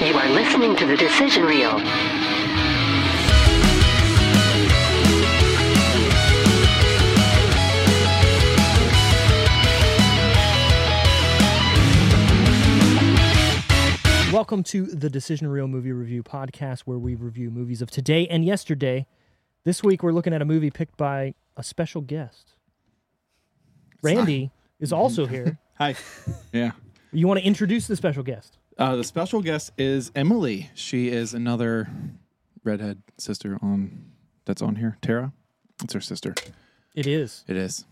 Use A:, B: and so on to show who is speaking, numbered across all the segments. A: You are listening to the decision reel.
B: Welcome to the Decision Reel Movie Review Podcast, where we review movies of today and yesterday. This week, we're looking at a movie picked by a special guest. Randy is also here.
C: Hi. Yeah.
B: You want to introduce the special guest?
C: Uh, the special guest is Emily. She is another redhead sister on that's on here. Tara. It's her sister.
B: It is.
C: It is.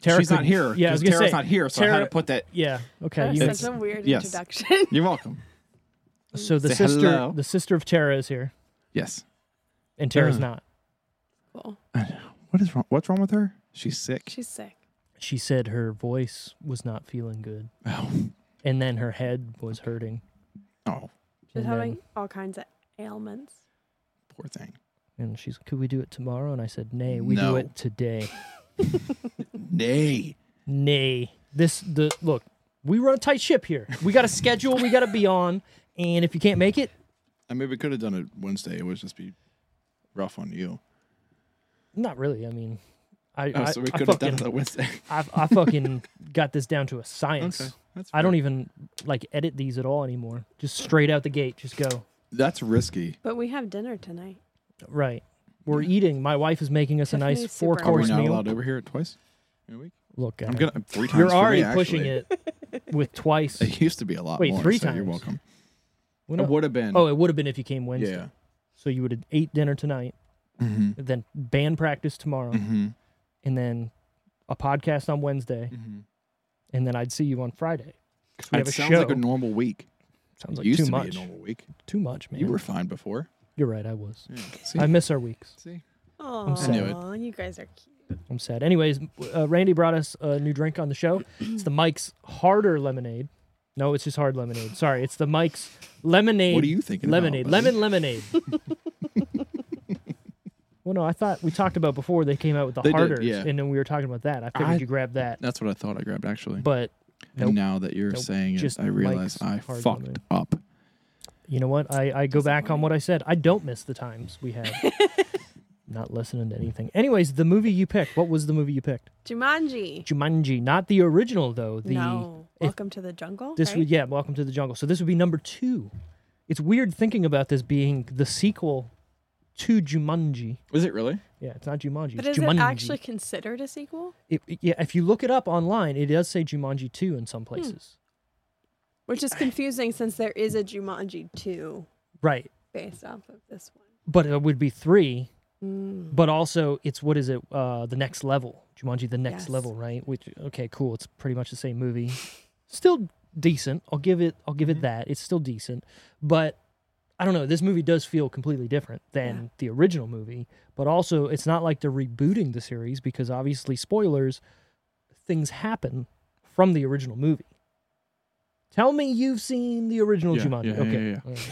B: Tara
C: She's not
B: couldn't-
C: here.
B: Yeah, I
C: 'cause
B: was gonna
C: Tara's
B: say,
C: not here, so I had
B: Tara-
C: to put that.
B: Yeah. Okay.
D: That's
B: you-
C: It's-
D: such a weird
C: yes.
D: introduction.
C: You're welcome.
B: so the
C: Say
B: sister,
C: hello.
B: the sister of Tara is here,
C: Yes.
B: and Tara's
C: Yeah.
B: not.
D: cool.
C: What is wrong? What's wrong with her? She's sick.
D: She's sick.
B: She said her voice was not feeling good,
C: Oh.
B: and then her head was hurting.
C: Oh.
D: She's
B: And
D: having all kinds of ailments.
C: Poor thing.
B: And she's, could we do it tomorrow? And I said, nay, we do
C: No.
B: it today.
C: Nay.
B: Nay. This the look, we run a tight ship here. We got a schedule we gotta be on. And if you can't make it,
E: I mean, we could have done it Wednesday. It would just be rough on you.
B: not really. I mean I
E: Oh,
B: I,
E: so we
B: I
E: could have done
B: fucking,
E: it on Wednesday.
B: I, I fucking got this down to a science.
E: That's
B: I don't even like edit these at all anymore. Just straight out the gate, just go.
E: That's risky.
D: But we have dinner tonight.
B: Right. We're eating. My wife is making us a nice
D: Tiffany's
B: four
D: super
E: Are we
B: course
E: not
B: meal.
E: allowed over here twice in a week?
B: Look, uh,
E: I'm gonna three times.
B: you're
E: for
B: already
E: me, actually.
B: pushing it with twice.
E: It used to be a lot
B: Wait,
E: more.
B: three
E: so You're
B: times?
E: welcome.
B: Well,
E: It
B: no.
E: would have been.
B: Oh, it would have been if you came Wednesday.
E: yeah.
B: So you would have ate dinner tonight,
C: Mm-hmm.
B: then band practice tomorrow.
C: Mm-hmm.
B: and then a podcast on Wednesday,
E: Mm-hmm.
B: and then I'd see you on Friday. 'Cause We have
E: It
B: a
E: sounds
B: show.
E: like a normal week.
B: sounds
E: it
B: like
E: used
B: too
E: to
B: much.
E: be a normal week.
B: Too much, man.
E: You were fine before.
B: You're right. I was.
E: Yeah. See,
B: I miss our weeks.
E: see.
D: Oh,
B: sad.
D: you guys are cute.
B: I'm sad. Anyways, uh, Randy brought us a new drink on the show. It's the Mike's Harder Lemonade. No, it's just hard lemonade. Sorry, it's the Mike's Lemonade.
E: What are you thinking? about,
B: Lemonade.
E: buddy?
B: Lemon lemonade. well, no, I thought we talked about before they came out with the
E: They did,
B: harder,
E: yeah.
B: and then we were talking about that. I figured
C: I-
B: you grabbed that,
C: That's what I thought I grabbed actually.
B: but nope.
C: and now that you're
B: Nope.
C: saying it,
B: Just
C: I realize
B: Mike's
C: I
B: hard
C: fucked
B: lemonade.
C: up.
B: You know what? I, I go back on what I said. I don't miss the times we had. not listening to anything. Anyways, the movie you picked. What was the movie you picked?
D: Jumanji.
B: Jumanji. Not the original though. The
D: no.
B: if-
D: Welcome to the jungle.
B: this
D: right?
B: would yeah. Welcome to the jungle. So this would be number two. It's weird thinking about this being the sequel to Jumanji.
E: Is it really?
B: Yeah, it's not Jumanji.
D: but
B: it's
D: is
B: Jumanji.
D: it actually considered a sequel?
B: It- it- yeah, if you look it up online, it does say Jumanji two in some places.
D: Which is confusing since there is a Jumanji 2
B: Right,
D: based off of this one.
B: but it would be three.
D: Mm.
B: But also, it's what is it? Uh, the next level, Jumanji, the next
D: Yes.
B: level, right? Which okay, cool. It's pretty much the same movie, still decent. I'll give it. I'll give
C: Mm-hmm.
B: it that. It's still decent, but I don't know. This movie does feel completely different than
D: Yeah.
B: the original movie. But also, it's not like they're rebooting the series because obviously, spoilers, things happen from the original movie. Tell me you've seen the original
C: Yeah,
B: Jumanji.
C: yeah, yeah,
B: okay.
C: yeah, yeah.
B: all right.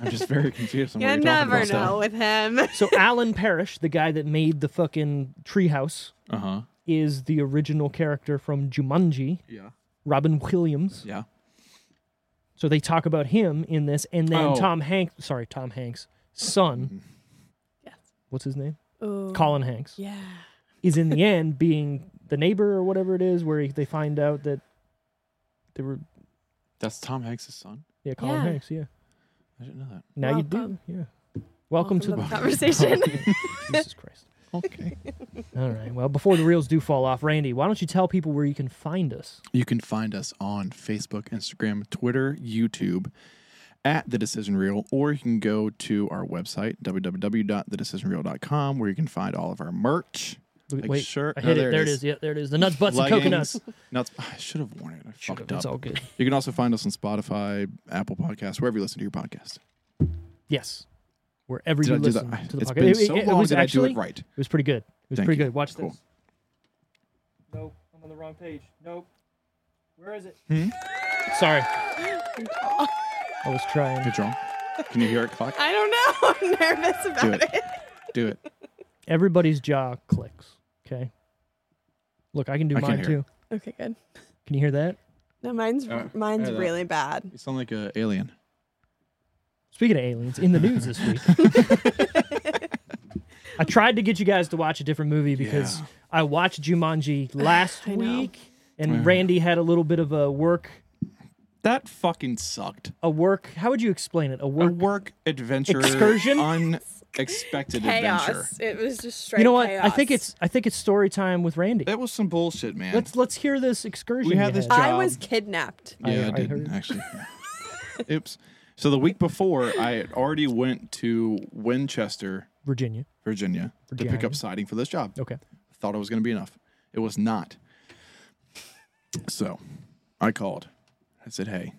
E: I'm just very confused. On what
D: You
E: you're talking
D: never
E: about, so-
D: know with him.
B: So Alan Parrish, the guy that made the fucking treehouse,
C: Uh
E: Uh-huh.
C: huh.
B: is the original character from Jumanji,
E: Yeah.
B: Robin Williams.
C: Yeah.
B: So they talk about him in this, and then
C: Oh.
B: Tom Hanks, sorry, Tom Hanks' son,
D: Yes.
B: what's his name?
D: Ooh.
B: Colin Hanks,
D: Yeah.
B: is in the end being the neighbor or whatever it is, where he, they find out that they were,
C: That's Tom Hanks' son.
B: yeah, Colin
D: Yeah.
B: Hanks, yeah.
C: I didn't know that.
B: Now
D: Welcome.
B: you do, yeah. Welcome, to the
D: conversation.
B: Jesus Christ.
C: Okay.
B: All right. Well, before the reels do fall off, Randy, why don't you tell people where you can find us?
C: You can find us on Facebook, Instagram, Twitter, YouTube at The Decision Reel, or you can go to our website, www.thedecisionreel.com, where you can find all of our merch.
B: Wait,
C: Like shirt-
B: I
C: no,
B: hit it.
C: there it
B: There it is.
C: is.
B: Yeah, there it is. The nuts, butts, and coconuts.
C: Nuts. I should have worn it. I fucked
B: It's
C: up.
B: all good.
C: You can also find us on Spotify, Apple Podcasts, wherever you listen to your podcast.
B: Yes. Wherever
C: Did
B: you
C: I do
B: listen
C: that?
B: to the
C: It's
B: podcast.
C: been
B: It-
C: so
B: it- it
C: long
B: was
C: that I
B: actually,
C: do it right.
B: It was pretty good. It was
C: Thank
B: pretty
C: you.
B: good. Watch
C: Cool.
B: this. Nope. I'm on the wrong page. Nope. Where is it?
C: Hmm?
B: Sorry. I was trying.
C: Good job. Can you hear it clock?
D: I don't know. I'm nervous
C: Do
D: about
C: it.
D: it.
C: Do it.
B: Everybody's jaw clicks. Okay. Look, I can do
E: I can
B: mine
E: hear
B: too.
D: Okay, good.
B: Can you hear that?
D: No, mine's
F: Uh,
D: mine's
F: I don't-
D: really bad.
E: You sound like a alien.
B: Speaking of aliens, in the news this week, I tried to get you guys to watch a different movie because
E: Yeah.
B: I watched Jumanji last
D: I know.
B: week, and
E: Yeah.
B: Randy had a little bit of a work,
E: That fucking sucked.
B: a work. How would you explain it? A
E: A
B: work.
E: work adventure
B: Excursion?
E: unexpected adventure.
D: Chaos. It was just straight.
B: you know what? I
D: chaos.
B: think it's I think it's story time with Randy.
E: That was some bullshit, man.
B: Let's let's hear this excursion.
E: We had
B: you
E: this
D: I was
E: job.
D: kidnapped.
B: I-
E: Yeah, I,
B: I
E: didn't
B: heard.
E: actually. Oops. So the week before, I had already went to Winchester,
B: Uh, Virginia.
E: Virginia, to pick
B: Virginia.
E: up siding for this job.
B: Okay.
E: Thought it was going to be enough. It was not. So I called. I said, "Hey,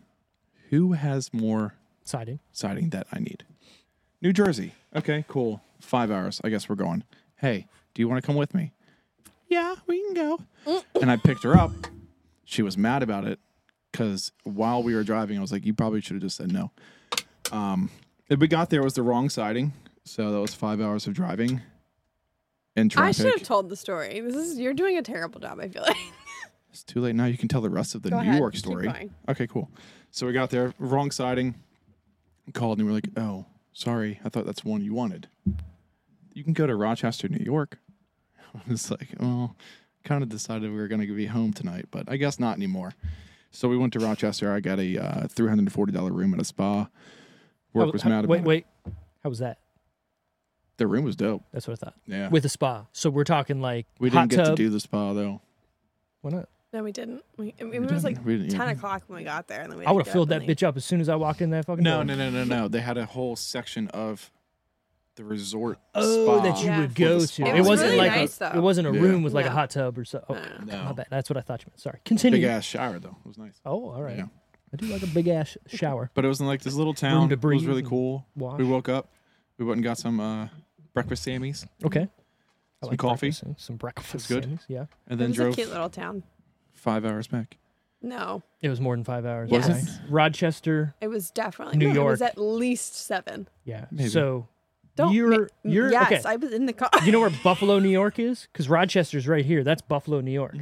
E: who has more
B: Siding.
E: siding that I need?" New Jersey. Okay, cool. Five hours. I guess we're going. Hey, do you want to come with me? Yeah, we can go. and I picked her up. She was mad about it because while we were driving, I was like, "You probably should have just said no." Um, if we got there, it was the wrong siding, so that was five hours of driving. And
D: I
E: traffic.
D: should have told the story. This is you're doing a terrible job. I feel like.
E: It's too late now. You can tell the rest of the
D: Go
E: New
D: ahead.
E: York
D: Keep
E: story.
D: going.
E: Okay, cool. So we got there, wrong siding. Called and we were like, "Oh, sorry. I thought that's one you wanted. You can go to Rochester, New York." I was like, "Oh, kind of decided we were going to be home tonight, but I guess not anymore." So we went to Rochester. I got a uh, three hundred and forty dollar room at a spa. Work
B: How-
E: was
B: how-
E: mad about
B: Oh, uh, Wait,
E: it.
B: wait. How was that?
E: The room was dope.
B: That's what I thought.
E: Yeah,
B: With a spa. So we're talking like
E: we
B: hot
E: didn't get
B: tub.
E: to do the spa though.
B: Why not?
D: No, we didn't. We, it was like
E: we didn't- yeah.
D: ten o'clock when we got there, and then we.
B: I would have filled that bitch up as soon as I walked in that fucking
E: No,
B: door.
E: no, no, no, no. They had a whole section of the resort.
B: Oh,
E: spa.
B: that you
D: Yeah.
B: would
D: With
B: go
E: the
B: to.
E: spa.
B: It,
D: It was
B: wasn't
D: really
B: like
D: nice,
B: a,
D: though.
B: it wasn't a
E: Yeah.
B: room with like a
D: No.
B: hot tub or something. Oh,
D: No.
E: No.
B: my bad. That's what I thought you meant. Sorry.
E: Big
B: Continue.
E: ass shower though. It was nice.
B: Oh, all right.
E: Yeah.
B: I do like a big ass shower.
E: But it was in like this little town.
B: to
E: It was
B: breathe
E: really
B: and
E: cool.
B: wash.
E: We woke up. We went and got some uh, breakfast Sammys
B: Okay. I
E: Some coffee.
B: breakfast and- Some breakfast.
E: That's good.
B: sandwiches, Yeah.
E: and
D: It
E: then
D: was
E: drove
D: a cute little town.
E: five hours back.
D: No,
B: It was more than five hours.
D: Was it?
B: right? Rochester.
D: it was definitely
B: New
D: no, It was
B: York.
D: at least seven.
B: Yeah.
E: Maybe.
B: So
D: Don't.
B: you're
D: ma-
B: you're
D: yes,
B: okay.
D: I was in the car.
B: you know where Buffalo, New York is? Because Rochester's right here. That's Buffalo, New York.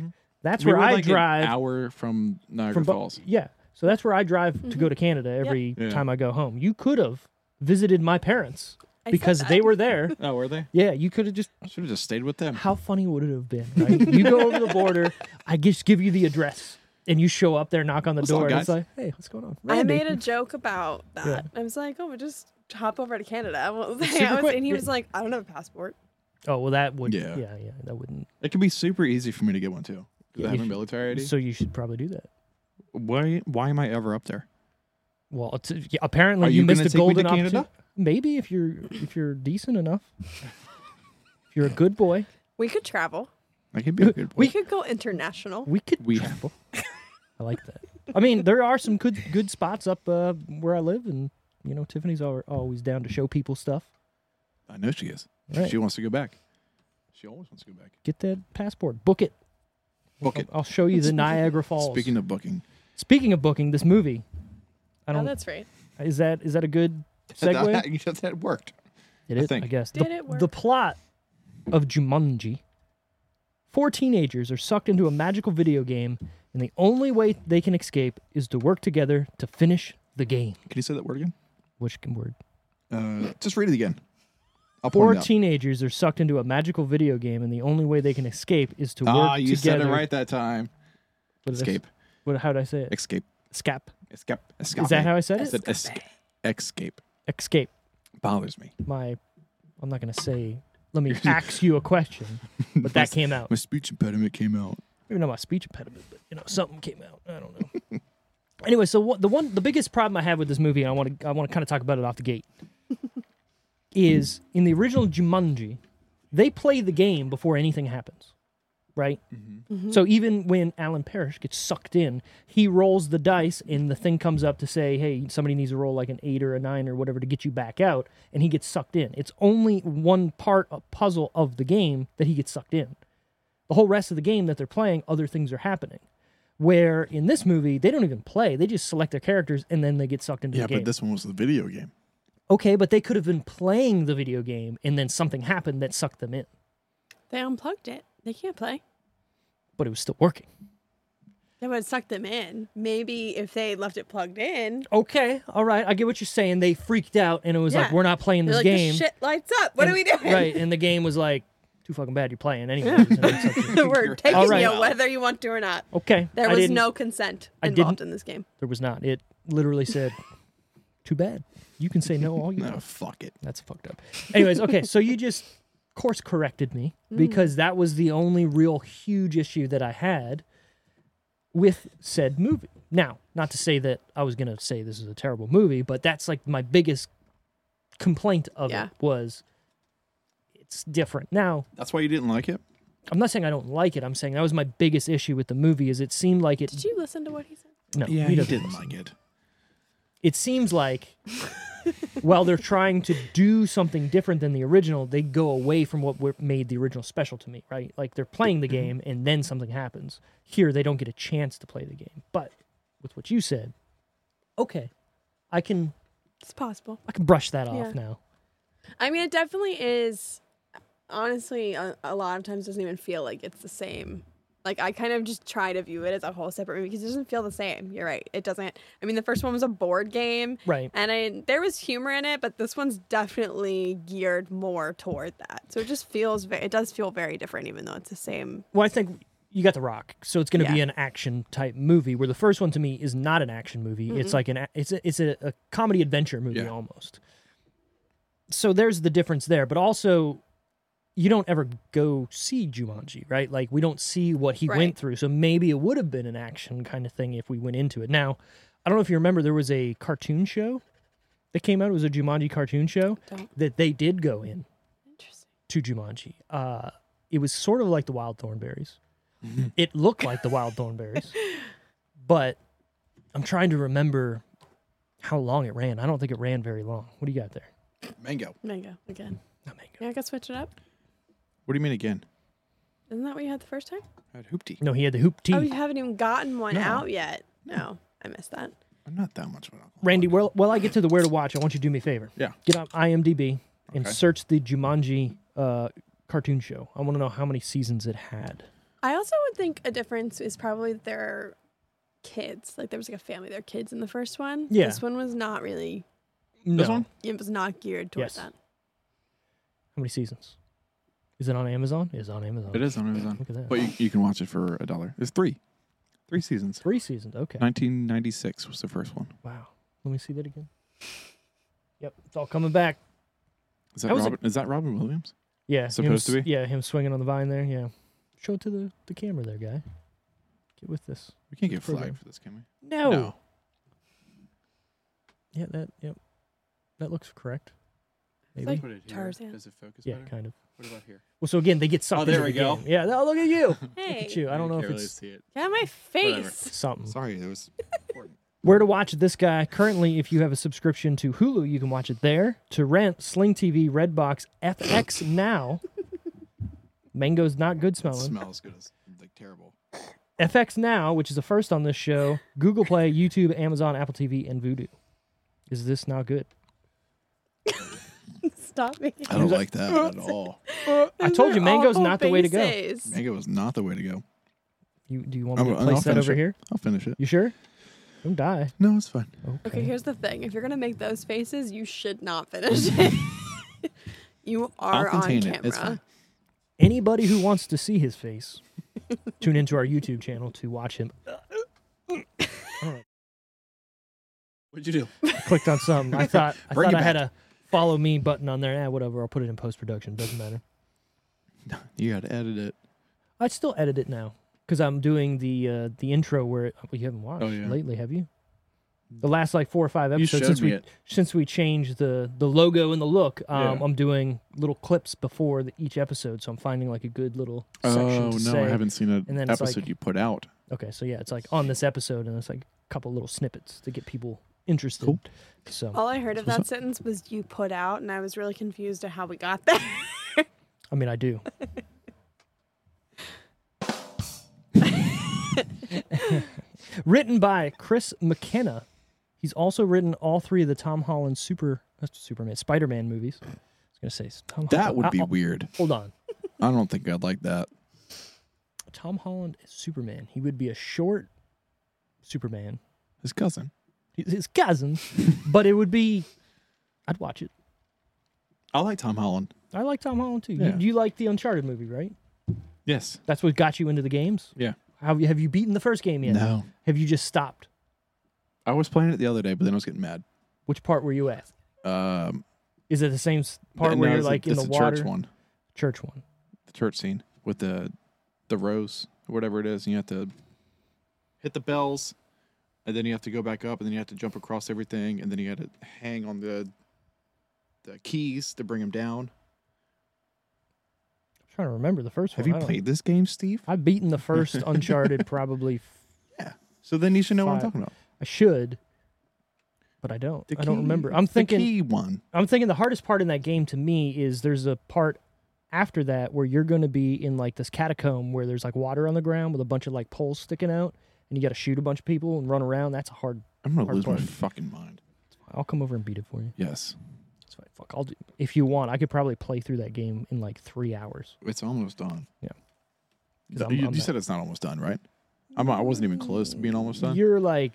B: That's
E: Mm-hmm. we
B: where
E: were
B: I
E: like
B: drive
E: an hour from Niagara
B: from Bu-
E: Falls.
B: Yeah. So that's where I drive to
D: Mm-hmm.
B: go to Canada every
E: Yeah.
B: time I go home. You could have visited my parents
D: I said
B: because they
D: that.
B: were there.
E: Oh, were they?
B: Yeah, you could have just.
E: Should have just stayed with them.
B: How funny would it have been? Right? you go over the border. I just give you the address, and you show up there, knock on the
E: What's up,
B: door, and
E: guys?
B: it's like, "Hey, what's going on?"
D: I
B: Randy.
D: made a joke about that. I was like, "Oh, we just hop over to Canada." We'll hang
B: super
D: out with-
B: quick.
D: and he
B: Yeah.
D: was like, "I don't have a passport."
B: Oh well, that would. Yeah,
E: Yeah.
B: yeah, yeah that wouldn't.
E: It could be super easy for me to get one too.
B: Yeah, you
E: Because I have a
B: should-
E: military ID.
B: So you should probably do that.
E: why? Why am I ever up there?
B: Well, it's, yeah, apparently
E: Are
B: you,
E: you
B: missed
E: gonna
B: a
E: take me to
B: golden opportunity.
E: Canada?
B: Maybe if you're if you're decent enough, if you're a good boy,
D: We could travel.
E: I could be a good
D: We
E: boy.
D: could go international.
B: we could
E: We-
B: travel. I like that. I mean, there are some good good spots up uh, where I live, and you know, Tiffany's al- always down to show people stuff.
E: I know she is.
B: Right.
E: She wants to go back. She always wants to go back.
B: Get that passport, book it.
E: Book
B: I'll,
E: it.
B: I'll show you the Niagara Falls.
E: Speaking of booking,
B: Speaking of booking, this movie. I
D: Oh,
B: don't.
D: that's right.
B: is that is that a good segue?
E: that, that worked.
B: It
E: I
B: is,
E: think.
B: I guess.
D: Did
B: the,
D: it work?
B: the plot of Jumanji. Four teenagers are sucked into a magical video game, and the only way they can escape is to work together to finish the game.
E: Can you say that word again?
B: Which can word?
E: Uh, just read it again. I'll
B: Four
E: point it out.
B: teenagers are sucked into a magical video game, and the only way they can escape is to work
E: Ah, you
B: together.
E: said it right that time.
B: What did I s-
E: Escape.
B: What, how did I say it?
E: Escape.
B: Escape.
E: Escape. Escape.
B: Is that how I said
E: I
B: it?
E: said esca- escape.
B: Escape.
E: Bothers me.
B: My, I'm not gonna say. Let me ask you a question, but that came out.
E: My speech impediment came out.
B: even though my speech impediment, but you know, something came out. I don't know. anyway, so what, the one, the biggest problem I have with this movie, and I want to, I want to kind of talk about it off the gate, is in the original Jumanji, they play the game before anything happens, right? So even when Alan Parrish gets sucked in, he rolls the dice, and the thing comes up to say, "Hey, somebody needs to roll like an eight or a nine or whatever to get you back out," and he gets sucked in. It's only one part a puzzle of the game that he gets sucked in the whole rest of the game that they're playing, other things are happening. Where in this movie, they don't even play; they just select their characters and then they get sucked into
F: Yeah,
B: the game.
F: but this one was the video game.
B: okay, but they could have been playing the video game and then something happened that sucked them in.
D: They unplugged it. They can't play.
B: but it was still working.
D: They would have sucked them in. Maybe if they left it plugged in,
B: Okay, all right, I get what you're saying. They freaked out, and it was like
D: Yeah.
B: we're not playing
D: they're
B: this
D: like,
B: game.
D: the shit lights up. What
B: And-
D: are we doing?
B: Right, and the game was like too fucking bad. You're playing anyways. And it's like,
D: We're taking
B: right.
D: you whether you want to or not.
B: okay,
D: There
B: I
D: was
B: didn't-
D: no consent
B: I
D: involved in this game.
B: There was not. It literally said, "Too bad. You can say no all you
E: No,
B: want."
E: fuck it.
B: That's fucked up. Anyways, okay, so you just course corrected me
D: Mm.
B: because that was the only real huge issue that I had with said movie. Now, not to say that I was gonna say this is a terrible movie, but that's like my biggest complaint of
D: Yeah.
B: it was it's different. Now,
E: That's why you didn't like it.
B: I'm not saying I don't like it. I'm saying that was my biggest issue with the movie is it seemed like it.
D: Did you listen to what he said?
B: no,
E: Yeah,
B: he
E: you
B: doesn't
E: didn't
B: listen.
E: like it.
B: It seems like while they're trying to do something different than the original, they go away from what were- made the original special to me. Right? Like they're playing
D: Mm-hmm.
B: the game and then something happens. Here, they don't get a chance to play the game. But with what you said, okay, I can
D: It's possible.
B: I can brush that
D: Yeah.
B: off now.
D: I mean, it definitely is. Honestly, a, a lot of times doesn't even feel like it's the same. Like I kind of just try to view it as a whole separate movie because it doesn't feel the same. You're right. It doesn't. I mean, the first one was a board game,
B: Right.
D: and I, there was humor in it, but this one's definitely geared more toward that. So it just feels. Very, it does feel very different, even though it's the same.
B: Well, I think you got The Rock, so it's going to be
D: Yeah.
B: an action type movie. Where the first one to me is not an action movie; it's like an a- it's a, it's a, a comedy adventure movie
E: Yeah.
B: almost. So there's the difference there, but also you don't ever go see Jumanji, right? Like we don't see what he went
D: Right.
B: through. So maybe it would have been an action kind of thing if we went into it. Now, I don't know if you remember, there was a cartoon show that came out. It was a Jumanji cartoon show
D: Don't.
B: that they did go in
D: Interesting.
B: to Jumanji. Uh, it was sort of like the Wild Thornberries. it looked like the Wild Thornberries, but I'm trying to remember how long it ran. I don't think it ran very long. What do you got there?
E: Mango.
D: Mango again.
B: Not mango.
D: Yeah, I gotta switch it up.
E: What do you mean again?
D: Isn't that what you had the first time?
E: I had hoopty.
B: No, he had the hoop
D: Oh, you
B: tea.
D: haven't even gotten one
E: No.
D: out yet. No, I missed that.
E: I'm not that much of an alcoholic.
B: Randy, well, while I get to the where to watch, I want you to do me a favor.
E: Yeah.
B: Get on IMDb and
E: Okay.
B: search the Jumanji uh, cartoon show. I want to know how many seasons it had.
D: I also would think a difference is probably that their kids. Like there was like a family, their kids in the first one.
B: Yeah.
D: This one was not really.
B: No.
E: This one?
D: It was not geared towards
B: Yes.
D: that.
B: How many seasons? Is it on Amazon? It is on Amazon.
E: It is on Amazon.
B: Look at that.
E: But you, you can watch it for a dollar. There's three. Three seasons.
B: Three seasons. Okay.
E: 1996 was the first one.
B: Wow. Let me see that again. Yep, it's all coming back.
E: Is that,
B: That was a-
E: Robin, is that Robin Williams?
B: Yeah, him
E: Supposed to
B: s-
E: be?
B: Yeah, him swinging on the vine there. Yeah, show it to the the camera there, guy. Get with this.
E: We can't get
B: Program. Oh.
E: flagged for this, can we?
B: No. Yeah, that. Yep, that looks correct. Maybe.
D: like-
E: Put it here.
D: Tarzan.
E: Does it focus
B: yeah,
E: better?
B: kind of.
E: What about here?
B: Well, so again, they get sucked.
E: Oh, there
B: into
E: we
B: the
E: go.
B: game. Yeah. Oh, look at you.
D: Hey,
B: Look at you. I don't know if
E: can't really
B: it's
E: see it.
D: get out of my face.
B: something.
E: Sorry, it was important.
B: Where to watch this guy currently? If you have a subscription to Hulu, you can watch it there. To rent, Sling TV, Redbox, FX Now. Mango's not good
E: It
B: smelling.
E: smells good as like terrible.
B: FX Now, which is the first on this show, Google Play, YouTube, Amazon, Apple TV, and Vudu. Is this not good?
D: Stop me.
E: I don't like that at all.
B: I told you, mango's not the way to go.
E: Mango was not the way to go.
B: You do you want me
E: I'm-
B: to
E: I'll
B: place that
E: finish
B: over
E: it.
B: here?
E: I'll finish it.
B: You sure? Don't die.
E: No, it's fine.
D: Okay, here's the thing. If you're gonna make those faces, you should not finish it. you are on
E: contain
D: camera.
E: it. It's fine.
B: Anybody who wants to see his face, tune into our YouTube channel to watch him.
E: What'd you do?
B: Clicked on something. I thought I
E: Bring
B: thought
E: it
B: I had a
E: back.
B: follow me button on there. Ah, whatever. I'll put it in post production. Doesn't matter.
E: You got to edit it.
B: I'd still edit it now because I'm doing the uh, the intro where it, well, you haven't watched
E: Oh, yeah.
B: lately, have you? The last like four or five episodes
E: showed
B: since
E: me
B: we
E: it.
B: since we changed the the logo and the look, um,
E: Yeah.
B: I'm doing little clips before the, each episode, so I'm finding like a good little section
E: oh no,
B: to say.
E: I haven't seen an
B: And then it's
E: episode
B: like-
E: you put out.
B: Okay, so yeah, it's like on this episode, and it's like a couple little snippets to get people interested.
E: Cool.
B: So
D: All I heard of
E: What's
D: that sentence was "you put out," and I was really confused at how we got there.
B: I mean, I do. written by Chris McKenna. He's also written all three of the Tom Holland Super uh, Superman Spider-Man movies. I was gonna say Tom
E: That
B: Holland-
E: would
B: I-
E: be
B: I'll-
E: weird.
B: Hold on,
E: I don't think I'd like that.
B: Tom Holland is Superman. He would be a short Superman.
E: His cousin.
B: He's his cousin, but it would be. I'd watch it.
E: I like Tom Holland.
B: I like Tom Holland too.
E: Yeah.
B: You, you like the Uncharted movie, right?
E: Yes.
B: That's what got you into the games.
E: Yeah.
B: Have you, have you beaten the first game yet?
E: No.
B: Have you just stopped?
E: I was playing it the other day, but then I was getting mad.
B: Which part were you at?
E: Um,
B: Is it the same s- part
E: no,
B: where you're
E: it's a-
B: like in
E: it's
B: the water?
E: church one,
B: Church one.
E: the church scene with the the rose, or whatever it is, and you have to hit the bells, and then you have to go back up, and then you have to jump across everything, and then you got to hang on the the keys to bring them down.
B: I'm trying to remember the first
E: Have
B: one.
E: you
B: I don't-
E: played this game, Steve?
B: I've beaten the first Uncharted probably. f-
E: So then you should know what I'm
B: Five.
E: talking about.
B: I should, but I don't.
E: The
B: I don't
E: key-
B: remember. I'm thinking.
E: the key one.
B: I'm thinking the hardest part in that game to me is there's a part after that where you're going to be in like this catacomb where there's like water on the ground with a bunch of like poles sticking out and you got to shoot a bunch of people and run around. That's a hard.
E: I'm gonna
B: Hard
E: lose my
B: part.
E: fucking mind.
B: I'll come over and beat it for you.
E: Yes,
B: It's fine. Fuck. I'll do. If you want, I could probably play through that game in like three hours.
E: it's almost done.
B: 'Cause
E: No,
B: I'm-
E: you
B: I'm
E: you
B: not-
E: said it's not almost done, right? I'm, I wasn't even close to being almost done.
B: You're like.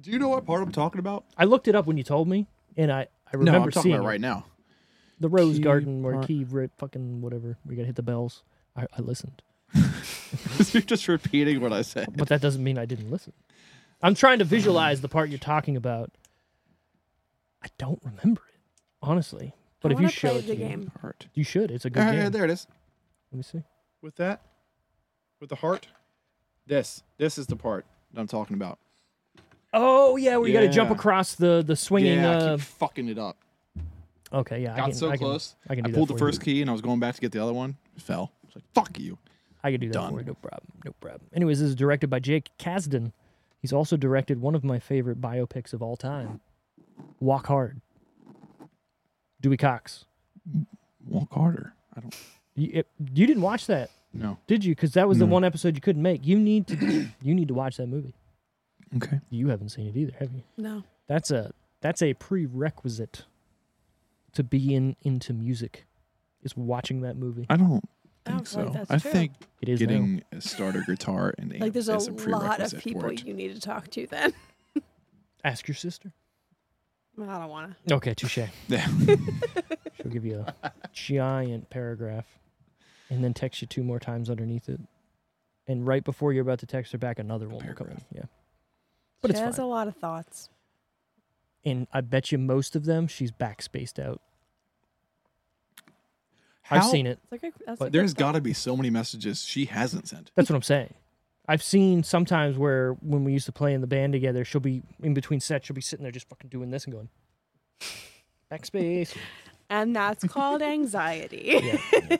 E: Do you know what part I'm talking about?
B: I looked it up when you told me, and I I
E: No,
B: remember
E: I'm talking
B: seeing
E: about
B: it.
E: right now.
B: the Rose
E: Key
B: Garden where
E: part-
B: Key ri fucking whatever. We got to hit the bells. I, I listened,
E: You're just repeating what I said.
B: but that doesn't mean I didn't listen. I'm trying to visualize the part you're talking about. I don't remember it honestly, but
D: I
B: if you
D: wanna play
B: show it
D: the
B: to me-
D: game.
E: Heart.
B: you should. It's a good
E: All right,
B: game.
E: there it is.
B: Let me see.
E: With that, with the heart, this this is the part that I'm talking about.
B: Oh yeah, where you got to jump
E: Yeah.
B: across the the swinging.
E: yeah, I
B: uh,
E: keep fucking it up.
B: okay, yeah, I
E: Got
B: can,
E: so
B: I can,
E: close.
B: I can do
E: I
B: that
E: pulled the
B: for you.
E: first key and I was going back to get the other one. Fell. It's like fuck you.
B: I can do that
E: Done.
B: for you. No problem. No problem. Anyways, this is directed by Jake Kasdan. He's also directed one of my favorite biopics of all time, Walk Hard. Dewey Cox.
E: Walk harder. I don't
B: You, it- you didn't watch that,
E: know.
B: did you? Because that was the one episode you couldn't make. You need to. you need to watch that movie.
E: Okay.
B: You haven't seen it either, have you?
D: No.
B: That's a that's a prerequisite to be in into music. Is watching that movie.
E: I don't
D: I don't
E: think
D: feel
E: so.
D: like that's
E: I
D: true.
E: think
B: It is now.
E: getting a starter guitar and
D: Like there's a,
E: is
D: lot of
E: prerequisite for
D: people
E: it.
D: you need to talk to then.
B: Ask your sister.
D: I don't want to.
B: Okay, touche.
E: Yeah.
B: She'll give you a giant paragraph and then text you two more times underneath it. And right before you're about to text her back, another one will come in.
E: paragraph.
B: Yeah. But it's
D: she has
B: fine.
D: a lot of thoughts.
B: and I bet you most of them, she's backspaced out. I've
E: How-
B: seen it.
D: It's like a, that's
B: But
D: a
E: There's got to be so many messages she hasn't sent.
B: That's what I'm saying. I've seen sometimes where when we used to play in the band together, she'll be in between sets, she'll be sitting there just fucking doing this and going, backspace.
D: and that's called anxiety.
B: Yeah.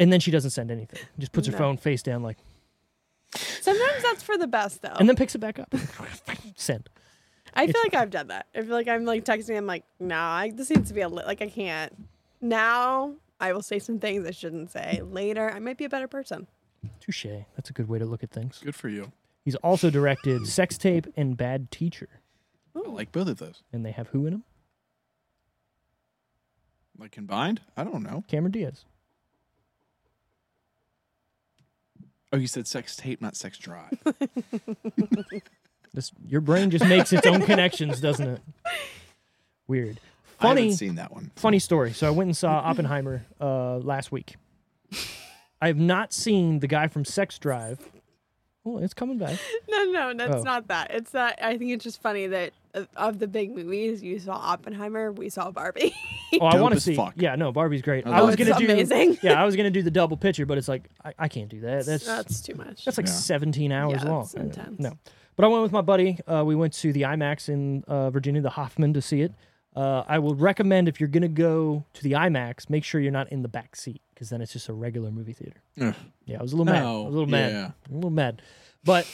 B: and then she doesn't send anything. Just puts her
D: No.
B: phone face down, like,
D: Sometimes that's for the best though.
B: and then picks it back up. send.
D: I feel
B: it's
D: like I've done that. I feel like I'm like texting. I'm like, nah, I, this needs to be a li- like I can't. Now I will say some things I shouldn't say. Later, I might be a better person.
B: Touche. That's a good way to look at things.
E: Good for you.
B: He's also directed Sex Tape and Bad Teacher.
E: I like both of those.
B: And they have who in them?
E: Like combined? I don't know.
B: Cameron Diaz.
E: Oh, you said sex tape, not sex drive.
B: This, your brain just makes its own connections, doesn't it? Weird.
E: I haven't
B: Funny,
E: seen that one.
B: funny story. So I went and saw Oppenheimer uh, last week. I have not seen the guy from Sex Drive. Oh, it's coming back.
D: No, no, that's
B: Oh.
D: not that. It's that I think it's just funny that of, of the big movies, you saw Oppenheimer, we saw Barbie.
B: Oh, I
E: Dope
B: want to
E: as
B: see.
E: fuck.
B: Yeah, no, Barbie's great. I,
E: love
B: was
E: it.
B: gonna
D: It's
B: do.
D: amazing.
B: Yeah, I was gonna do the double picture, but it's like I, I can't do that. That's
D: that's too much.
B: That's like
E: Yeah.
B: 17 hours
D: Yeah,
B: long.
D: that's
B: I know.
D: intense.
B: No. But I went with my buddy. Uh, we went to the IMAX in uh, Virginia, the Hoffman, to see it. Uh, I will recommend if you're going to go to the IMAX, make sure you're not in the back seat because then it's just a regular movie theater.
E: Ugh.
B: Yeah, I was a little mad. I was a little mad.
E: Yeah.
B: I'm a little mad. But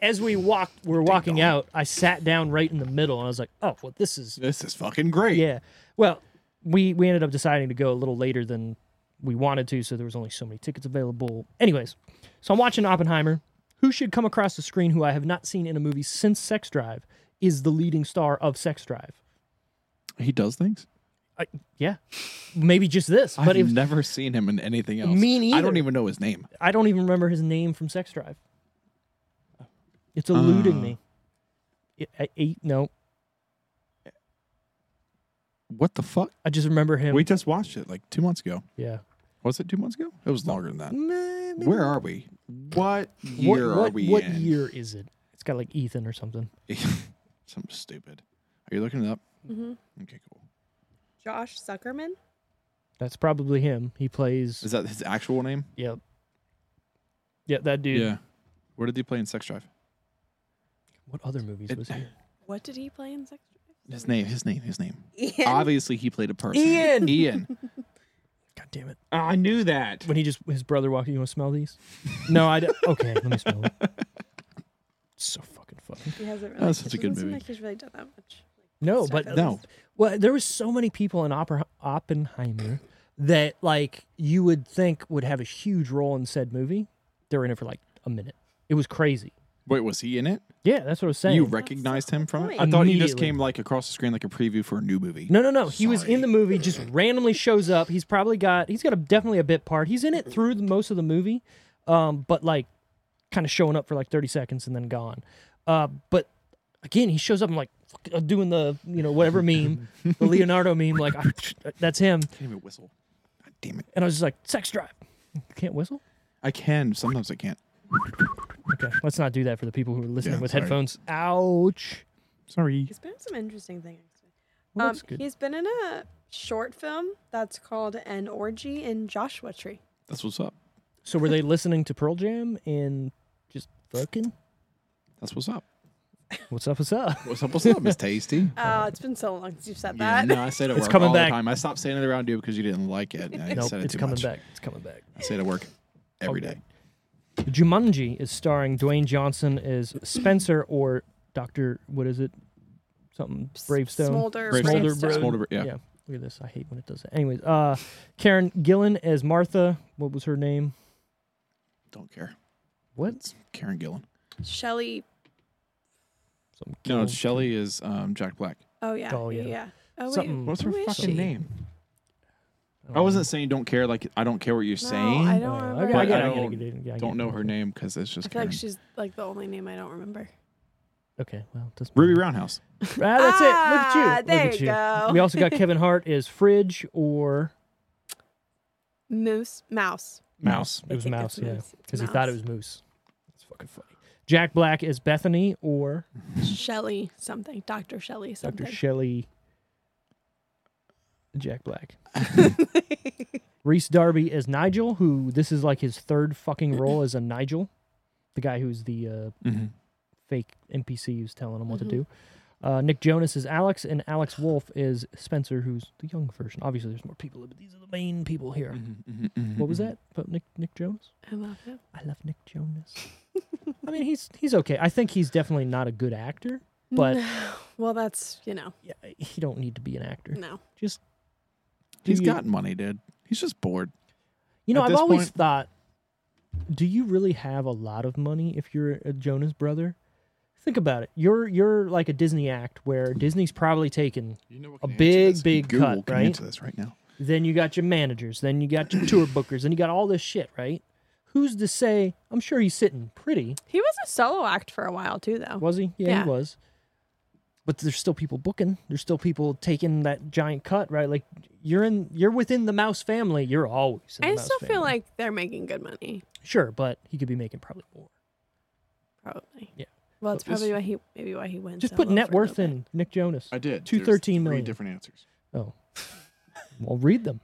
B: as we walked, we're walking out, I sat down right in the middle and I was like, oh, well, this is
E: This is fucking great.
B: yeah. Well, we we ended up deciding to go a little later than we wanted to, so there was only so many tickets available. Anyways, so I'm watching Oppenheimer. Who should come across the screen who I have not seen in a movie since Sex Drive is the leading star of Sex Drive.
E: He does things?
B: I, yeah, maybe just this. But if,
E: I've never seen him in anything else.
B: Me
E: I don't
B: neither.
E: even know his name.
B: I don't even remember his name from Sex Drive. It's eluding
E: Uh.
B: me. I- I- Eight? No,
E: What the fuck?
B: I just remember him.
E: We just watched it like two months ago.
B: yeah.
E: Was it two months ago? It was longer than that.
B: Maybe-
E: Where are we? What
B: What,
E: year are
B: what-
E: we
B: what
E: in?
B: year is it? It's got like Ethan or something.
E: Something stupid. Are you looking it up?
B: Mm-hmm.
D: Mhm.
E: Okay, cool.
D: Josh Zuckerman.
B: That's probably him. He plays.
E: Is that his actual name?
B: Yep. Yeah, that dude.
E: Yeah. Where did he play in Sex Drive?
B: What other movies
E: It-
B: was he? in?
D: What did he play in Sex?
E: His name, his name, his name.
D: Ian.
E: Obviously, he played a person.
B: Ian!
E: Ian.
B: God damn it!
E: Oh, I knew that.
B: When he just his brother walked, you want to smell these? no, I. d- Okay, let me smell them. So fucking funny.
D: He hasn't really.
E: That was such a
D: it
E: good
D: doesn't seem
E: movie.
D: Like he's really done that much.
B: No,
D: Stuff
B: but
D: at
E: No.
D: least.
B: Well, there was so many people in Opera- Oppenheimer that like you would think would have a huge role in said movie. They're in it for like a minute. It was crazy.
E: Wait, was he in it?
B: Yeah, that's what I was saying.
E: You recognized him from it? I
D: point.
E: thought he just
B: Immediately.
E: came like across the screen like a preview for a new movie.
B: no, no, no. He was
E: Sorry.
B: in the movie, just randomly shows up. He's probably got he's got a, definitely a bit part. He's in it through the, most of the movie, um, but like kind of showing up for like thirty seconds and then gone. Uh, but again, he shows up. I'm like fuck, uh, doing the you know whatever meme, the Leonardo meme. Like I, that's him.
E: Can't even whistle. God damn it.
B: And I was just like, sex drive. You can't whistle.
E: I can. Sometimes I can't.
B: Okay, let's not do that for the people who are listening
E: Yeah,
B: with
E: sorry.
B: headphones. Ouch.
E: Sorry.
D: He's been in some interesting things.
B: Well,
D: um,
B: that's good.
D: He's been in a short film that's called An Orgy in Joshua Tree.
E: That's what's up.
B: So were they listening to Pearl Jam and just fucking?
E: That's what's up.
B: What's up? What's up?
E: What's up? What's up, Miss Tasty?
D: Oh, it's been so long since you've said
E: Yeah,
D: that.
E: no, I say it at
B: It's
E: work
B: coming
E: all
B: back.
E: the time. I stopped saying it around you because you didn't like it. and I
B: nope,
E: said it
B: it's
E: too
B: coming
E: much.
B: back. It's coming back.
E: I say it at work every day.
B: Okay. Jumanji is starring Dwayne Johnson as Spencer or Doctor. What is it? Something Bravestone.
D: Smolder.
E: Brave
B: Smolder
D: Bravestone.
B: Bro-
E: Smolder, yeah.
B: yeah. Look at this. I hate when it does that. Anyways, uh, Karen Gillan as Martha. What was her name?
E: Don't care.
B: What?
E: It's Karen Gillan.
D: Shelley.
B: Something
E: No,
B: Gillan.
E: it's Shelly is um, Jack Black.
D: Oh yeah.
B: Oh, yeah.
D: Oh wait.
B: Something-
E: What's her
D: Who is
E: fucking
D: she?
E: name?
B: don't
E: I wasn't saying don't care. Like I don't care what you're
D: No,
E: saying.
D: I
B: know.
D: don't
B: Uh,
D: remember.
B: okay,
E: But
B: I get it, I
E: I
B: get it,
E: don't-
B: I get it, I get
E: Don't
B: it.
E: know her name because it's
D: I
E: just
D: feel
E: Karen.
D: like she's like the only name I don't remember.
B: Okay, well, it doesn't
E: Ruby
B: matter.
E: Roundhouse.
B: Ah, that's it. Look
D: Ah,
B: at you.
D: there
B: Look at
D: you
B: you.
D: go.
B: We also got Kevin Hart as Fridge or
D: Moose. Mouse.
E: Mouse.
B: It was
D: I think
B: Mouse,
D: it's
B: yeah,
D: Mouse. It's
B: because he thought it
D: Mouse.
B: was Moose. That's fucking funny. Jack Black as Bethany or
D: Shelley something. Dr. Shelley something.
B: Dr. Shelley. Jack Black. Reese Darby as Nigel, who this is like his third fucking role as a Nigel, the guy who's the uh,
E: Mhm.
B: fake NPC who's telling him what to do. Uh, Nick Jonas is Alex, and Alex Wolf is Spencer, who's the young version. Obviously, there's more people, but these are the main people here.
E: Mm-hmm.
B: What was that? But Nick Nick Jonas.
D: I love him.
B: I love Nick Jonas. I mean, he's he's okay. I think he's definitely not a good actor, but
D: Well, that's, you know,
B: yeah, he don't need to be an actor.
D: no.
B: Just
E: Mm-hmm. He's
B: Do you-
E: got money, dude. He's just bored.
B: you know,
E: At
B: I've
E: this
B: always
E: point-
B: thought, do you really have a lot of money if you're a Jonas brother? Think about it. You're you're like a Disney act where Disney's probably taken.
E: You know
B: A
E: what
B: can answer big, this? big
E: Google
B: cut,
E: can
B: right?
E: answer this right now.
B: Then you got your managers. Then you got your tour bookers. Then you got all this shit, right? Who's to say? I'm sure he's sitting pretty.
D: He was a solo act for a while, too, though.
B: Was he? Yeah,
D: Yeah.
B: he was. But there's still people booking. There's still people taking that giant cut, right? Like you're in, you're within the mouse family. You're always. In the
D: I
B: mouse
D: still feel
B: family.
D: like they're making good money,
B: sure, but he could be making probably more.
D: probably.
B: Yeah.
D: Well, it's
E: But this-
D: probably why he maybe why he wins.
B: Just put net worth in Nick Jonas.
E: I did.
B: Two
E: There's
B: 13
E: three
B: million.
E: different answers.
B: Oh, well, read them.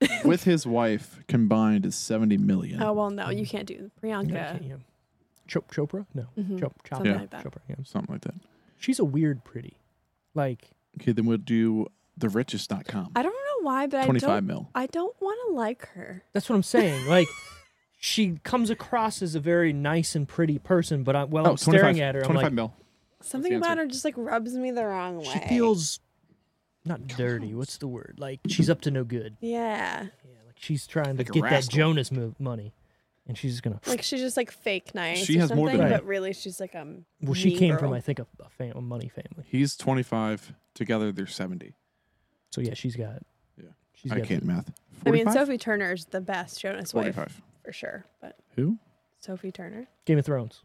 E: With his wife combined is 70 million.
D: Oh well, no, you can't do Priyanka.
B: Yeah, okay, yeah. Chop Chopra? No,
D: Mhm.
B: Chop Chopra.
D: Something like that.
B: Chopra, yeah.
E: Something like that.
B: She's a weird pretty. Like
E: Okay, then we'll do the richest.com.
D: I don't know why, but I
E: 25
D: don't.
E: mil.
D: I don't want to like her.
B: that's what I'm saying. Like. She comes across as a very nice and pretty person, but I, while
E: Oh,
B: I'm staring
E: 25
B: at her, I'm
E: 25
B: like,
E: mil.
D: Something
E: answer.
D: about her just like rubs me the wrong way.
B: she feels not dirty. What's the word? Like she's up to no good.
D: Yeah,
B: Yeah, like she's trying
E: Like
B: to
E: a
B: get that
E: rascal.
B: Jonas mo- money, and she's just gonna.
D: like she's just like fake nice.
E: She
D: or
E: has more than
D: something,
B: that.
D: but really she's like um.
B: well, she
D: mean
B: came
D: girl.
B: from I think a, a, fam- a money family.
E: He's 25. Together, they're 70.
B: So yeah, she's got.
E: Yeah.
B: she's
C: I
B: got
C: can't math.
D: I mean,
C: 45?
D: Sophie Turner's the best Jonas wife
C: 45.
D: for sure. But
C: Who?
D: Sophie Turner.
B: Game of Thrones.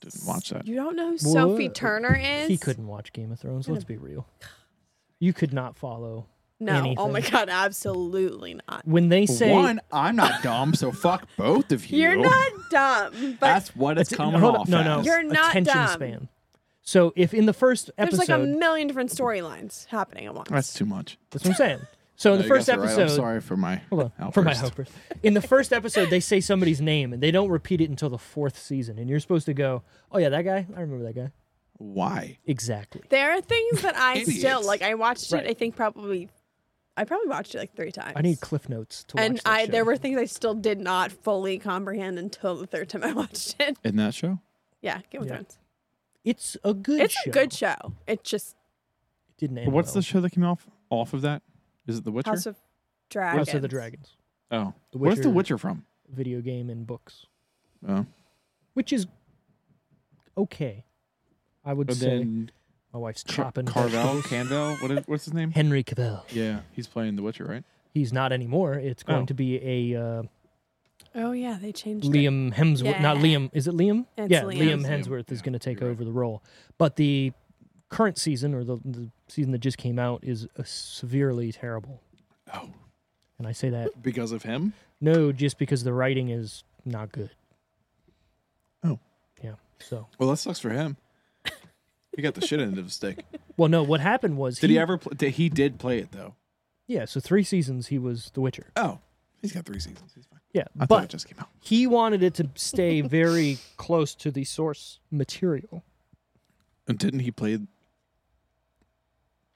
C: Didn't watch that.
D: You don't know who Sophie
B: What?
D: Turner is?
B: He couldn't watch Game of Thrones.
D: Gonna-
B: Let's be real. You could not follow
D: No. Oh my
B: anything.
D: god, absolutely not.
B: when they say
C: One, I'm not dumb, so fuck both of you.
D: You're not dumb, but
C: That's what it's
B: Atti-
C: coming
B: hold on,
C: off.
B: No, no,
C: as.
D: You're not
B: attention
D: dumb.
B: span. So if in the first
D: there's
B: episode,
D: like a million different storylines happening at once.
C: That's too much.
B: that's what I'm saying. So in
C: No,
B: the
C: you
B: first
C: guys are right.
B: episode,
C: I'm sorry for my
B: hold on for my
C: outburst.
B: helpers. In the first episode, they say somebody's name and they don't repeat it until the fourth season, and you're supposed to go, "Oh yeah, that guy. I remember that guy."
C: Why?
B: Exactly.
D: There are things that I still
C: Idiots.
D: like. I watched
B: Right.
D: it. I think probably, I probably watched it like three times.
B: I need cliff notes to
D: and
B: watch. that
D: I there
B: show.
D: were things I still did not fully comprehend until the third time I watched it.
C: In that show?
D: Yeah, Game of
B: Yeah.
D: Thrones.
B: It's a good.
D: It's
B: show.
D: a good show. It just
B: It didn't end.
C: What's
B: well.
C: the show that came off off of that? Is it The Witcher?
D: House of Dragons.
B: House of the Dragons
C: oh,
B: The
C: where's The
B: Witcher-
C: Witcher from?
B: video game and books,
C: Oh,
B: which is okay. I would
E: And
B: say
E: then
B: my wife's
C: Ch-
B: chopping
C: Carvel,
B: vegetables.
C: Canvel. What is, what's his name?
B: Henry Cavill.
E: yeah, he's playing The Witcher, right?
B: He's not anymore. It's going
E: Oh.
B: to be a uh,
D: Oh yeah, they changed it.
B: Liam Hemsworth. Not
D: Yeah.
B: Liam. Is it Liam?
D: It's
B: yeah,
D: Liam.
B: Liam, Hemsworth is
E: Yeah,
B: going to take
E: you're right.
B: over the role. But the current season, or the, the season that just came out, is uh, severely terrible.
E: Oh.
B: And I say that
E: Because of him.
B: no, just because the writing is not good.
C: Oh.
B: Yeah. So,
E: Well, that sucks for him. He got the shit end of the stick.
B: well, no. What happened was
E: Did he ever? Pl- did, he did play it though.
B: Yeah. So three seasons he was The Witcher.
E: Oh, he's got three seasons. He's fine.
B: Yeah,
C: I thought it
B: but
C: just came out.
B: he wanted it to stay very close to the source material.
E: And didn't he play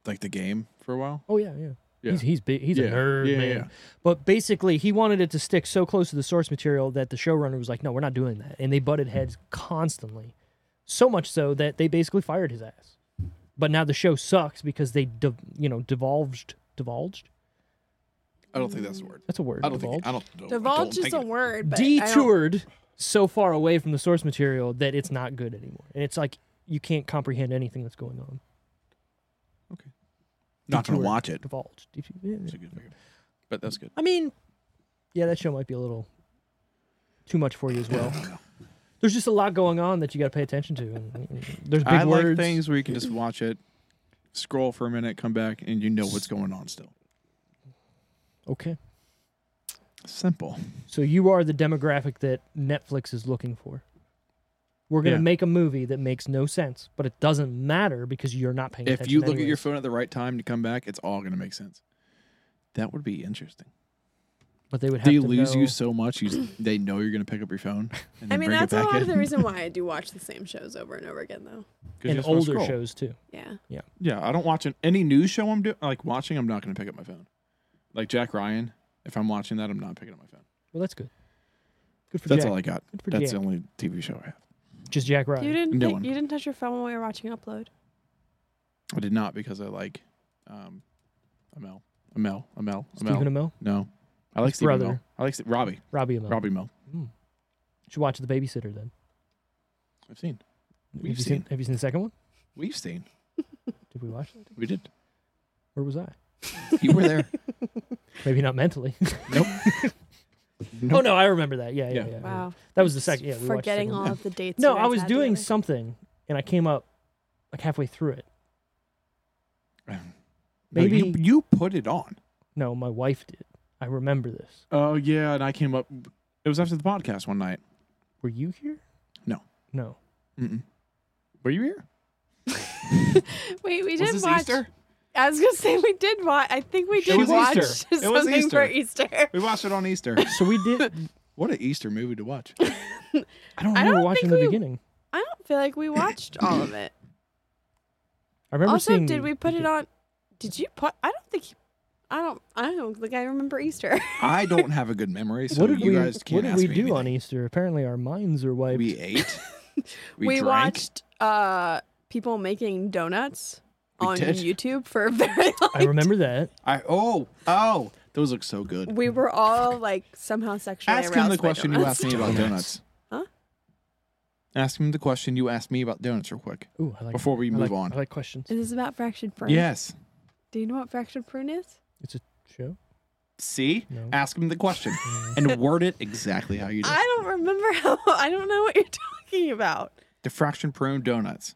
E: like the game for a while?
B: Oh yeah, yeah.
E: Yeah.
B: He's he's big, he's
E: Yeah,
B: a nerd
E: yeah,
B: man.
E: yeah.
B: But basically, he wanted it to stick so close to the source material that the showrunner was like, "No, we're not doing that," and they butted heads constantly, so much so that they basically fired his ass. But now the show sucks because they, div- you know, divulged, divulged.
E: I don't think that's the word.
B: That's a word.
E: I don't
B: divulged.
E: think. I don't. know.
D: Divulge is a word, but I don't-
B: Detoured so far away from the source material that it's not good anymore, and it's like you can't comprehend anything that's going on.
E: Not gonna
B: Detoured,
E: watch it.
B: Divulged.
E: It's a good figure. But that's good.
B: I mean, yeah, that show might be a little too much for you as well. There's just a lot going on that you got to pay attention to. And, and there's big
E: I like
B: words.
E: things where you can just watch it, scroll for a minute, come back, and you know what's going on still.
B: Okay,
E: Simple.
B: so you are the demographic that Netflix is looking for. We're gonna
E: Yeah.
B: make a movie that makes no sense, but it doesn't matter because you're not paying attention.
E: If you look at your
B: anyways.
E: phone at the right time to come back, it's all going to make sense. That would be interesting.
B: but they would have
E: They
B: to
E: lose
B: know-
E: you so much, you, they know you're going to pick up your phone. And
D: I
E: then
D: mean,
E: bring
D: that's
E: it
D: a
E: back
D: lot
E: in.
D: of the reason why I do watch the same shows over and over again, though.
E: 'Cause you
B: and
E: just wanna
B: older
E: scroll.
B: shows too.
D: Yeah.
E: Yeah, I don't watch an, any news show. I'm doing like watching. I'm not going to pick up my phone. Like Jack Ryan, if I'm watching that, I'm not picking up my phone.
B: Well, that's good. Good for
E: That's
B: Jack.
E: all I got.
B: Good for
E: That's
B: Jack.
E: the only TV show I have.
B: Just Jack Ryan.
D: You didn't.
E: No
D: pick-
E: one.
D: you didn't touch your phone while we were watching Upload.
E: I did not because I like um, Amel, Amel, Amel, Amel.
B: Stephen Amell,
E: no, I like
B: His
E: Stephen
B: brother.
E: Amell. I like Ste- Robbie.
B: Robbie Amell.
E: Robbie Mel.
B: Mm. Should watch The Babysitter then.
E: I've seen.
B: Have
E: We've
B: you seen.
E: seen.
B: Have you seen the second one?
E: We've seen.
B: Did we watch that?
E: We did.
B: Where was I?
E: You were there.
B: Maybe not mentally.
E: Nope.
B: Oh no, I remember that. Yeah, yeah,
E: Yeah.
B: yeah. yeah.
D: Wow.
B: That was the second. Yeah, we watched
D: Forgetting
B: the second
D: all
B: one.
D: of the dates.
B: No,
D: you
B: I
D: guys
B: was
D: had
B: doing
D: together.
B: something, and I came up like halfway through it.
E: Maybe you,
B: Maybe-
E: you put it on.
B: No, my wife did. I remember this.
E: Oh yeah, and I came up. It was after the podcast one night.
B: Were you here?
E: No.
B: No.
E: Mm-mm. Were you here?
D: Wait, we
E: was
D: did
E: this
D: watch.
E: Easter?
D: I was gonna say we did watch. I think we did
E: was
D: watch
E: Easter. It was
D: something for Easter.
E: We watched it on Easter.
B: So we did.
E: what an Easter movie to watch.
B: I don't
D: I
B: remember
D: don't
B: watching the
D: think we-
B: beginning.
D: I don't feel like we watched all of it.
B: I remember
D: also,
B: seeing.
D: did
B: the-
D: we put it on? Did you put? I don't think. You, I don't. I don't think I remember Easter.
E: I don't have a good memory, so
B: What did
E: you
B: we?
E: guys
B: what
E: can't
B: did
E: ask
B: we
E: me
B: do on
E: anything.
B: Easter? Apparently, our minds are wiped.
E: We ate. We, drank.
D: watched uh people making donuts
E: We
D: on
E: did?
D: YouTube for a very long.
B: I remember that.
E: I oh oh, those look so good.
D: We were all like somehow sexually
E: Ask him
D: aroused
E: the
D: by
E: question you
D: donuts.
E: asked me about donuts.
D: Huh?
E: Ask him the question you asked me about donuts real quick
B: Ooh, I like.
E: before we
B: I
E: move
B: like-
E: on.
B: I like questions.
D: Is this about fractured brain?
E: Yes.
D: Do you know what fractured prune is?
B: It's a show.
C: See?
B: No.
C: Ask him the question and word it exactly how you do.
D: I don't remember how. I don't know what you're talking about.
C: Diffraction prune donuts.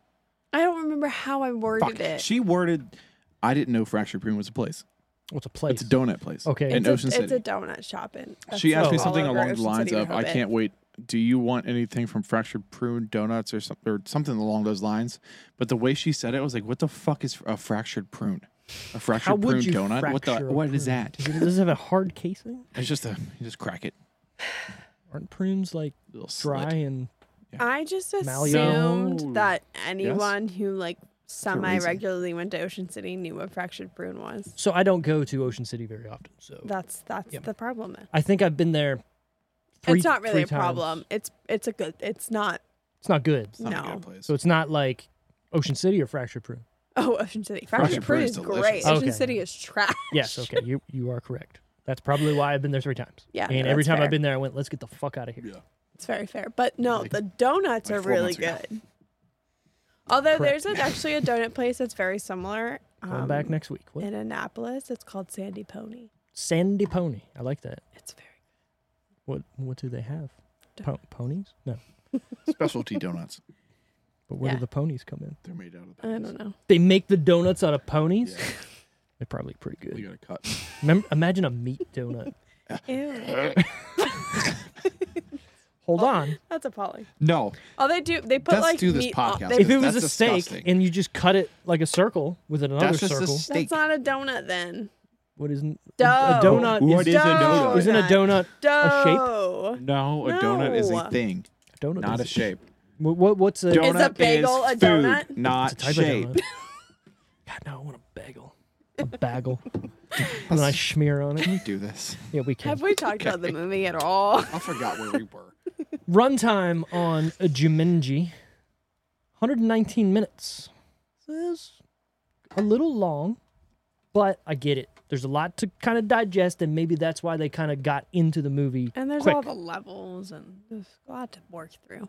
D: I don't remember how I worded
C: Fuck.
D: it.
C: She worded. I didn't know fracture prune was a place.
B: What's a
C: It's
B: place?
C: a donut place.
B: Okay.
C: in
D: it's
C: Ocean
D: a,
C: City.
D: It's a donut shop. And
C: she asked me
B: all
C: something along the
D: Ocean
C: lines
D: City
C: of, "I
D: Hobbit.
C: can't wait. Do you want anything from Fractured Prune Donuts or something or something along those lines?" But the way she said it, I was like, "What the fuck is a fractured prune? A fractured
B: How
C: prune
B: would you
C: donut? What the?
B: fracture a
C: What is
B: prune?
C: that?
B: Does it, does it have a hard casing?
C: It's just a. You just crack it.
B: Aren't prunes like
C: Little slit.
B: dry and
D: I just
B: Malleable.
D: assumed
C: No.
D: that anyone who like semi regularly went to Ocean City knew what fractured prune was.
B: so I don't go to Ocean City very often. So
D: That's that's
B: Yep.
D: the problem. Then
B: I think I've been there. Three,
D: it's not really
B: three
D: a
B: times.
D: problem. It's it's a good. It's not.
B: It's not good.
C: It's not a
D: No.
C: good place.
B: So it's not like Ocean City or fracture prune.
D: Oh, Ocean City.
C: Fractured
D: Fractured
C: prune
D: prune
C: is
D: is
C: delicious.
D: great.
B: Okay.
D: Ocean City is trash.
B: Yes. Okay. You you are correct. That's probably why I've been there three times.
D: Yeah,
B: And
D: no,
B: every
D: that's
B: time I've
D: fair.
B: been there, I went, let's get the fuck out of here.
E: Yeah.
D: It's very fair. But no,
C: Like-
D: the donuts
C: like
D: are
C: four
D: really
C: months ago.
D: good. Although
B: Correct.
D: there's a, actually a donut place that's very similar.
B: Going
D: Um,
B: back next week. What?
D: in Annapolis. It's called Sandy Pony.
B: Sandy Pony. I like that.
D: It's very
B: What what do they have? Po- ponies? No.
C: Specialty donuts.
B: But where
D: Yeah.
B: do the ponies come in?
E: They're made out of.
D: I don't know.
B: They make the donuts out of ponies.
E: Yeah.
B: They're probably pretty
E: You
B: good.
E: gotta cut.
B: Mem- imagine a meat donut.
D: Ew.
B: Hold on.
D: That's appalling.
E: No,
D: Oh, they do. They put
C: Let's
D: like
C: do this
D: meat on-
C: podcast.
D: they-
B: If it
D: that's,
B: was
C: That's
B: a steak
C: disgusting.
B: and you just cut it like a circle with another
C: That's just a
B: circle,
C: s- steak.
D: not a donut then.
B: what isn't
D: Dough.
B: a donut?
E: What
B: is,
E: is a donut?
B: Isn't a donut a shape?
D: Dough.
E: no, a donut is a
D: No.
E: thing,
B: Donut
E: not a
B: is-
E: shape.
B: What, what what's a
D: Is a bagel a
E: food,
D: donut?
E: Not
B: It's a type of
E: shape.
B: donut. God, no, I want a bagel. A bagel. and I smear on it.
E: Can we do this?
B: Yeah, we can.
D: Have we talked about the movie at all?
E: I forgot where we were.
B: Runtime on a Jumanji 119 minutes. This is a little long, but I get it. There's a lot to kind of digest, and maybe that's why they kind of got into the movie.
D: And there's
B: quick.
D: all the levels and there's a lot to work through.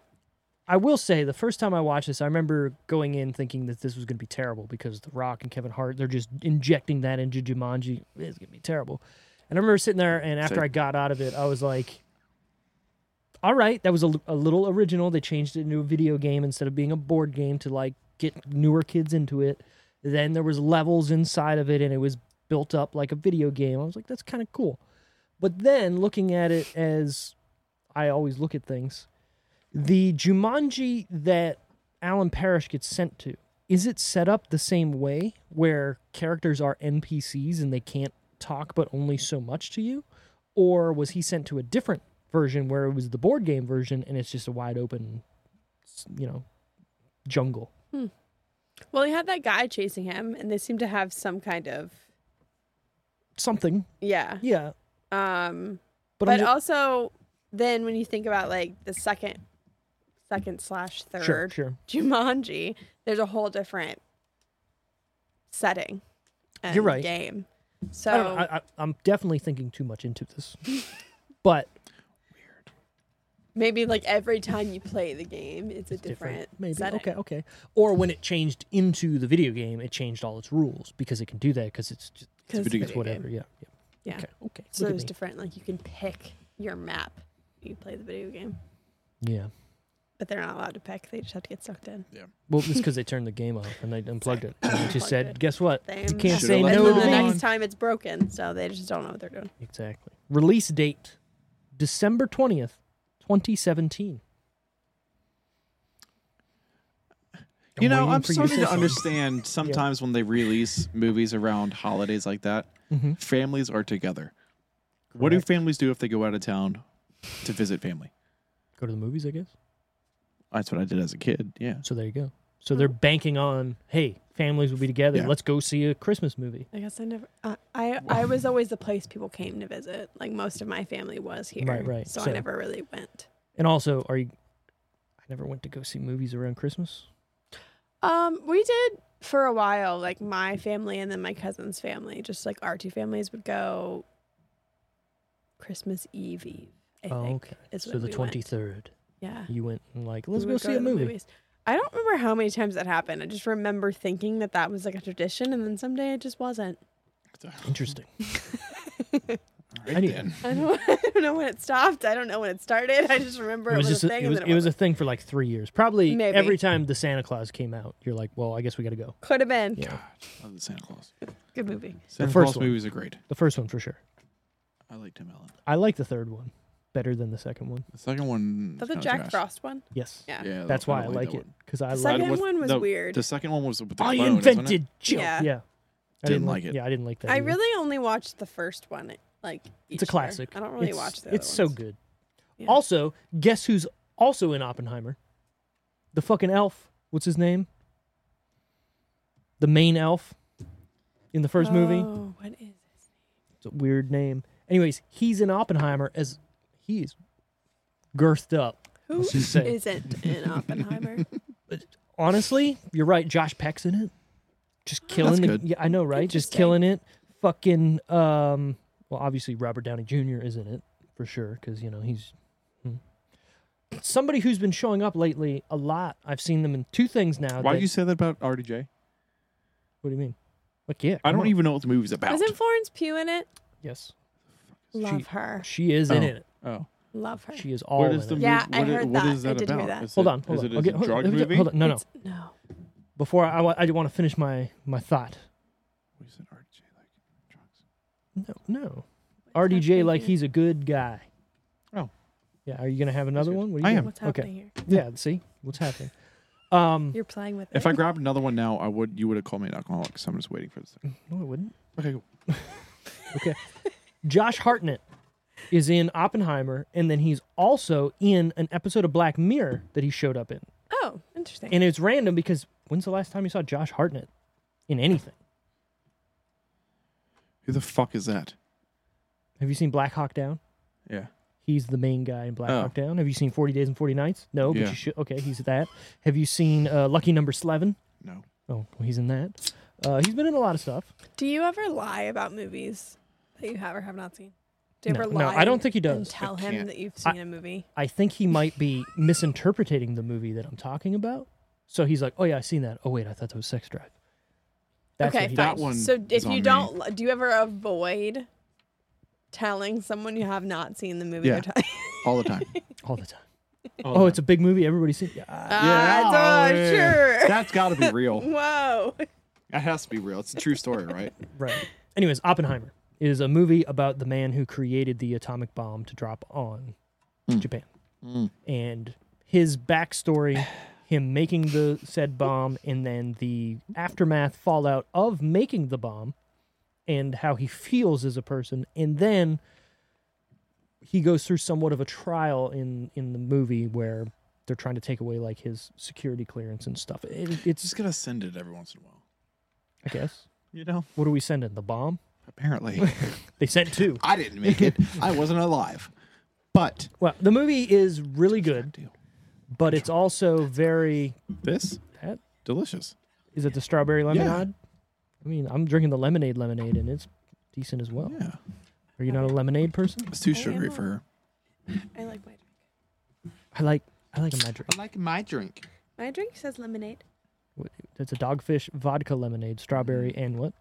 B: I will say the first time I watched this, I remember going in thinking that this was going to be terrible because The Rock and Kevin Hart, they're just injecting that into Jumanji. It's going to be terrible. And I remember sitting there, and after
E: Same.
B: I got out of it, I was like, all right, that was a, a little original. They changed it into a video game instead of being a board game to like get newer kids into it. Then there was levels inside of it, and it was built up like a video game. I was like, that's kind of cool. But then looking at it as I always look at things, the Jumanji that Alan Parrish gets sent to, is it set up the same way where characters are NPCs and they can't talk but only so much to you? Or was he sent to a different version where it was the board game version and it's just a wide open, you know, jungle?
D: Well, he had that guy chasing him, and they seem to have some kind of
B: Something.
D: yeah.
B: Yeah.
D: Um,
B: But,
D: but
B: I'm ju-
D: also, then when you think about like the second, second slash third
B: sure, sure.
D: Jumanji, there's a whole different setting. And
B: You're right.
D: Game. So
B: I don't know, I, I, I'm definitely thinking too much into this. but
D: maybe like every time you play the game, it's a different,
B: different. Maybe
D: setting.
B: okay, okay. Or when it changed into the video game, it changed all its rules because it can do that because it's just
D: Because
E: video
B: it's whatever. Yeah, yeah.
D: Yeah.
B: Okay, okay.
D: So
B: Look at
D: there's
B: me.
D: different. Like you can pick your map. when You play the video game,
B: yeah.
D: but they're not allowed to pick. They just have to get sucked in.
B: Well, it's because they turned the game off and they unplugged it. And it just
D: Unplugged
B: said,
D: it.
B: "Guess what? You
D: Same.
B: can't
E: Should've
B: say
E: let
B: no
D: and
B: to
D: then the
B: me."
D: next time it's broken, so they just don't know what they're doing.
B: Exactly. Release date: December twentieth, twenty seventeen.
E: You know, I'm starting to understand sometimes when they release movies around holidays like that,
B: Mhm.
E: families are together. What do families do if they go out of town to visit family?
B: Go to the movies, I guess.
E: That's what I did as a kid. Yeah.
B: So there you go. So they're banking on, hey, families will be together.
E: Yeah.
B: Let's go see a Christmas movie.
D: I guess I never. Uh, I I was always the place people came to visit. Like most of my family was here,
B: Right, right,
D: So
B: same.
D: I never really went.
B: And also, are you? I never went to go see movies around Christmas.
D: Um, we did for a while. Like my family and then my cousin's family, just like our two families would go. Christmas Eve Eve. I
B: Oh,
D: think,
B: okay.
D: is
B: So
D: when
B: the
D: we went.
B: twenty third,
D: Yeah.
B: you went and like, let's
D: We
B: go
D: would
B: see
D: to
B: a
D: the
B: movie.
D: movies. I don't remember how many times that happened. I just remember thinking that that was like a tradition, and then someday it just wasn't.
B: Interesting.
C: Right
B: I need-
C: then.
D: I don't, I don't know when it stopped. I don't know when it started. I just remember
B: It was just
D: a
B: a-
D: thing.
B: it was
D: and
B: it was a thing for like three years. Probably
D: Maybe.
B: every time the Santa Claus came out, you're like, well, I guess we got to go.
D: could have been
B: Yeah,
E: Love the Santa Claus.
D: good movie.
E: Santa
B: first
E: Claus
B: one.
E: movies are great.
B: the first one for sure.
E: I like Tim Allen.
B: I like the third one better than the second one.
E: The second one.
D: Is that
E: is
D: the
E: kinda
D: Jack
E: trash.
D: Frost one?
B: Yes,
D: Yeah.
E: Yeah,
B: that's
E: I
B: why I
E: don't
B: like
E: that
B: it
E: one.
B: because I
D: The
B: like.
D: second
E: was-
D: one was
E: the-
D: weird.
E: The second one was with the
B: I
E: clone, wasn't it?
B: invented joke.
D: Yeah.
B: Yeah. I didn't
E: Didn't
B: like
E: like it.
B: Yeah, I didn't like that.
D: I
B: either.
D: really only watched the first one. Like
B: It's a
D: each year.
B: classic.
D: I don't really
B: it's,
D: watch the.
B: It's
D: other
B: so
D: ones.
B: good.
D: Yeah.
B: Also, guess who's also in Oppenheimer? The fucking elf. What's his name? The main elf in the first movie.
D: Oh, what is?
B: It's a weird name. Anyways, he's in Oppenheimer as he's girthed up.
D: Who
B: Let's just say.
D: isn't in Oppenheimer?
B: Honestly, you're right. Josh Peck's in it. Just killing the.
E: good.
B: Yeah, I know, right? Just
D: Interesting.
B: killing it. Fucking. Um. Well, obviously Robert Downey Jr. is in it for sure because you know he's hmm. somebody who's been showing up lately a lot. I've seen them in two things now.
E: Why
B: that-
E: do you say that about RDJ?
B: What do you mean? Like yeah,
E: I
B: come
E: don't
B: on.
E: even know what the movie's about.
D: Isn't Florence Pugh in it?
B: Yes,
D: Love her.
B: she is in
E: Oh.
B: it.
E: Oh,
D: Love her.
B: She is all.
E: what
B: in
E: is the
B: it.
E: movie?
D: Yeah, I
E: what i-
D: heard
E: what
D: that.
E: is
D: I
E: that
D: did hear
E: about?
D: that.
E: Is
B: Hold
E: it-
B: on, hold on.
E: is it-
B: I'll
E: is
B: get-
E: it a
B: hold on,
E: drug
B: let me get-
E: movie?
B: Hold on, no, no.
D: It's- no.
B: Before I, wa- I want to finish my my thought.
E: What is it, RDJ like? Drugs.
B: No, no. RDJ like
D: happening
B: he's a good guy.
E: Oh.
B: Yeah, are you gonna have another
E: good.
B: one? What
E: I
B: you
E: am.
D: What's
B: Okay.
D: happening here?
B: doing? Yeah, see what's happening. Um,
D: You're playing with.
E: If
D: it.
E: I grabbed another one now, I would. You would have called me an alcoholic. So I'm just waiting for this.
B: no, it wouldn't.
E: Okay, cool.
B: Josh Hartnett is in Oppenheimer, and then he's also in an episode of Black Mirror that he showed up in,
D: Oh, interesting.
B: and it's random because when's the last time you saw Josh Hartnett in anything?
E: Who the fuck is that?
B: Have you seen Black Hawk Down?
E: Yeah.
B: He's the main guy in Black
E: Oh.
B: Hawk Down. Have you seen Forty Days and Forty Nights? No, but
E: Yeah.
B: you should. Okay, he's that. Have you seen uh, Lucky Number Eleven?
E: No.
B: Oh, well, he's in that. Uh, he's been in a lot of stuff.
D: Do you ever lie about movies that you have or have not seen? Do you
B: No,
D: ever
B: no,
D: lie?
B: I don't think he
D: And
B: does.
D: tell
E: I
D: him
E: can't.
D: that you've
B: I-
D: seen a movie.
B: I think he might be misinterpreting the movie that I'm talking about. So he's like, "Oh yeah, I seen that. Oh wait, I thought that was Sex Drive." That's
D: okay,
B: what he
D: fine.
E: That one
D: so
E: is
D: if
E: on
D: you
E: me.
D: don't, li- do you ever avoid telling someone you have not seen the movie?
E: Yeah.
D: You're t-
E: All the time.
B: does all the time. Oh, it's a big movie. Everybody's seen. Yeah.
D: Ah,
E: yeah.
D: duh, sure.
E: That's got to be real.
D: Whoa.
E: That has to be real. It's a true story, right?
B: Right. Anyways, Oppenheimer is a movie about the man who created the atomic bomb to drop on Japan. And his backstory, him making the said bomb, and then the aftermath fallout of making the bomb, and how he feels as a person. And then he goes through somewhat of a trial in, in the movie where they're trying to take away like his security clearance and stuff. It, it's,
E: Just gotta send it every once in a while.
B: I guess,
E: You know.
B: what are we sending? The bomb?
E: Apparently,
B: They sent two.
E: I didn't make it. I wasn't alive. But
B: Well, the movie is really good, but it's also very.
E: this
B: That
E: delicious.
B: is it the strawberry lemonade? I mean, I'm drinking the lemonade lemonade, and it's decent as well.
E: Yeah.
B: Are you not a lemonade person?
E: It's too
D: am
E: sugary for
D: a-
E: her.
D: I like my drink.
B: I like I like a mad drink.
E: like my drink.
D: My drink says lemonade,
B: What- That's a dogfish vodka lemonade, strawberry, and what?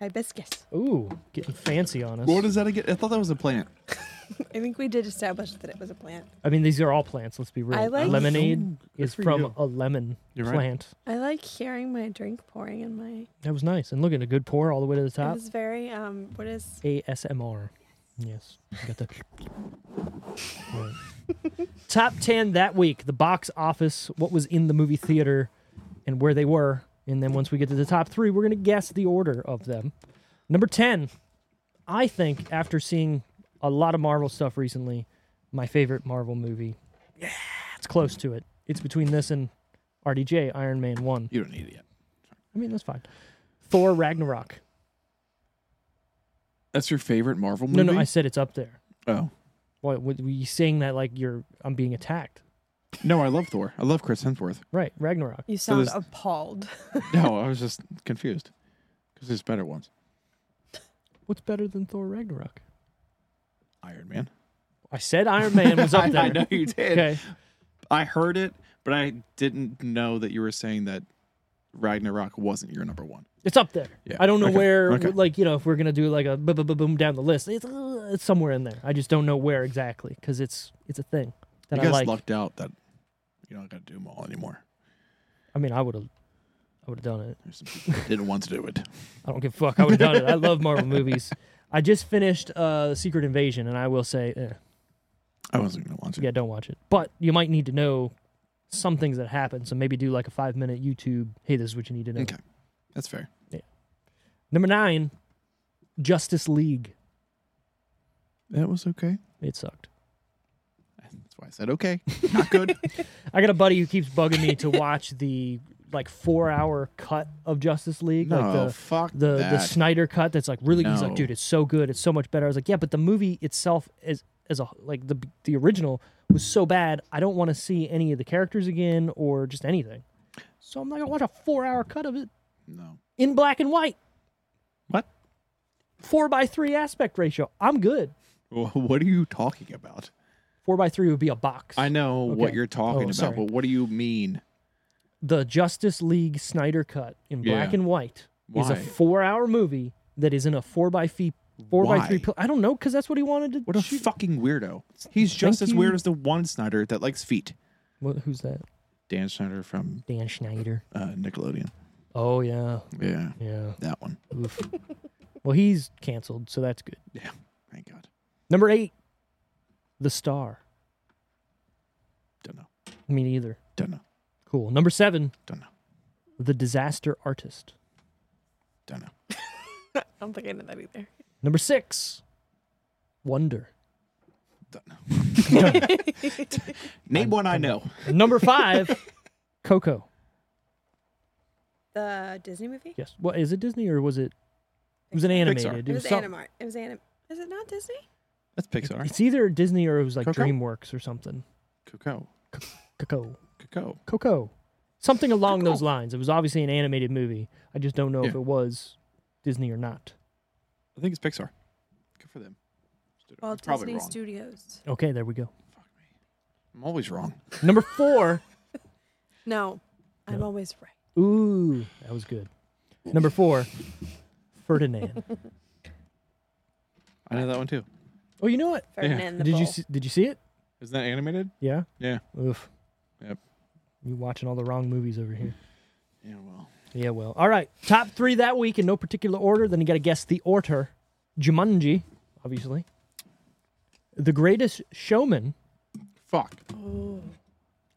D: hibiscus.
B: Ooh, getting fancy on us.
E: What is that again? I thought that was a plant.
D: I think we did establish that it was a plant.
B: I mean, these are all plants. Let's be real.
D: I like-
B: lemonade is
E: for
B: from
E: you.
B: a lemon
E: You're right.
B: plant.
D: I like hearing my drink pouring in my.
B: That was nice. And look at a good pour all the way to the
D: It
B: top.
D: was very um. What is?
B: ASMR. Yes. I got the. Right. Top 10 that week, the box office, what was in the movie theater and where they were. And then once we get to the top three, we're going to guess the order of them. Number 10, I think after seeing a lot of Marvel stuff recently, my favorite Marvel movie. Yeah, it's close to it. It's between this and RDJ, Iron Man 1.
E: You don't need it yet.
B: I mean, that's fine. Thor Ragnarok.
E: That's your favorite Marvel movie?
B: No, no, I said it's up there.
E: oh.
B: What were you saying that like you're I'm being attacked?
E: No, I love Thor. I love Chris Hemsworth.
B: Right, Ragnarok.
D: You
E: So
D: sound
E: there's-
D: appalled.
E: No, I was just confused because there's better ones.
B: What's better than Thor Ragnarok?
E: Iron Man.
B: I said Iron Man was up there.
E: I know you did.
B: Okay.
E: I heard it, But I didn't know that you were saying that Ragnarok wasn't your number one.
B: It's up there.
E: Yeah.
B: I don't know
E: Okay.
B: where,
E: Okay.
B: like, you know, if we're gonna do like a bu- bu- bu- boom down the list, it's, uh, it's somewhere in there. I just don't know where exactly because it's it's a thing that
E: you
B: I
E: guys
B: like.
E: lucked out that you don't got to do them all anymore.
B: I mean, I would have, I would have done it.
E: There's some people that didn't want to do it.
B: I don't give a fuck. I would have done it. I love Marvel movies. I just finished uh, Secret Invasion, and I will say, eh,
E: I wasn't going to watch it.
B: yeah, don't watch it. But you might need to know some things that happen, so maybe do like a five minute YouTube. Hey, this is what you need to know.
E: Okay. That's fair.
B: Number nine, Justice League.
E: That was okay.
B: It sucked.
E: That's why I said okay. Not good.
B: I got a buddy who keeps bugging me to watch the like four hour cut of Justice League,
E: no,
B: like the
E: fuck
B: the,
E: that.
B: the Snyder cut. That's like really. He's like,
E: No.
B: dude, it's so good, it's so much better. I was like, yeah, but the movie itself is as a like the the original was so bad. I don't want to see any of the characters again or just anything. So I'm not gonna watch a four hour cut of it
E: no.
B: in black and white,
E: What?
B: four by three aspect ratio. I'm good.
E: Wh- What are you talking about?
B: Four by three would be a box.
E: I know what
B: Okay.
E: you're talking
B: Oh,
E: about,
B: sorry.
E: but what do you mean?
B: the Justice League Snyder cut in black
E: Yeah.
B: and white is a
E: Why?
B: four-hour movie that is in a four by feet, four by three.
E: Why?
B: Pil- I don't know because that's what he wanted to.
E: What a
B: shoot.
E: fucking weirdo. He's just
B: Thank
E: as weird
B: you.
E: as the one Snyder that likes feet.
B: What- who's that?
E: Dan Snyder from
B: Dan Schneider.
E: uh, Nickelodeon.
B: Oh yeah,
E: Yeah,
B: yeah.
E: that one.
B: Oof. well, he's canceled, so that's good.
E: Yeah, thank God.
B: Number eight, The Star.
E: Don't know.
B: Me neither.
E: Don't know.
B: Cool. Number seven,
E: Don't know.
B: The Disaster Artist.
E: Don't know.
D: I don't think I know that either.
B: Number six, Wonder.
E: Don't know. Name one I know.
B: Number five, Coco.
D: The Disney movie?
B: Yes. What is it? Disney or was it? It was an animated.
D: It was
B: some-
D: Animar. It was Anim. Is it not Disney?
E: That's Pixar.
B: It's either Disney or it was like
E: Coco?
B: DreamWorks or something.
E: Coco.
B: Coco.
E: Coco.
B: Coco. Something along those lines. It was obviously an animated movie. I just don't know if
E: Yeah.
B: it was Disney or not.
E: I think it's Pixar. Good for them.
D: Well,
E: I'm probably
D: Disney
E: wrong.
D: Studios.
B: Okay, there we go.
E: I'm always wrong.
B: Number four.
D: No, I'm
B: No.
D: always right.
B: Ooh, that was good. Number four, Ferdinand.
E: I know that one too.
B: Oh, you know what?
D: Ferdinand the
B: Did you
D: Bull.
B: see, did you see it?
E: Isn't that animated?
B: Yeah.
E: Yeah.
B: Oof.
E: Yep.
B: You watching all the wrong movies over here.
E: Yeah, well.
B: Yeah, well. All right. Top three that week in no particular order. Then you got to guess the order. Jumanji, obviously. The Greatest Showman
E: Fuck.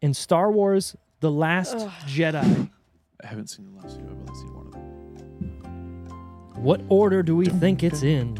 B: and Star Wars The Last Jedi.
E: I haven't seen the last two. I've only seen one of them.
B: What order do we think it's in?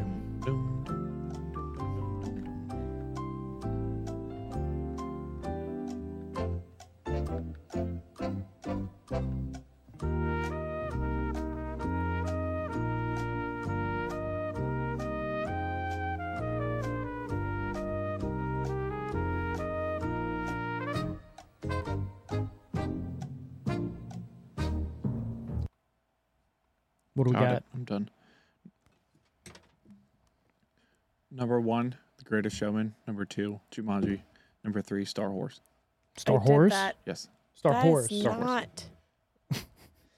B: What do we
E: Got
B: got?
E: it. I'm done. Number one, The Greatest Showman. Number two, Jumanji. Number three, Star Horse.
B: Star
D: I did
B: Horse?
D: That.
E: Yes.
B: Star
D: That is
B: Horse.
E: Star Horse.
D: not.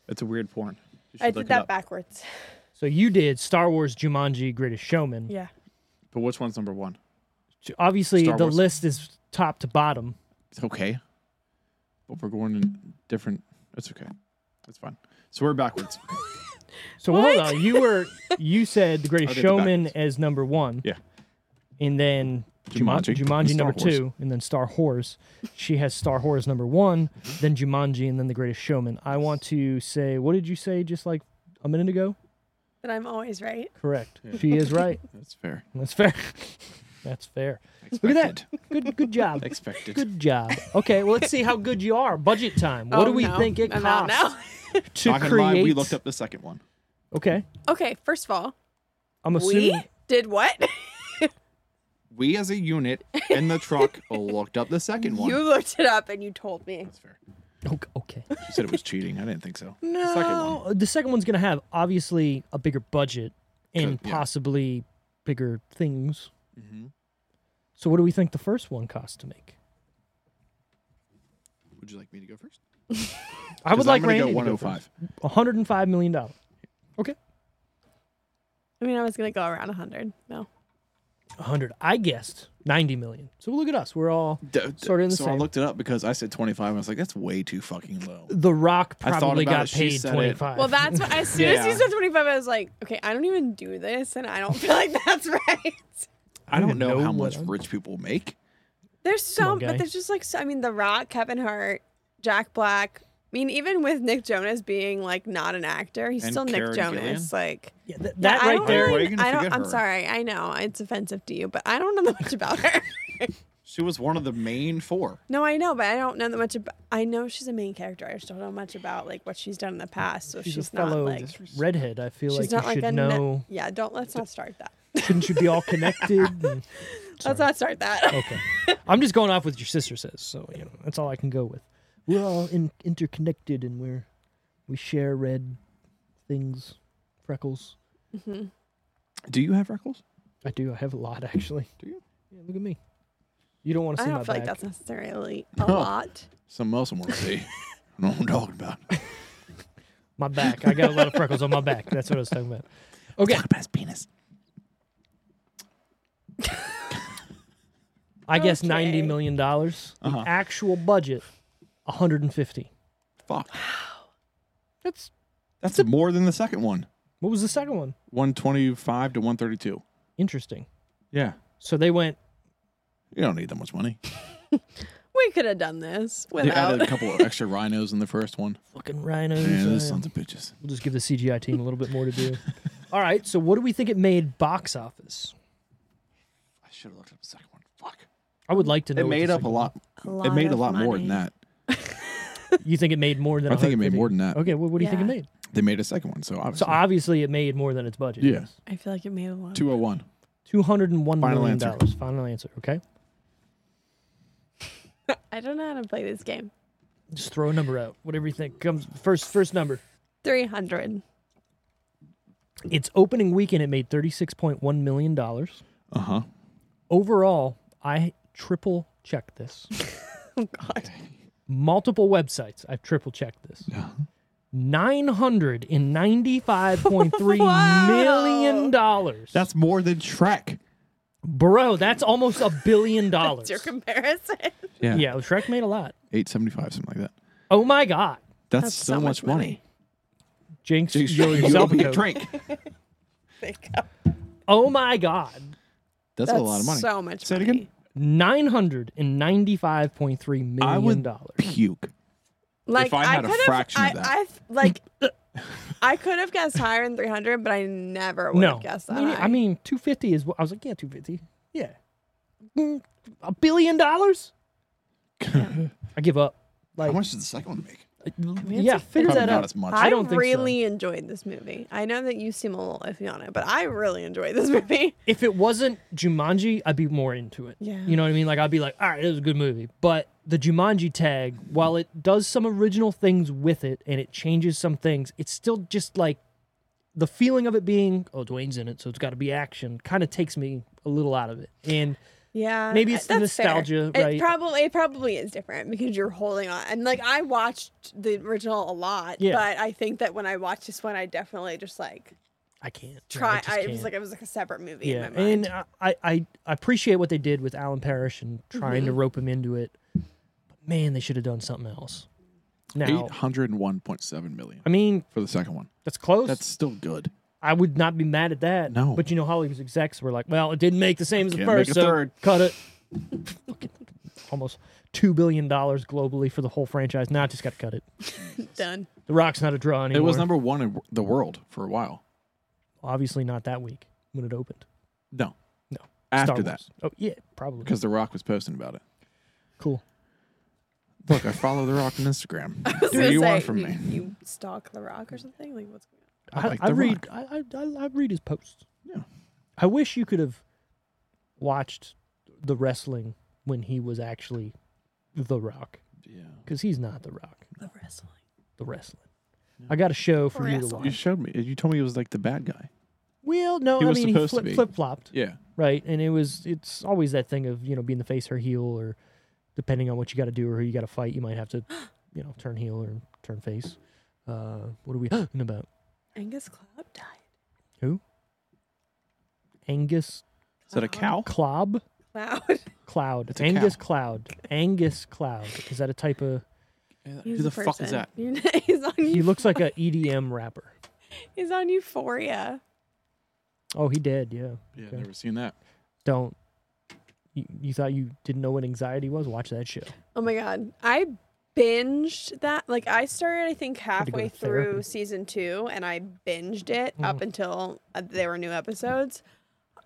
E: It's a weird porn. You should
D: I
E: look
D: did
E: it
D: that
E: up.
D: backwards.
B: So you did Star Wars, Jumanji, Greatest Showman.
D: Yeah.
E: But which one's number one?
B: Obviously,
E: Star
B: the
E: Wars.
B: list is top to bottom.
E: It's okay. But we're going in different. It's okay. That's fine. So we're backwards.
B: So hold on, you were you said the
E: I
B: Greatest
E: did the
B: Showman
E: backwards.
B: as number one.
E: Yeah.
B: And then Juma-
E: Jumanji,
B: Jumanji,
E: and Star
B: number
E: Horse.
B: two, and then Star Horse. She has Star Horse number one, then Jumanji, and then the Greatest Showman. I want to say, what did you say just like a minute ago?
D: But I'm always right.
B: Correct. She is right.
E: That's fair.
B: That's fair. That's fair.
E: Expected.
B: Look at that. Good good job.
E: Expected.
B: Good job. Okay, well, let's see how good you are. Budget time. What
D: Oh,
B: do we
D: no.
B: think it
D: I'm out
B: costs
D: now.
B: to
E: Not gonna
B: create?
E: lie, we looked up the second one.
B: Okay,
D: Okay, first of all,
B: I'm assuming.
D: we did what?
E: We as a unit in the truck looked up the second one.
D: You looked it up and you told me.
E: That's fair.
B: Okay. okay.
E: She said it was cheating. I didn't think so.
B: No,
E: The second one.
B: the second one's gonna have obviously a bigger budget and
E: Could- yeah.
B: possibly bigger things.
E: Mhm.
B: So, what do we think the first one cost to make?
E: Would Would you like me to go first?
B: I would
E: 'Cause
B: like
E: I'm gonna
B: Randy
E: go
B: to go
E: 105.
B: first. 105 million dollars.
D: I mean, I was gonna go around 100. No,
B: 100. I guessed 90 million. So look at us. We're all
E: D- d-
B: Sorta in the
E: so I
B: same.
E: looked it up because I said 25 and I was like, that's way too fucking low.
B: The Rock
E: I thought
B: probably
E: about
B: got
E: it. She
B: paid
E: said it.
B: 25.
D: well, that's what, as soon as you
E: Yeah.
D: said 25, I was like, okay, I don't even do this, and I don't feel like that's right.
E: I don't
B: even
E: know
B: know
E: how
B: what
E: much
B: I'm-
E: rich people make.
D: There's
B: Come
D: so,
B: on, guy.
D: but there's just like, so, I mean, The Rock, Kevin Hart, Jack Black. I mean, even with Nick Jonas being like not an actor, he's
E: And
D: still
E: Karen
D: Nick Jonas. Like
B: Yeah, th-
D: Yeah,
B: that
D: I
B: right
D: don't
B: there.
E: Why are
D: Really,
E: you gonna
D: I don't.
E: forget
D: I'm
E: her?
D: sorry. I know it's offensive to you, but I don't know that much about her.
E: She was one of the main four.
D: no, I know, but I don't know that much about. I know she's a main character. I just don't know much about like what she's done in the past. So she's,
B: She's, a
D: not
B: fellow
D: like.
B: redhead. I feel like
D: She's
B: you
D: not like
B: should
D: a. ne-
B: know.
D: yeah, don't let's not start that.
B: Shouldn't you be all connected? And- Sorry.
D: Let's not start that.
B: okay. I'm just going off what your sister says, so you know that's all I can go with. We're all in- interconnected, and we're we share red things, freckles.
E: Do you have freckles?
B: I do. I have a lot actually.
E: Do you?
B: Yeah, look at me. You don't want to
D: I
B: see my
D: don't feel like
B: back.
D: that's necessarily a
E: No.
D: lot.
E: Some else want to see. I know what I'm talking about.
B: my back. I got a lot of freckles on my back. That's what I was talking about. Okay.
E: Talk about his penis.
B: I guess ninety
D: Okay.
B: million dollars.
E: Uh-huh.
B: The actual budget, hundred and fifty.
E: Fuck.
B: That's
E: That's more than the second one.
B: what was the second one?
E: 125 to 132.
B: Interesting.
E: Yeah.
B: So they went
E: You don't need that much money.
D: We could have done this
E: They added
D: without.
E: a couple of extra rhinos in the first one.
B: fucking rhinos.
E: Man,
B: uh,
E: those sons of bitches.
B: We'll just give the CGI team a little bit more to do. All right, so what do we think it made box office?
E: I should have looked up the second one. Fuck.
B: I would like to know.
E: It
B: what the
E: made up a
B: second-
E: lot.
D: lot
E: It made a
D: of
E: lot more than
D: money.
E: that.
B: You think it made more than?
E: I think it made
B: 150?
E: more than that.
B: Okay, well, what do you think it
D: Yeah.
B: made?
E: They made a second one, so
B: So
E: obviously.
B: obviously, it made more than its budget.
E: Yeah.
D: I feel like it made a lot.
E: 201.
B: two hundred and one
E: Final
B: million
E: answer.
B: dollars. Final answer. Okay,
D: I don't know how to play this game.
B: just throw a number out. Whatever you think comes first. First number.
D: Three hundred.
B: Its opening weekend, it made thirty-six point one million dollars.
E: Uh huh.
B: Overall, I triple checked this.
D: Oh God.
B: Multiple websites. I've triple checked this.
E: Yeah.
B: Nine hundred and ninety-five point three
D: Wow.
B: million dollars.
E: That's more than Shrek.
B: Bro, that's almost a billion dollars.
D: That's your comparison.
E: Yeah.
B: yeah, Shrek made a lot.
E: 875, something like that.
B: Oh my god.
E: That's,
D: That's
E: so,
D: so
E: much
D: much
E: money.
B: Jinx,
E: Dude,
B: you owe
E: you owe
B: yourself a
E: me a
B: Coke.
E: drink.
D: Think
B: Oh my god.
E: That's, a lot of money.
D: So much
E: Say it
D: money.
E: again.
B: Nine hundred and ninety-five point three
E: I
B: million
E: would
B: dollars.
E: puke.
D: Like
E: I had a
D: could've-
E: fraction of
D: I,
E: that.
D: I like I could have guessed higher than 300, but I never would have
B: No,
D: guessed that.
B: I mean,
D: high.
B: I mean, two fifty is. what I was like, yeah, two fifty. Yeah, Mm, a billion dollars. I give up. Like,
E: How much did the second one make?
B: yeah, figure
E: Probably
B: that
E: not
B: out.
E: as much.
B: I don't think so.
D: really enjoyed this movie. I know that you seem a little iffy on it, but I really enjoyed this movie.
B: if it wasn't Jumanji, I'd be more into it.
D: Yeah.
B: You know what I mean? Like I'd be like, all right, it was a good movie. But the Jumanji tag, while it does some original things with it and it changes some things, it's still just like the feeling of it being, oh, Dwayne's in it, so it's gotta be action, kind of takes me a little out of it. And
D: Yeah,
B: Maybe
D: I-
B: it's the
D: that's fair.
B: nostalgia, right?
D: It probably it probably is different because you're holding on. And like I watched the original a lot,
B: Yeah.
D: but I think that when I watched this one, I definitely just like
B: I can't.
D: try.
B: I, just
D: I, it
B: can't.
D: was like it was like a separate movie
B: yeah.
D: in my mind.
B: And I, I, I appreciate what they did with Alan Parrish and
D: Mm-hmm.
B: trying to rope him into it. But man, they should have done something else. Now,
E: 801.7 million
B: I mean,
E: for the second one.
B: that's close.
E: That's still good.
B: I would not be mad at that.
E: No.
B: But you know, Hollywood's execs were like, well, it didn't make the same as the
E: Can't
B: first,
E: make a
B: so
E: third."
B: cut it. Fucking Almost $2 billion globally for the whole franchise. Now I just got to cut it.
D: Done.
B: The Rock's not a draw anymore.
E: It was number one in the world for a while.
B: Obviously not that week when it opened.
E: No.
B: No.
E: After
B: Star
E: that,
B: Wars. Oh, yeah, probably.
E: because The Rock was posting about it.
B: Cool.
E: Look, I follow The Rock on Instagram. what
D: was
E: do
D: gonna
E: you want
D: say,
E: from
D: you,
E: me?
D: You stalk The Rock or something? Like what's going on?
E: I
B: I,
E: like
B: I
E: The
B: read I, I, I, I read his posts.
E: Yeah.
B: I wish you could have watched the wrestling when he was actually The Rock,
E: Yeah.
B: because he's not The Rock,
D: The wrestling.
B: the wrestling. I got a show for you to
D: Wrestling.
B: watch.
E: You showed me. You told me he was like the bad guy.
B: Well, no,
E: He
B: I
E: was
B: mean he
E: supposed to
B: flip,
E: be.
B: flip flopped,
E: Yeah.
B: right? And it was it's always that thing of you know being the face or heel or depending on what you got to do or who you got to fight, you might have to, you know, turn heel or turn face. Uh, what are we talking about?
D: Angus Cloud died.
B: Angus
E: Is that a Uh-huh. cow?
B: Clob
D: Cloud.
B: Cloud.
E: It's a
B: Angus
E: cow.
B: Cloud. Angus Cloud. Is that a type of?
E: Who the fuck is that?
D: He's on.
B: He looks like a EDM rapper.
D: He's on Euphoria.
B: Oh, he did. Yeah.
E: Yeah,
B: Okay.
E: never seen that.
B: Don't. You, you thought you didn't know what anxiety was? Watch that show.
D: Oh my god, I binged that. Like I started, I think
B: to go
D: halfway
B: to therapy.
D: through season two, and I binged it
B: Mhm.
E: Mm.
D: up until uh, there were new episodes.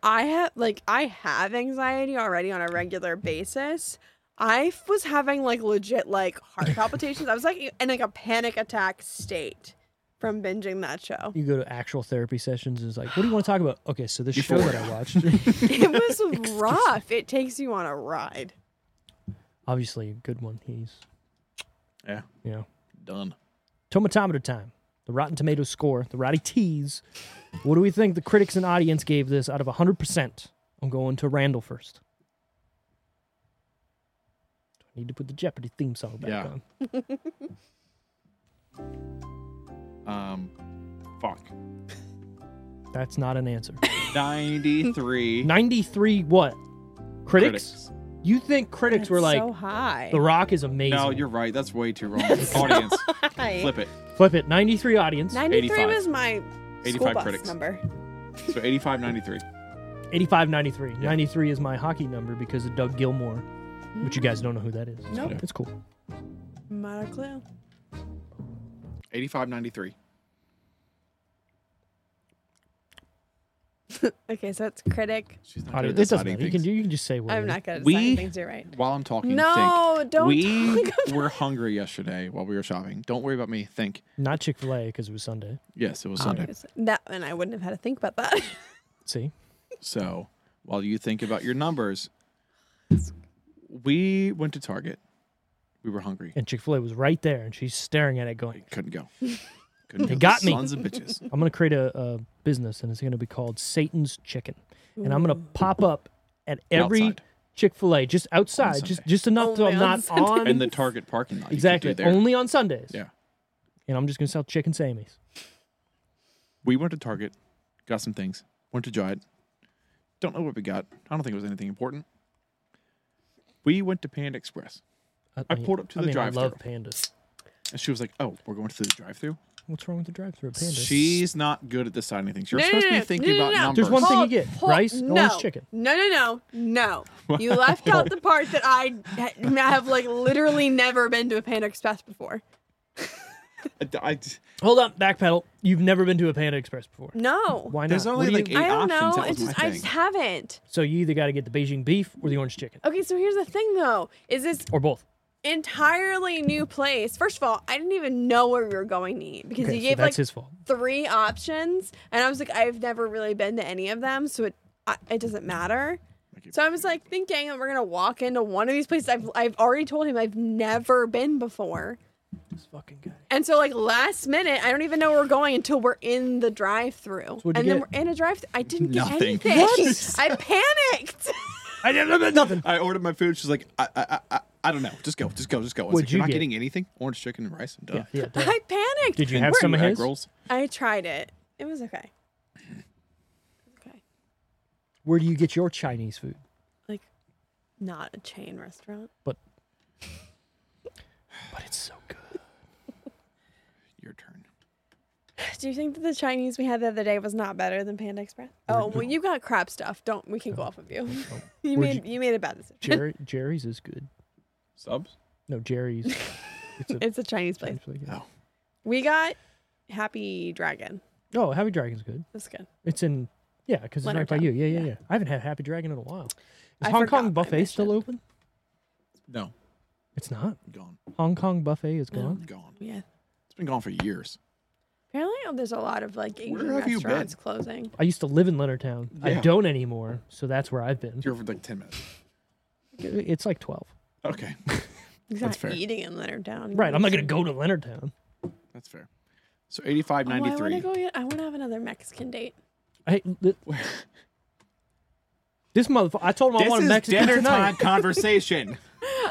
D: I have like I have anxiety already on a regular basis. I f- was having like legit like heart palpitations. I was like in like a panic attack state from binging that show.
B: You go to actual therapy sessions. And it's like, what do you want to talk about? Okay, so this show that I watched.
D: It was rough. It takes you on a ride.
B: obviously a good one. He's
E: Yeah.
B: yeah.
E: Done.
B: Tomatometer time. The Rotten Tomatoes score. The Roddy T's. What do we think the critics and audience gave this out of hundred percent? I'm going to Randall first. Do I need to put the Jeopardy theme song back
E: Yeah.
B: on?
E: Um, fuck.
B: That's not an answer.
E: 93
B: Ninety-three. What? Critics? You think critics
D: It's
B: were like,
D: so high.
B: "The Rock is amazing."
E: No, you're right. That's way too wrong. Audience,
D: High.
E: flip it.
B: Flip it. Ninety-three audience.
D: 93
E: 85.
D: was my school
E: 85
D: bus
E: critics.
D: number.
E: So 85, 93.
B: 85 93. 93 is my hockey number because of Doug Gilmore, but you guys don't know who that is.
D: Mm. Nope.
B: It's cool.
D: Not a clue.
E: 85, 93.
D: Okay, so it's critic.
E: She's not
B: Audio- It
E: good at this
B: doesn't
E: audio
B: matter. You can,
E: things.
B: do, you can just say whatever.
D: I'm not good at
E: We-
D: signing things. You're right.
E: While I'm talking,
D: No,
E: think.
D: don't
E: We
D: talk about-
E: were hungry yesterday while we were shopping. Don't worry about me. Think.
B: Not Chick fil A because it was Sunday.
E: Yes, it was Sunday.
D: That and I wouldn't have had to think about that.
B: See?
E: So while you think about your numbers, we went to Target. We were hungry.
B: And Chick fil A was right there and she's staring at it going,
E: Couldn't go. Couldn't
B: They
E: go.
B: got me.
E: Sons of bitches.
B: I'm going to create a, a business and it's going to be called Satan's Chicken. And I'm going to pop up at every
E: Outside.
B: Chick fil A just outside, just
E: Sunday.
B: just enough so
D: Only
B: I'm
D: on
B: not
D: Sunday.
B: on.
E: In the Target parking lot. you could do
B: exactly.
E: there.
B: Only on Sundays.
E: Yeah.
B: And I'm just going to sell chicken Sammy's.
E: we went to Target, got some things, went to Giant. Don't know what we got. I don't think it was anything important. We went to Panda Express. I
B: mean-
E: pulled up to
B: I
E: the
B: mean, I love
E: drive-thru.
B: pandas.
E: And she was like, Oh, we're going to the drive through?
B: What's wrong with the drive through pandas?
E: She's not good at deciding things. You're
D: No, no,
E: supposed
D: no,
E: to
D: no.
E: be thinking
D: No, no,
E: about
D: no, no.
E: numbers.
B: There's one thing you get
D: Hold-
B: rice,
D: no.
B: orange chicken.
D: No, no, no, no. You left out the part that I ha- have like literally never been to a Panda Express before.
E: I, I-
B: Hold up, backpedal. You've never been to a Panda Express before.
D: No,
B: Why not?
E: There's
B: What
E: only,
B: do you-
E: like, eight-
D: I don't
E: options,
D: know.
E: that
D: It's
E: was
D: just
E: my
D: I
E: thing.
D: just haven't.
B: so you either got to get the Beijing beef or the orange chicken
D: Okay, so here's the thing though: is this
B: or both.
D: entirely new place? First of all, I didn't even know where we were going to eat because
B: Okay,
D: you
B: so
D: gave
B: that's
D: like
B: his fault.
D: three options, and I was like, I've never really been to any of them, so it I, it doesn't matter. So I was like thinking that we're gonna walk into one of these places. I've I've already told him I've never been before,
B: This fucking guy.
D: and so like last minute, I don't even know where we're going until we're in the drive-through,
B: what'd
D: and
B: you
D: then
B: get?
D: we're in a drive. I didn't get
E: Nothing.
D: anything. I panicked.
B: I did nothing.
E: I ordered my food. She's like, I, I, I- I, I don't know. Just go. Just go. Just go. I was
B: What'd
E: like, You're
B: you
E: not
B: get?
E: getting anything? Orange chicken and rice. Duh.
B: Yeah, yeah. duh.
D: I panicked.
B: Did you
E: And
B: have
E: two
B: some of
E: egg
B: his?
E: rolls.
D: I tried it. It was okay. Okay,
B: Where do you get your Chinese food?
D: like not a chain restaurant.
B: But it's so good.
E: Your turn.
D: Do you think that the Chinese we had the other day was not better than Panda Express? Oh well, you got crap stuff. Don't we can go off of
E: Oh.
D: you. You
B: Where'd
D: made you made a bad decision.
B: Jerry, Jerry's is good.
E: Subs?
B: No, Jerry's. It's a
D: It's a Chinese place.
B: Chinese place, yeah.
E: Oh.
D: We got Happy Dragon.
B: Oh, Happy Dragon's good.
D: That's good.
B: It's in yeah, because it's right by
D: Leonardtown.
B: you. Yeah, yeah,
D: Yeah.
B: yeah. I haven't had Happy Dragon in a while. Is
D: I
B: Hong
D: forgot
B: Kong
D: I
B: buffet still
D: mentioned.
B: open?
E: No.
B: It's not.
E: Gone.
B: Hong Kong buffet is gone.
E: Gone.
D: Yeah.
E: It's been gone for years.
D: Apparently, oh, there's a lot of like Asian
E: have you been?
D: restaurants closing.
B: I used to live in Leonardtown. I
E: Yeah.
B: don't anymore, so that's where I've been.
E: Here for like 10 minutes.
B: It's like twelve.
E: Okay.
D: He's
E: That's
D: not
E: fair.
D: eating in Leonardtown.
B: Right. I'm not gonna go to Leonardtown.
E: That's fair. So 85,
D: Oh, I
E: 93.
D: want to go. Get, I want to have another Mexican date.
B: Hey, th- this motherfucker! I told him I
E: This
B: wanted
E: is
B: Mexican
E: dinner
B: tonight.
E: time conversation.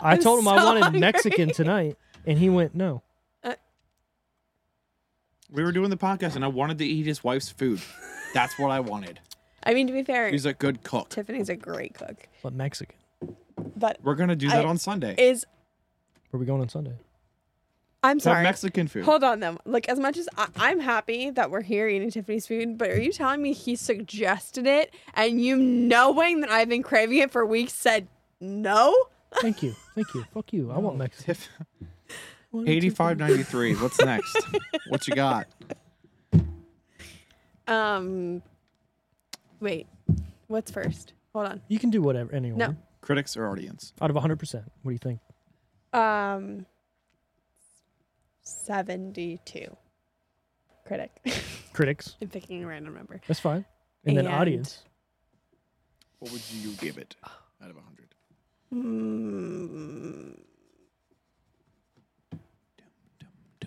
B: I
D: I'm
B: told him I
D: so
B: wanted
D: hungry.
B: Mexican tonight, and he went no.
D: Uh,
E: We were doing the podcast and I wanted to eat his wife's food. That's what I wanted.
D: I mean, to be fair,
E: He's a good cook.
D: Tiffany's a great cook,
B: But Mexican.
D: but
E: We're gonna do that
D: I-
E: on Sunday.
D: is
B: Where we going on Sunday?
D: I'm
E: Have
D: sorry.
E: Mexican food.
D: Hold on, though. Like, as much as I- I'm happy that we're here eating Tiffany's food, but are you telling me he suggested it and you knowing that I've been craving it for weeks said no?
B: Thank you, thank you. Fuck you. I want Mexican.
E: Tiff- 85.93. What's next? what you got?
D: Um, wait, what's first? Hold on.
B: You can do whatever. Anyway,
D: No.
E: Critics or audience?
B: out of 100, percent what do you think?
D: Um, 72. Critic.
B: Critics.
D: I'm picking a random number.
B: That's fine. And, then
D: And-
B: audience.
E: What would you give it out of 100?
D: Mm,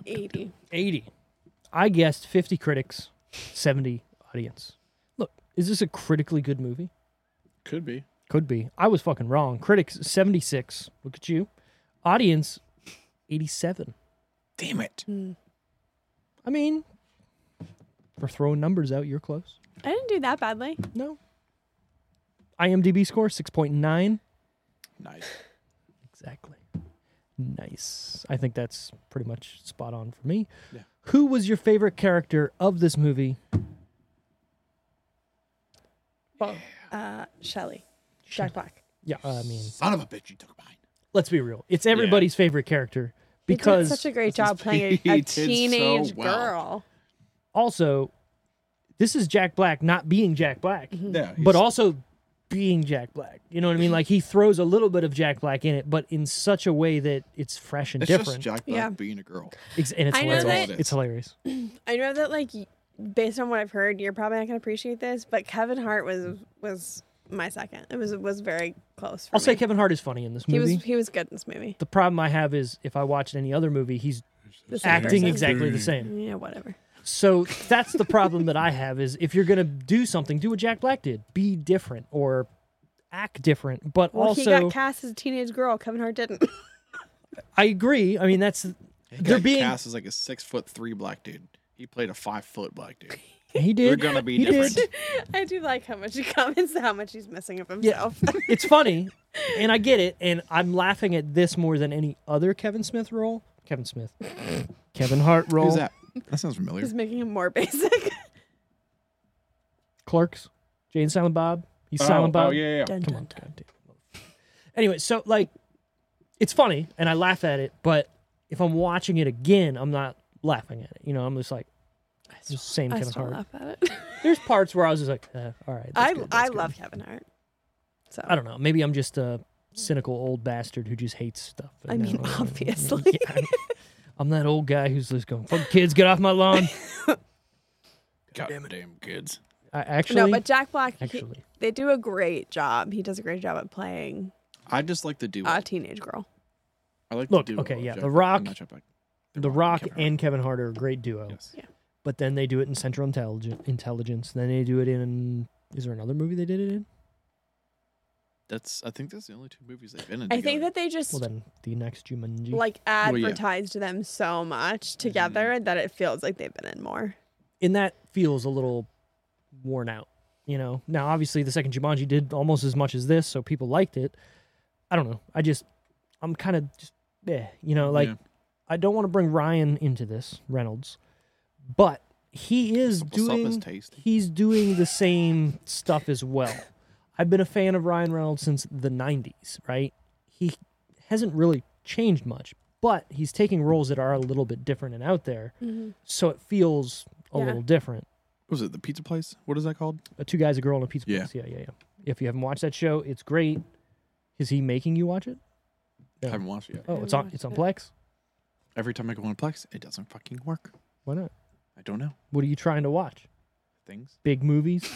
D: 80.
B: 80. I guessed 50 critics, 70 audience. Look, is this a critically good movie?
E: Could be.
B: Could be. I was fucking wrong. Critics 76. Look at you. Audience 87.
E: Damn it.
D: Mm.
B: I mean, for throwing numbers out, you're close.
D: I didn't do that badly.
B: No. IMDb score 6.9.
E: Nice.
B: Exactly. Nice. I think that's pretty much spot on for me.
E: Yeah.
B: Who was your favorite character of this movie?
D: Well, uh, Shelly. Jack Black.
B: Yeah, I mean,
E: Son of a bitch, you took mine.
B: let's be real. It's everybody's favorite character
D: he
B: because
D: did such a great job playing
E: he
D: a, a
E: did so
D: teenage
E: well.
D: girl.
B: also this is Jack Black not being Jack Black,
D: Mm-hmm. Mm.
E: Yeah.
B: but
E: he's-
B: also being Jack Black. You know what I mean? Like he throws a little bit of Jack Black in it, but in such a way that it's fresh and
E: it's
B: different.
E: just Jack Black
D: Yeah.
E: being a girl.
B: Ex- and it's
D: I know
B: hilarious.
D: that-
E: That's all it
B: It's
E: is.
B: hilarious.
D: I know that, like, y- based on what I've heard, you're probably not gonna appreciate this, but Kevin Hart was was my second. It was was very close. For
B: I'll say
D: me.
B: Kevin Hart is funny in this
D: He
B: movie.
D: was he was good in this movie.
B: the problem I have is if I watched any other movie, he's
D: The same
B: acting
D: person.
B: exactly the same.
D: Yeah, whatever.
B: So that's the problem that I have is if you're gonna do something, do what Jack Black did. Be different or act different. But
D: Well,
B: also
D: he got cast as a teenage girl. Kevin Hart didn't.
B: I agree. I mean that's they're
E: Got
B: being
E: cast as like a six foot three black dude. He played a five foot black dude.
B: he did
E: They're gonna be
B: He did.
E: different.
D: I do like how much he comments, how much he's missing of himself.
B: it's funny and i get it and i'm laughing at this more than any other kevin smith role kevin smith kevin hart role
E: Who's that? That sounds familiar.
D: He's making him more basic.
B: clerks jane and silent bob he's
E: Oh,
B: silent bob
E: Oh, yeah, yeah.
D: Dun,
B: come
D: dun,
B: on
D: dun.
B: goddamn. anyway so like it's funny and i laugh at it but if i'm watching it again i'm not laughing at it you know i'm just like it's the same
D: I
B: kevin
D: still
B: hart
D: laugh at it.
B: there's parts where i was just like eh, all right that's
D: I
B: good, that's
D: I
B: good.
D: love Kevin Hart. So
B: i don't know maybe i'm just a cynical old bastard who just hates stuff and
D: I mean,
B: now-
D: obviously.
B: Yeah, I mean, I'm that old guy who's just going, "Fuck kids, get off my lawn."
E: Goddamn kids.
B: I actually,
D: no, but Jack Black, he-
B: actually,
D: they do a great job. He does a great job at playing
E: I just like the duo.
D: a teenage girl.
E: I like
B: Look,
E: the duo.
B: okay,
E: of
B: yeah,
E: Jack
B: The
E: Black-
B: Rock-
E: not Jack Black.
B: The Rock
E: Kevin Hart.
B: and Kevin Hart are a great duo.
E: Yes.
D: Yeah.
B: But then they do it in Central Intelligence. Intelligence. Then they do it in. Is there another movie they did it in?
E: That's. I think that's the only two movies they've been in.
D: I think
E: together.
D: that they just
B: Well, then the next Jumanji.
D: like
E: Well, yeah.
D: advertise to them so
B: Mm-hmm.
D: much together that it feels like they've been in more.
B: and that feels a little worn out. You know. Now, obviously, the second Jumanji did almost as much as this, so people liked it. I don't know. I just, I'm kind of just, eh, you know, like
E: Yeah.
B: I don't want to bring Ryan into this Reynolds, but he is
E: Simple stuff is
B: doing.
E: tasty.
B: He's doing the same stuff as well. I've been a fan of Ryan Reynolds since the '90s, right? He hasn't really changed much, but he's taking roles that are a little bit different and out there, so it feels a
D: Mm-hmm. Yeah.
B: little different
E: was it the pizza place? What is that called?
B: uh, two guys, a girl, and a pizza
E: Yeah.
B: place. Yeah, yeah, yeah. If you haven't watched that show, it's great. Is he making you watch it? Yeah.
E: haven't watched it yet.
B: Oh,
D: haven't
B: it's on.
D: watched
B: It's on
D: it.
B: Plex.
E: Every time I go on Plex, it doesn't fucking work.
B: Why not?
E: I don't know
B: What are you trying to watch?
E: things.
B: Big movies,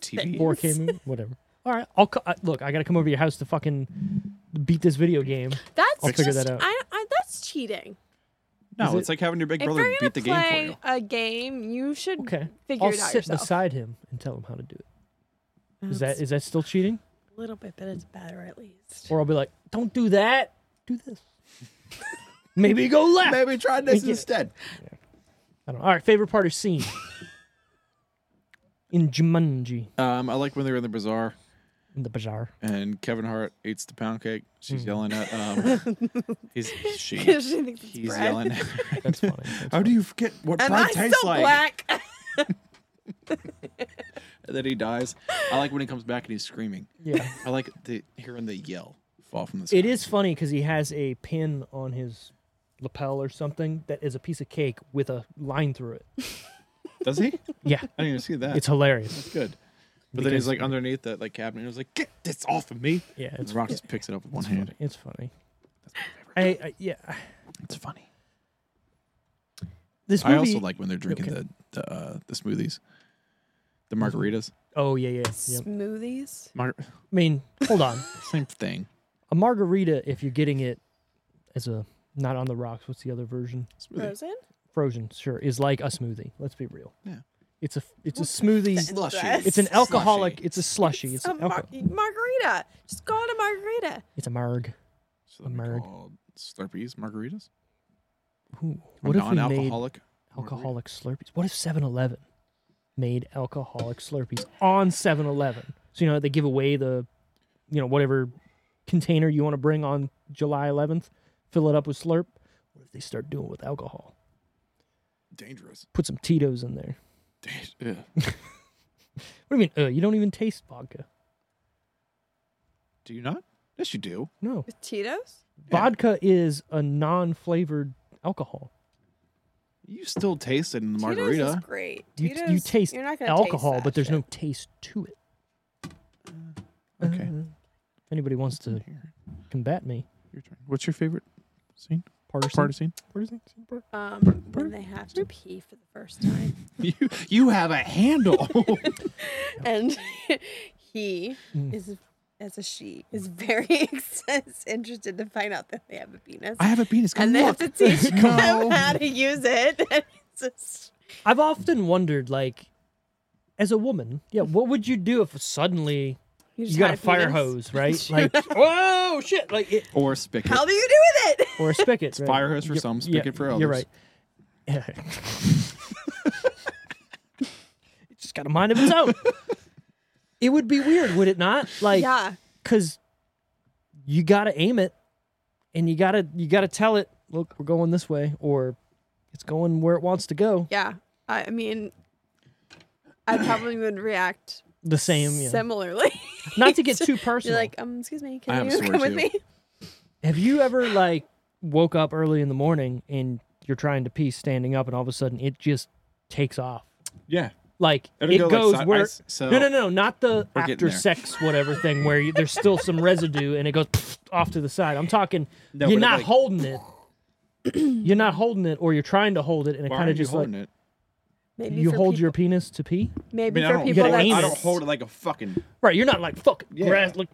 E: TV.
B: 4K movies, whatever. All right, I'll co- I, look. I gotta come over to your house to fucking beat this video game.
D: That's
B: I'll figure
D: just,
B: that out.
D: I, I, that's cheating.
E: No,
B: Is it-
E: it's like having your big
D: If
E: brother
D: you're
E: beat
D: gonna
E: the game for
D: play
E: you.
D: a game, you should
B: Okay,
D: figure
B: I'll
D: it out
B: sit
D: yourself.
B: beside him and tell him how to do it. Is that
D: That's
B: is that still cheating?
D: a little bit, but it's better at least.
B: Or I'll be like, don't do that. do this. Maybe go left.
G: Maybe try this
B: Yeah.
G: instead.
B: I don't know. All right, favorite part or scene? in Jumanji,
E: Um, I like when they were in the bazaar
B: in the bazaar.
E: and Kevin Hart eats the pound cake. She's
B: Hmm.
E: yelling at um, he's she.
D: she thinks it's
E: He's
D: bread.
E: yelling. At her.
B: That's funny. That's
E: How do you forget what
D: And
E: bread
D: I'm
E: tastes
D: so
E: like?
D: black.
E: And then he dies. I like when he comes back and he's screaming.
B: yeah.
E: I like the hearing the yell fall from the sky.
B: It is funny because he has a pin on his lapel or something that is a piece of cake with a line through it.
E: Does he?
B: Yeah,
E: I didn't even see that.
B: it's
E: It's
B: hilarious.
E: good. But then he's
B: Because-
E: like underneath that like cabinet. and was like, "Get this off of me!"
B: Yeah,
E: And
B: it's
E: Rock just picks it up with one
B: it's
E: hand.
B: funny. It's funny. I, I yeah.
E: It's funny.
B: This movie.
E: I also like when they're drinking
B: Okay.
E: the the, uh, the smoothies, the margaritas.
B: Oh yeah, yeah. yeah. I
D: Smoothies.
E: Mar-
B: mean, hold on.
E: same thing.
B: A margarita, if you're getting it as a not on the rocks. What's the other version?
E: Smoothie.
D: Frozen.
B: Frozen, sure, is like a smoothie. Let's be real.
E: Yeah.
B: It's a it's a smoothie.
E: Slushy.
D: Dress.
B: It's an alcoholic.
E: Slushy.
B: It's a slushy. It's
D: a
B: an alcohol.
D: mar- margarita. Just call it a margarita.
B: It's a marg.
E: So they're
B: Marg.
E: called Slurpees, margaritas.
B: Ooh,
E: Or
B: what if we made
E: non-alcoholic?
B: alcoholic Slurpees. What if 7-Eleven made alcoholic Slurpees on 7-Eleven? So you know they give away the, you know whatever container you want to bring on July 11th, fill it up with Slurp. What if they start doing it with alcohol?
E: Dangerous.
B: Put some Tito's in there.
E: Dang- yeah.
B: What do you mean? Uh, you don't even taste vodka.
E: Do you not? Yes, you do.
B: No,
D: With Cheetos.
B: vodka is a non-flavored alcohol.
E: You still taste it in the
D: Cheetos is
E: margarita.
D: great.
B: You,
D: Cheetos,
B: you taste
D: you're not gonna taste
B: alcohol,
D: that
B: but there's
D: shit.
B: no taste to it.
E: Okay.
B: Uh, if anybody wants to
E: Here,
B: combat me,
E: Your turn. What's your favorite scene?
B: partisan.
E: Part of scene?
D: Um, when they have to pee for the first time,
E: you, you have a handle.
D: and he
B: Mm.
D: is as a she is very ex- interested to find out that they have a penis,
E: I have a penis. Come
D: and they have
E: look.
D: to teach them
E: No.
D: how to use it. And it's just,
B: I've often wondered, like, as a woman, yeah, what would you do if suddenly
D: just
B: you got
D: had
B: a fire
D: penis.
B: hose, right? Like, oh shit, like it,
E: Or spigot.
D: How do you do with it?
B: or a spigot. right?
E: fire hose for
B: You're-
E: some,
B: yeah,
E: spigot for others.
B: You're right. Yeah. it's just got a mind of its own. it would be weird, would it not? Like,
D: yeah,
B: because you gotta aim it and you gotta you gotta tell it look we're going this way or it's going where it wants to go
D: yeah. I I mean, I probably would react
B: the same yeah.
D: similarly.
B: not to get too
D: You're
B: personal
D: like, um, excuse me,
E: I
D: can
E: have a
D: you
E: story
D: come with
E: too.
D: me?
B: have you ever like woke up early in the morning and you're trying to pee standing up and all of a sudden it just takes off
E: Yeah.
B: like
E: It'll
B: it
E: go, like,
B: goes
E: side- I
B: where
E: s- so-
B: no no no not the
E: We're getting
B: after
E: there.
B: sex whatever thing where you, there's still some residue and it goes off to the side i'm talking
E: No,
B: you're
E: but it,
B: not
E: like-
B: holding it you're not holding it or you're trying to hold it and it
E: Why
B: kind
E: are
B: of
E: you
B: just like
E: holding it?
D: Maybe
B: you
D: for
B: hold
D: peop-
B: your penis to pee?
E: I
D: maybe
E: mean, I
D: for
E: don't,
D: people
B: gotta
D: that
B: aim
E: I
B: it.
E: don't hold it like a fucking.
B: Right, you're not like fuck
E: Yeah.
B: grass like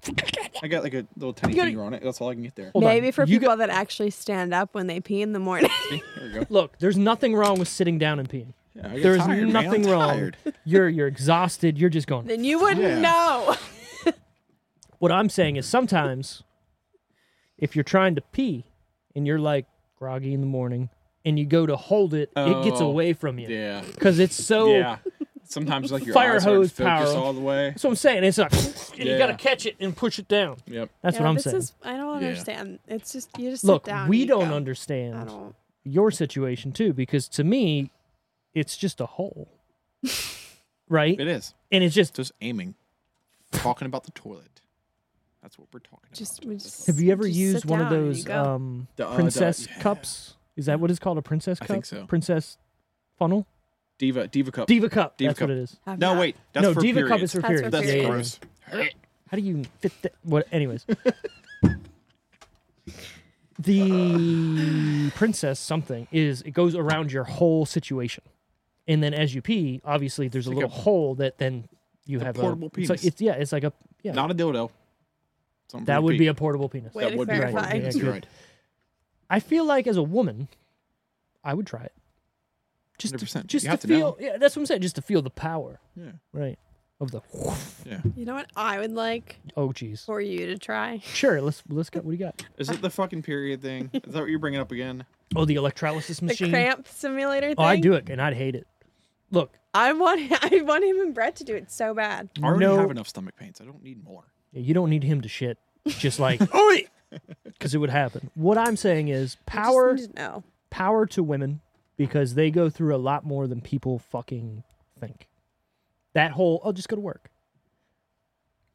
E: I got like a little tiny
B: gotta-
E: finger on it. That's all I can get there.
B: Hold on.
D: Maybe for
B: You
D: people that actually stand up when they pee in the morning.
E: See? There we go.
B: Look, there's nothing wrong with sitting down and peeing.
E: Yeah, I get
B: There is
E: tired, man. I'm
B: nothing wrong.
E: tired.
B: You're you're exhausted, you're just going.
D: then you wouldn't
E: Yeah.
D: know.
B: What I'm saying is sometimes if you're trying to pee and you're like groggy in the morning and you go to hold it, it gets
E: Oh,
B: away from you.
E: Yeah.
B: Cuz it's so
E: Yeah. Sometimes like your
B: Oh. Fire
E: eyes aren't
B: hose
E: focused
B: power.
E: all the way.
B: That's what I'm saying. It's like and you got to
E: Yeah.
B: catch it and push it down.
E: Yep.
B: That's
D: Yeah,
B: what I'm
D: this
B: saying.
D: Is, I don't
E: Yeah.
D: understand. It's just you just
B: Look,
D: sit down.
B: we
D: and you
B: don't
D: go.
B: understand.
D: I don't.
B: your situation too, because to me, it's just a hole, right?
E: It is.
B: And it's just.
E: Just aiming. Talking about the toilet. That's what we're talking about.
D: Just, we just
B: Have you ever
D: just
B: used
D: sit
B: one of
D: down and you
B: those
D: go.
B: um,
E: The, uh, the-
B: princess
E: yeah.
B: cups? Is that what it's called? A princess
E: I
B: cup?
E: think so.
B: Princess funnel?
E: Diva Diva cup.
B: Diva cup.
E: Diva
B: that's
E: cup.
B: what it is.
D: Have
E: no,
D: not.
E: wait. That's
B: no,
E: for
B: diva cup is
E: periods.
B: for
D: That's for
B: periods.
E: That's
B: yeah, yeah, yeah.
E: gross.
B: How do you fit that? What? Anyways, the princess something is it goes around your whole situation, and then as you pee, obviously there's a
E: like
B: little
E: a-
B: hole that then you
E: a
B: have
E: portable
B: a, It's, like,
E: penis.
B: it's yeah, it's like a yeah.
E: Not a dildo. Something
B: that
E: for
B: would
E: your
B: be
E: feet.
B: a portable penis.
D: Way
E: That
D: to
E: would be
D: clarify.
E: portable penis, You're
B: Yeah,
E: right.
B: I feel like as a woman, I would try it. Just to,
E: 100%.
B: just
E: You
B: to
E: have to
B: feel.
E: know.
B: Yeah, that's what I'm saying. Just to feel the power.
E: Yeah.
B: Right. of the.
D: You know what I would like
B: Oh, jeez.
D: for you to try?
B: Sure. Let's let's go. What do you got?
E: Is it the fucking period thing? Is that what you're bringing up again?
B: Oh, the electrolysis
D: The
B: machine.
D: cramp simulator thing.
B: oh, I'd do it, and I'd hate it. Look,
D: I want I want him and Brett to do it so bad.
E: I already
B: No.
E: have enough stomach pains. I don't need more.
B: you don't need him to shit. Just like, because it would happen. What I'm saying is power.
D: No.
B: power to women because they go through a lot more than people fucking think. That whole, oh, just go to work.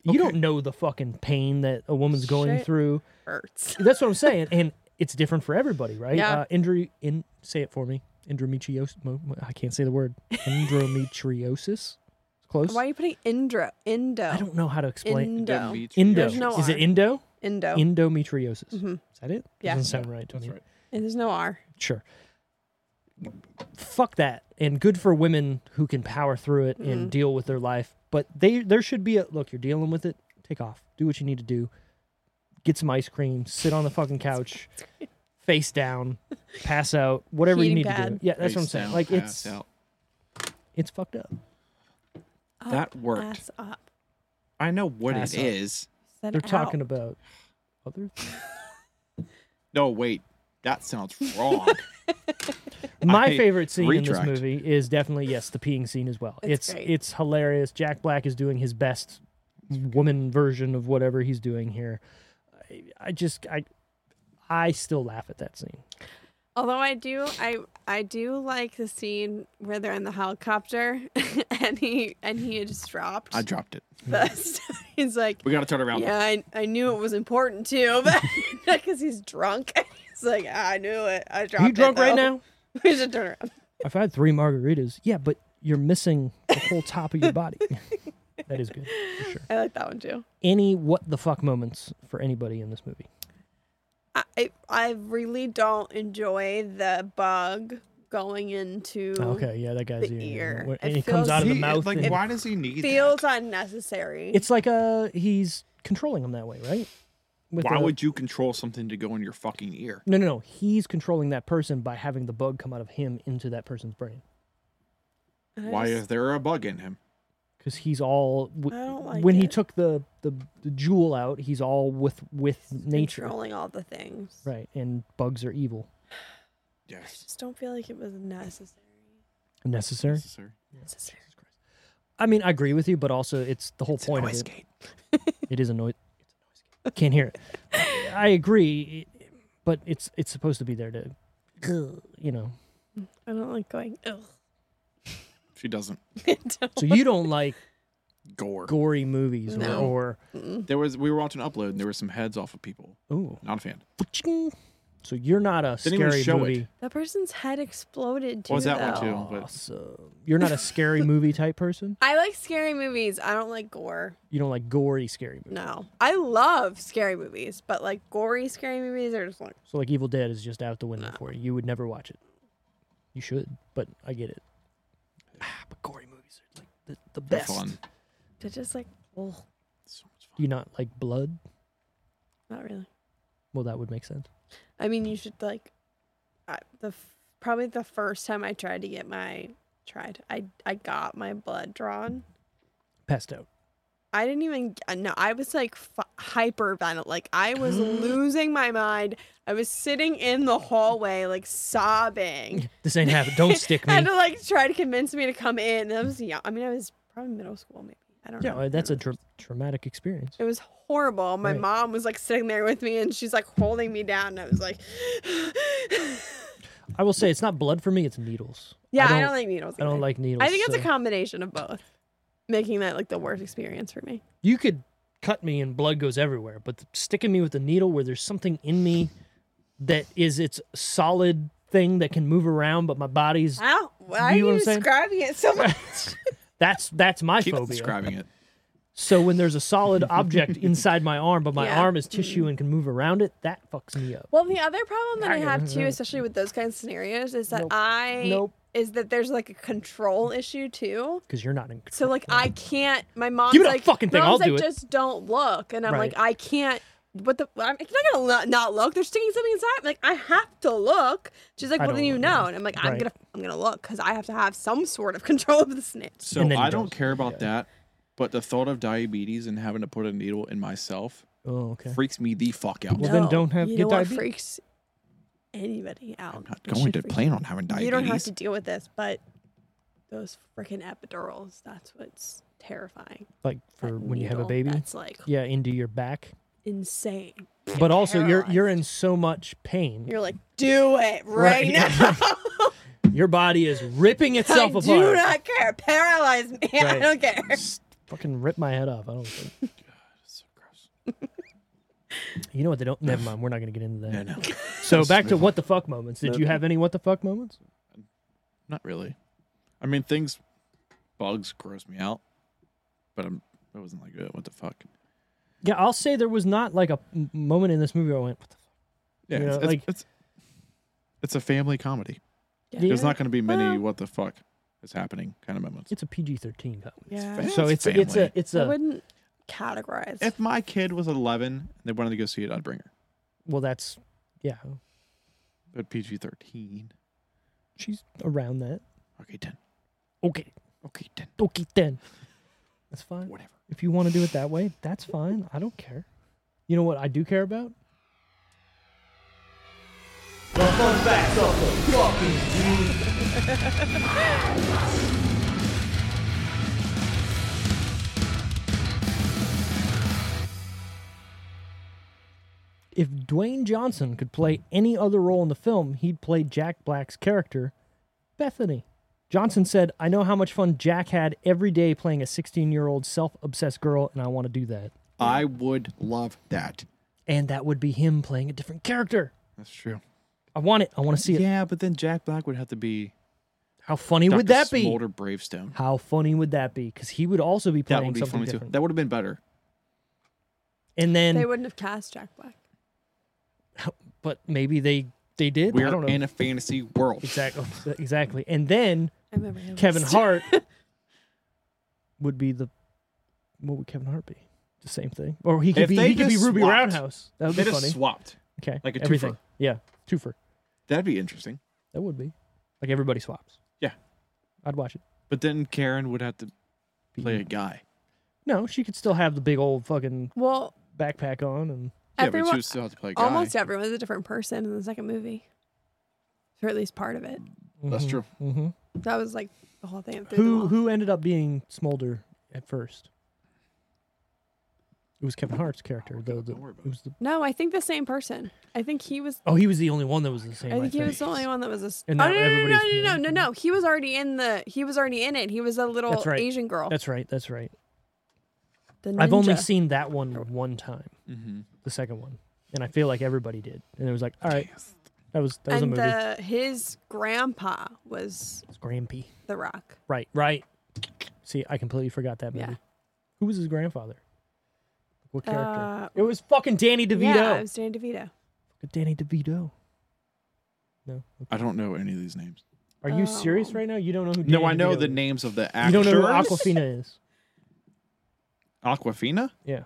B: You don't know the fucking pain that a woman's going
D: Shit.
B: through.
D: Hurts.
B: That's what I'm saying, and it's different for everybody, right?
D: Yeah.
B: Uh, injury in say it for me. Endometriosis. mo- mo- I can't say the word. Endometriosis. It's close.
D: Why are you putting Indra Indo?
B: I don't know how to explain.
D: Indo.
E: Beach.
B: Indo.
D: There's no
B: Is it
D: R.
B: indo?
D: Indo.
B: Endometriosis.
D: Mhm.
B: Is that it?
D: Yeah.
B: Doesn't sound right to
E: That's
B: me.
E: right.
D: And there's no R.
B: Sure. Fuck that. And good for women who can power through it and deal with their life. But they there should be a look, you're dealing with it, take off. Do what you need to do. Get some ice cream, sit on the fucking couch, face down, pass out, whatever you
D: Heating
B: need to do.
D: pad.
B: Yeah, that's what I'm
E: Face
B: saying.
E: down,
B: Like
E: pass
B: it's
E: out.
B: it's fucked up.
E: That worked.
D: Ass up.
E: I know what
B: Pass
E: it is.
B: out.
D: Said
B: They're
D: out.
B: talking about other
E: No, wait. That sounds wrong.
B: My
E: I
B: favorite scene
E: retract.
B: in this movie is definitely yes, the peeing scene as well.
D: It's
B: It's
D: great.
B: it's hilarious. Jack Black is doing his best woman version of whatever he's doing here. I, I just I I still laugh at that scene.
D: Although I do, I I do like the scene where they're in the helicopter and he and he had just dropped.
E: I dropped it.
D: the, he's like,
E: We got to turn around.
D: yeah, I, I knew it was important too, but because he's drunk, he's like, "Ah, I knew it. I dropped.
B: Are you drunk
D: it,
B: right
D: though."
B: now?
D: We should turn around.
B: I've had three margaritas. Yeah, but you're missing the whole top of your body. that is good for sure.
D: I like that one too.
B: Any what the fuck moments for anybody in this movie?
D: I I- I really don't enjoy the bug going into.
B: Okay, yeah, that guy's
D: The
B: ear.
D: ear.
B: When-
D: It
B: And it
D: feels-
B: comes out of the
E: He-
B: mouth.
E: Like,
B: and-
E: why does he need
D: Feels unnecessary.
B: It's like uh he's controlling him that way, right?
E: that?
B: With
E: Why
B: the-
E: would you control something to go in your fucking ear?
B: No, no, no. He's controlling that person by having the bug come out of him into that person's brain
D: I
E: Why
D: just-
E: is there a bug in him?
B: because he's all. W-
D: I don't like
B: when he
D: it.
B: took the, the the jewel out, he's all with with nature,
D: controlling all the things?
B: right? And bugs are evil.
D: I
E: Yes.
D: just don't feel like it was necessary.
B: Necessary.
E: Necessary.
D: necessary.
B: I mean, I agree with you, but also it's the whole
E: It's a
B: point of
E: noise
B: it.
E: gate.
B: It is a noise. It's a noise. Can't hear it. I agree, but it's it's supposed to be there to, you know.
D: I don't like going. Ugh.
E: She doesn't.
D: I don't-
B: So you don't like
E: Gore.
B: gory movies or,
D: No.
B: or
E: There was. We were watching Upload, and there were some heads off of people.
B: ooh.
E: Not a fan.
B: So you're not a
E: Didn't even
B: scary
E: show it.
B: movie.
D: that person's head exploded too.
E: What was that one
D: though.
E: too? But
B: Awesome. You're not a scary movie type person.
D: I like scary movies. I don't like gore.
B: You don't like gory scary movies.
D: No, I love scary movies, but like gory scary movies are just like
B: So like Evil Dead is just out the window
D: No.
B: for you. You would never watch it. You should, but I get it. Ah, but gory movies are like the, the
E: they're
B: best.
E: fun.
D: they're just like oh,
E: So much
B: Do you not like blood?
D: not really.
B: Well, that would make sense.
D: I mean, you should like I, the f- probably the first time I tried to get my tried I I got my blood drawn.
B: Passed out.
D: I didn't even uh, no. I was like f- hyperventilating. Like I was losing my mind. I was sitting in the hallway, like sobbing.
B: This ain't happening. Don't stick me.
D: Had to like try to convince me to come in. And I was young. I mean, I was probably middle school, maybe. I don't
B: Yeah,
D: know.
B: well, uh, that's a tra- traumatic experience.
D: It was horrible. My
B: Right.
D: mom was like sitting there with me, and she's like holding me down. And I was like,
B: I will say it's not blood for me. It's needles.
D: Yeah, I don't, like needles.
B: I don't
D: either.
B: like needles.
D: I think it's
B: so-
D: a combination of both, making that like the worst experience for me.
B: you could cut me and blood goes everywhere, but sticking me with a needle where there's something in me that is its solid thing that can move around, but my body's
D: Ow! Why
B: You know what
D: are you
B: I'm saying?
D: describing it so much?
B: that's that's my
E: Keep
B: phobia.
E: describing it.
B: So when there's a solid object inside my arm, but my
D: Yeah.
B: arm is tissue and can move around it, that fucks me up.
D: Well, the other problem that I
B: Yeah,
D: have too,
B: yeah.
D: especially with those kinds of scenarios, is that
B: Nope.
D: I
B: Nope.
D: is that there's like a control issue too.
B: Because you're not in control.
D: So like I can't. My mom's
B: Give me that
D: like,
B: fucking thing,
D: mom's
B: I'll
D: like,
B: do it.
D: just don't look, and I'm
B: Right.
D: like, I can't. What the? I'm it's not gonna lo- not look. They're sticking something inside. I'm like I have to look. She's like,
B: I
D: well, then
B: don't
D: you
B: look,
D: know.
B: yeah.
D: And I'm like, I'm
B: Right.
D: gonna I'm gonna look because I have to have some sort of control of the snitch.
E: So
B: And then he
E: I don't
B: does.
E: care about that. But the thought of diabetes and having to put a needle in myself
B: Oh, okay.
E: freaks me the fuck out.
B: Well, then don't have-
D: you
B: get
D: know what
B: diabetes.
D: freaks anybody out.
E: I'm not
D: It
E: going
D: should
E: to
D: freak
E: plan on having diabetes.
D: You don't have to deal with this, but those freaking epidurals, that's what's terrifying.
B: Like for
D: That
B: when you have a
D: needle,
B: baby.
D: That's like
B: Yeah, into your back.
D: insane.
B: But also, you're you're in so much pain.
D: You're like, do it
B: Right.
D: right, now.
B: Your body is ripping
D: I
B: itself apart.
D: do not care. Paralyze me.
B: Right.
D: I don't care.
B: Fucking rip my head off. I don't. Care.
E: So gross.
B: You know what they don't? Never mind. We're not gonna get into that.
E: No, no,
B: So
E: Let's
B: back to
E: move on.
B: what the fuck moments. Did
E: No.
B: you have any what the fuck moments?
E: not really. I mean, things, bugs gross me out, but I'm. I wasn't like, "Ugh, what the fuck?
B: Yeah, I'll say there was not like a m- moment in this movie where I went. What the fuck?
E: Yeah,
B: You
E: it's,
B: know,
E: it's-
B: like-
E: it's it's a family comedy.
B: Yeah.
E: There's not going to be many
D: Well-
E: what the fuck is happening kind of moments.
B: It's a PG thirteen comment.
D: Yeah.
B: So it's it's
E: It's
B: a
E: family.
B: it's
D: I
B: a
D: wouldn't categorize.
E: If my kid was 11 and they wanted to go see it, I'd bring her.
B: well that's yeah
E: But PG 13.
B: she's around that
E: Okay, 10.
B: okay
E: Okay, 10.
B: okay then that's fine
E: Whatever.
B: if you want to do it that way that's fine I don't care you know what I do care about if Dwayne Johnson could play any other role in the film, he'd play Jack Black's character, Bethany. Johnson said, I know how much fun Jack had every day playing a 16 year old self obsessed girl, and I want to do that.
E: I would love that.
B: And that would be him playing a different character.
E: That's true.
B: I want it. I want to see it.
E: Yeah, but then Jack Black would have to be.
B: How funny would
E: Dr.
B: that be?
E: Smolder Bravestone.
B: How funny would that be? Because he would also be
E: That
B: playing
E: would be
B: something
E: funny too.
B: different.
E: That would have been better.
B: And
D: they
B: then,
D: wouldn't have cast Jack Black.
B: but maybe they they did. I don't
E: We're
B: know.
E: in a fantasy world.
B: exactly, exactly. And then
D: I remember him.
B: Kevin Hart would be the what would Kevin Hart be? The same thing, or he could
E: If
B: be
E: they
B: he could be
E: just
B: Ruby
E: swapped.
B: Roundhouse. That would
E: They
B: be
E: just
B: funny.
E: swapped.
B: okay,
E: like a
B: everything.
E: twofer.
B: Yeah, twofer.
E: That'd be interesting.
B: That would be like everybody swaps.
E: Yeah.
B: I'd watch it.
E: But then Karen would have to play a guy.
B: No, she could still have the big old fucking
D: Well,
B: backpack on, and
E: yeah, but she
D: everyone,
E: would still have to play a guy.
D: almost everyone's a different person in the second movie, or at least part of it.
E: That's
B: Mhm,
E: true.
B: mhm.
D: That was like the whole thing. through them
B: Who
D: all.
B: who ended up being Smolder at first? It was Kevin Hart's
D: Oh,
B: character, though. The,
E: Don't worry about
B: it was the,
D: No, I think the same person. I think he was.
B: oh, he was the only one that was the same.
D: I think he was the only one that was a. s- Oh,
B: And
D: no,
B: now
D: no, no, no,
B: everybody's-
D: no, no, no, no. He was already in the. He was already in it. He was a little
B: That's right.
D: Asian girl.
B: That's right. That's right.
D: the
B: I've only
D: ninja. Mm-hmm.
B: seen that one one time,
E: Mhm.
B: the second one, and I feel like everybody did. And it was like, all right, that was that was
D: And uh,
B: a movie.
D: the, his grandpa was
B: It's Grampy.
D: The Rock.
B: Right, right. See, I completely forgot that movie.
D: Yeah.
B: Who was his grandfather? What character?
D: Uh,
B: it was fucking Danny DeVito.
D: Yeah, it was Danny DeVito.
B: Danny DeVito. No.
E: I don't know any of these names.
B: Are you serious
D: Oh.
B: right now? You don't know who?
E: No,
B: Danny
E: I know
B: DeVito
E: the
B: is.
E: names of the
B: You
E: actors.
B: don't know who Aquafina is?
E: Aquafina?
B: Yeah.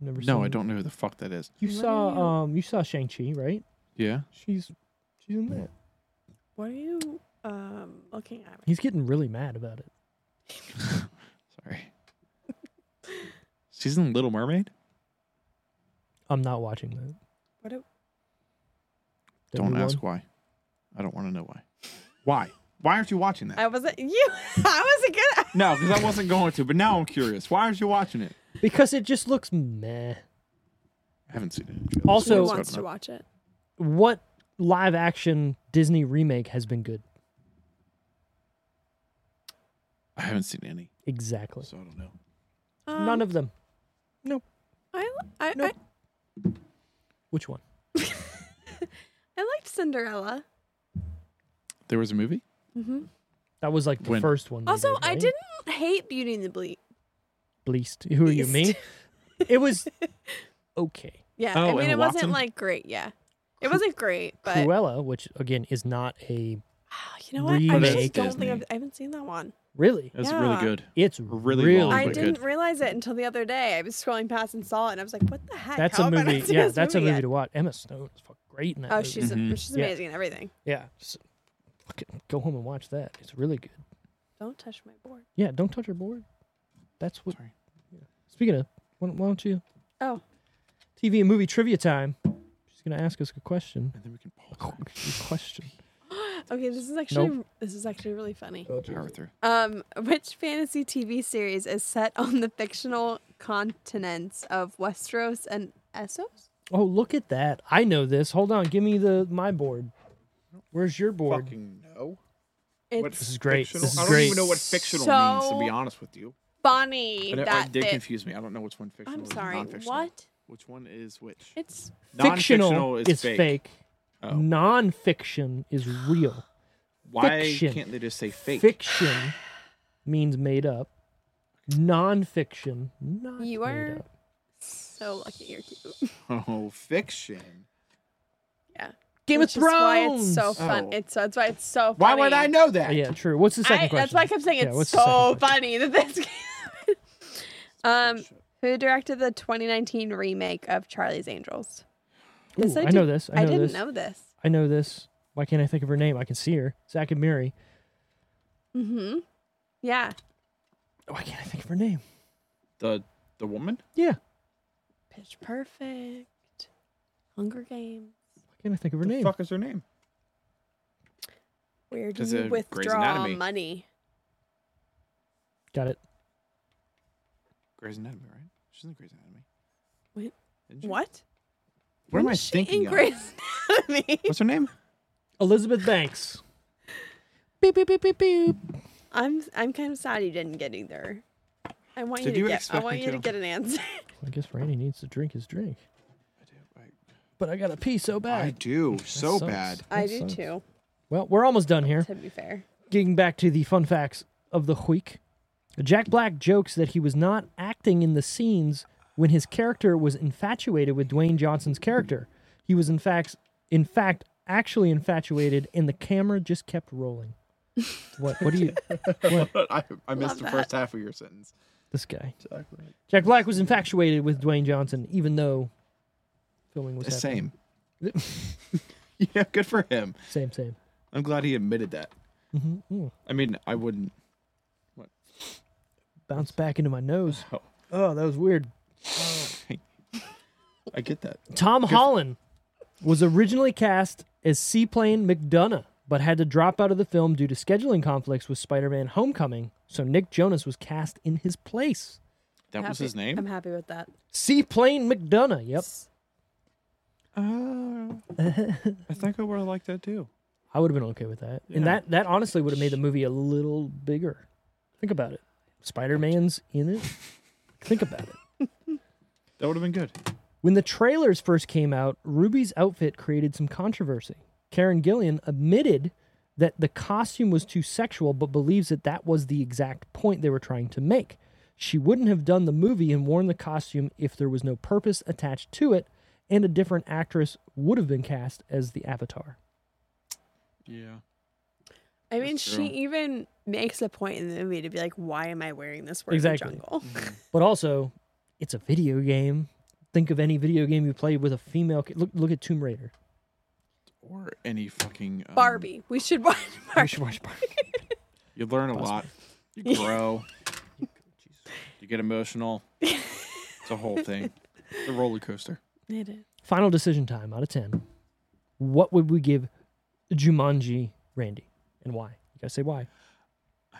B: Never.
E: No, I
B: seen-
E: don't know who the fuck that is.
B: You
D: What are you-
B: saw um, you saw Shang Chi, right?
E: Yeah.
B: She's she's in that.
D: What are you um, looking at?
B: He's getting really mad about it.
E: Sorry. She's in Little Mermaid?
B: I'm not watching that.
D: What do-
B: That
E: Don't
B: new
E: ask
B: one.
E: why. I don't want to know why. Why? Why aren't you watching that?
D: I wasn't you. I wasn't gonna.
E: no, because I wasn't going to, but now I'm curious. Why aren't you watching it?
B: because it just looks meh.
E: I haven't seen it.
B: Also-
D: Who
B: So-
D: wants to watch it?
B: What live action Disney remake has been good?
E: I haven't seen any,
B: Exactly.
E: so I don't know.
D: Um,
B: None of them.
D: I, I,
B: No.
D: I,
B: Which one?
D: I liked Cinderella.
E: There was a movie?
B: That was like the
E: When?
B: first one. they
D: Also,
B: did,
D: I
B: right?
D: didn't hate Beauty and the Ble-
B: Bleast. Who are you, me?
D: Beast.
B: It was okay.
D: Yeah,
E: Oh,
D: I mean,
E: and
D: it
E: Watson?
D: wasn't like great. Yeah, it wasn't great, but
B: Cruella, which again is not a
D: Ah, you know what? I
B: remake
D: just don't
E: Disney.
D: think I've, I haven't seen that one.
B: really.
E: That's
D: Yeah.
E: really good.
B: It's
E: Really
B: really,
E: long,
D: I
E: but good.
D: didn't realize it until the other day. I was scrolling past and saw it, and I was like, "What the heck?"
B: That's a
D: How have I not
B: movie.
D: seen
B: Yeah,
D: this
B: that's a movie
D: yet?
B: to watch. Emma Stone is fucking great in that.
D: Oh,
B: movie.
D: she's
E: Mhm.
D: she's
B: Yeah.
D: amazing and everything.
B: yeah. Just fucking go home and watch that. It's really good.
D: Don't touch my board.
B: Yeah, don't touch your board. That's what.
E: Sorry.
B: Speaking of, why don't, why don't you?
D: Oh.
B: TV and movie trivia time. She's gonna ask us a question.
E: And then we can pause.
B: A question.
D: Okay, this is actually this is actually really funny.
E: Arthur.
D: Um, which fantasy TV series is set on the fictional continents of Westeros and Essos?
B: Oh, look at that! I know this. Hold on, give me the my board. Where's your board?
G: Fucking no. What
D: It's
B: This is great.
G: fictional-
B: This is
G: I don't
B: great.
G: even know what fictional
D: So-
G: means, to be honest with you.
D: Bonnie.
E: I, don't- I
D: that
E: did
D: bit.
E: confuse me. I don't know which one fictional
D: I'm
E: is
D: sorry.
E: non-fictional.
D: What?
E: Which one is which?
D: It's
B: Fictional
E: Non-fictional
B: is,
E: is
B: fake.
E: fake. Oh.
B: Non-fiction is real.
E: Why
B: fiction.
E: can't they just say fake?
B: Fiction means made up. Non-fiction, not
D: You
B: made
D: are-
B: up.
D: so lucky you're cute.
E: Oh, fiction.
D: Yeah.
B: Game
D: Which
B: of
D: is why
B: Thrones.
D: it's so fun.
E: Oh.
D: It's that's why it's so. Funny.
G: Why would I know that?
B: Oh, yeah, true. What's the second
D: I-
B: question?
D: That's why I kept saying
B: Yeah,
D: it's
B: what's the second
D: so
B: question?
D: funny that this. um, who directed the 2019 remake of Charlie's Angels? This
B: Ooh, I
D: did-
B: know this. I, know
D: didn't
B: this.
D: know this.
B: I know this. Why can't I think of her name? I can see her. Zach and Mary.
D: Mm-hmm. Yeah,
B: Why can't I think of her name?
E: The the woman?
B: Yeah.
D: Pitch Perfect, Hunger Games.
B: Why can't I think of her
G: What the
B: name?
G: fuck is her name?
D: Where do
E: Is
D: you
E: it Grey's
D: withdraw
E: Anatomy?
D: money?
B: Got it.
E: Grey's Anatomy, right? She's in Grey's Anatomy.
D: Wait,
E: Isn't she?
D: What?
E: What am
D: Who's
E: I
D: she
E: thinking
D: In
E: of?
D: Grey's Anatomy.
E: What's her name?
B: Elizabeth Banks. Beep beep beep beep beep.
D: I'm I'm kind of sad you didn't get either. I want
E: Did
D: you to
E: you
D: get I
E: expect
D: want
E: me
D: you to
E: to?
D: get an answer.
B: I guess Randy needs to drink his drink.
E: I do.
B: But I gotta pee so
E: I, I
B: bad.
E: do. So
B: sucks.
E: bad.
D: I
B: That
D: do
B: sucks.
D: too.
B: Well, we're almost done here.
D: To be fair.
B: Getting back to the fun facts of the week. Jack Black jokes that he was not acting in the scenes when his character was infatuated with Dwayne Johnson's character. He was in fact in fact actually infatuated and the camera just kept rolling. What what do you what
E: I, I missed the
D: that.
E: first half of your sentence.
B: this guy?
G: Exactly.
B: Jack Black was infatuated with Dwayne Johnson even though filming was
E: The
B: happening.
E: same. yeah, good for him.
B: Same same.
E: I'm glad he admitted that.
B: hmm
E: I mean, I wouldn't.
B: Bounce back into my nose.
E: Oh,
B: Oh, that was weird.
E: I get that.
B: Tom Holland was originally cast as Seaplane McDonough, but had to drop out of the film due to scheduling conflicts with Spider Man Homecoming, so Nick Jonas was cast in his place.
E: That was his
D: I'm
E: name.
D: happy with that.
B: Seaplane McDonough, yep.
E: Oh, I think I would have liked that too.
B: I would have been okay with that. And that, that honestly would have made the movie a little bigger. Think about it. Spider Man's in it. Think about it.
E: That would have been good.
B: When the trailers first came out, Ruby's outfit created some controversy. Karen Gillian admitted that the costume was too sexual, but believes that that was the exact point they were trying to make. She wouldn't have done the movie and worn the costume if there was no purpose attached to it, and a different actress would have been cast as the avatar.
E: Yeah.
D: I mean,
E: That's
D: she
E: true.
D: even makes a point in the movie to be like, "Why am I wearing this? We're
B: Exactly.
D: in the jungle."
E: Mm-hmm.
B: But also, it's a video game. Think of any video game you played with a female. ca- Look, look at Tomb Raider.
E: Or any fucking um,
D: Barbie. We should watch
B: We
D: Barbie.
B: should watch Barbie.
E: You learn a lot. You grow. you get emotional. It's a whole thing. It's a roller coaster.
D: It is.
B: Final decision time out of 10. What would we give Jumanji Randy and why? You gotta say why.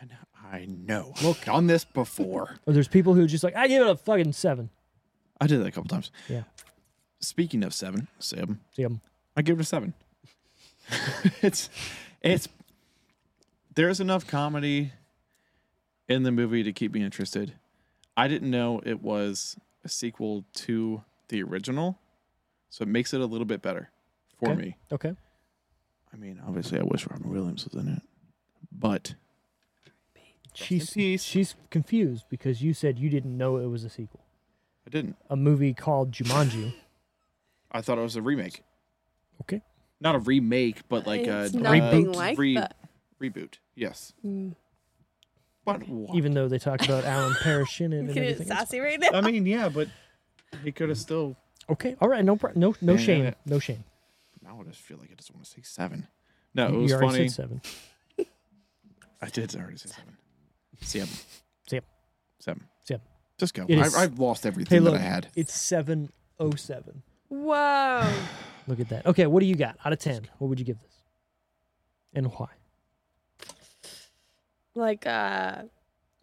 E: I know. I know. Look, on this before.
B: Or there's people who are just like, I give it a fucking seven.
E: I did that a couple times.
B: Yeah.
E: Speaking of seven, Sam,
B: See, um,
E: I give it a seven. it's, it's, there's enough comedy in the movie to keep me interested. I didn't know it was a sequel to the original, so it makes it a little bit better for
B: Okay.
E: me.
B: okay.
E: I mean, obviously, I wish Robin Williams was in it, but
B: She's,
E: peace.
B: she's confused because you said you didn't know it was a sequel.
E: I didn't.
B: A movie called Jumanji.
E: I thought it was a remake,
B: okay.
E: not a remake, but like
D: It's
E: a
D: nothing
E: uh,
D: like
E: re-
D: that.
E: reboot. Yes,
D: Mm.
E: but why?
B: Even though they talk about Alan Parrish in it and
D: Look at it
B: everything. else.
D: sassy right now.
E: I mean, yeah, but he could have still.
B: Okay. All right. No, pro- no, no
E: Yeah, yeah,
B: shame.
E: yeah.
B: No shame.
E: Now I just feel like I just want to say seven. No, it
B: you
E: was
B: already
E: funny.
B: said seven.
E: I did already say seven. Seven.
B: Seven.
E: Seven.
B: Seven.
C: Just go.
B: It
C: I,
B: is-
C: I've lost everything
B: Hey, look,
C: that I had.
B: it's seven oh seven.
D: Whoa.
B: Look at that. Okay, what do you got out of ten? What would you give this? And why?
D: like uh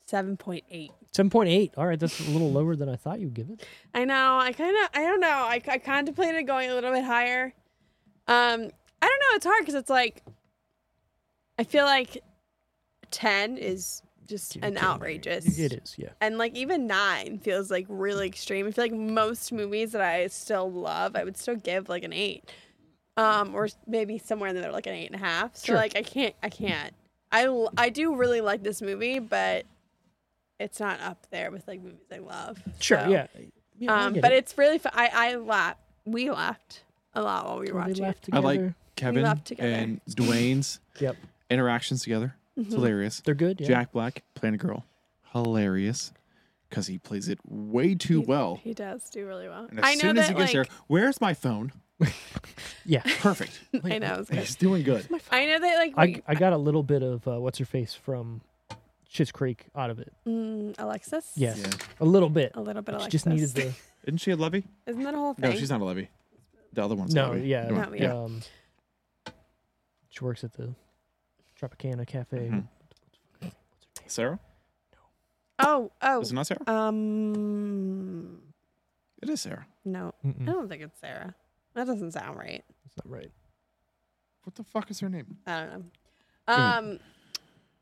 D: 7.8.
B: Seven point eight. All right, that's a little lower than I thought you'd give it.
D: I know. I kind of I don't know. I, I contemplated going a little bit higher. Um I don't know, it's hard cuz it's like I feel like 10 is just an outrageous.
B: It is, yeah.
D: And like even 9 feels like really
B: Mm.
D: extreme. I feel like most movies that I still love, I would still give like an 8. Um or maybe somewhere in the middle like an eight and a half. So
B: Sure.
D: like I can't I can't. I l- I do really like this movie, but it's not up there with like movies I love.
B: Sure,
D: So-
B: yeah. Yeah, I
D: um,
B: get
D: but
B: it.
D: it's really fun. I I laughed. We laughed a lot while we were
B: Well, they
D: watching.
B: laugh
D: it.
B: together.
E: I like Kevin
D: laugh together.
E: and Dwayne's
B: Yep,
E: interactions together.
D: Mm-hmm.
E: It's hilarious.
B: they're good. Yeah.
E: Jack Black playing a girl, hilarious, because he plays it way too well.
D: He does do really well.
E: And as
D: I know
E: soon
D: that
E: as he gets
D: like
E: there, where's my phone?
B: yeah.
E: Perfect.
D: I know. it was good.
E: He's doing good.
D: I know that like
B: I,
D: we-
B: I got a little bit of uh, what's her face from Schitt's Creek out of it.
D: mm, Alexis.
B: Yes,
E: Yeah.
B: a little bit.
D: A little bit
B: She
D: Alexis.
B: just needed the
E: Isn't she a Levy?
D: Isn't that a whole
E: No,
D: thing?
E: she's not a Levy. The other one's a
B: no.
E: Levy.
B: Yeah,
E: The one-
D: No,
E: yeah.
D: yeah.
B: Um, she works at the Tropicana Cafe.
E: Mhm. Sarah?
D: Oh oh.
E: Is it not Sarah?
D: Um.
E: It is Sarah.
D: No,
B: Mm-mm,
E: Hmm.
D: I don't think it's Sarah. That doesn't sound right.
B: That's not right.
E: What the fuck is her name?
D: I don't know.
E: Hmm.
D: Um,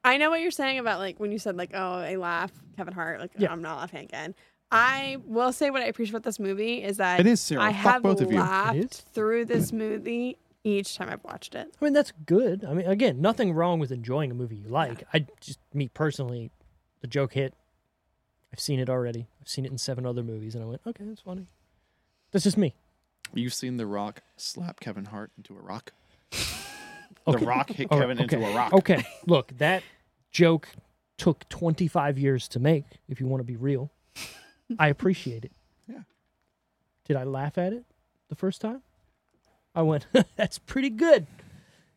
D: I know what you're saying about like when you said like, oh, I laugh, Kevin Hart, like
B: Yeah.
D: I'm not laughing again. I will say what I appreciate about this movie is that
E: It is Sarah.
D: I
E: Fuck
D: have
E: both of you. Hmm.
D: laughed
B: is?
D: through this movie each time I've watched it.
B: I mean, that's good. I mean, again, nothing wrong with enjoying a movie you like. I just, me personally, the joke hit. I've seen it already. I've seen it in seven other movies, and I went, okay, that's funny. That's just me.
E: You've seen The Rock slap Kevin Hart into a rock.
B: Okay.
E: The Rock hit
B: All right,
E: Kevin into
B: okay. Oh.
E: a rock.
B: Okay, look, that joke took 25 years to make, if you want to be real. I appreciate it.
E: Yeah.
B: Did I laugh at it the first time? I went, that's pretty good.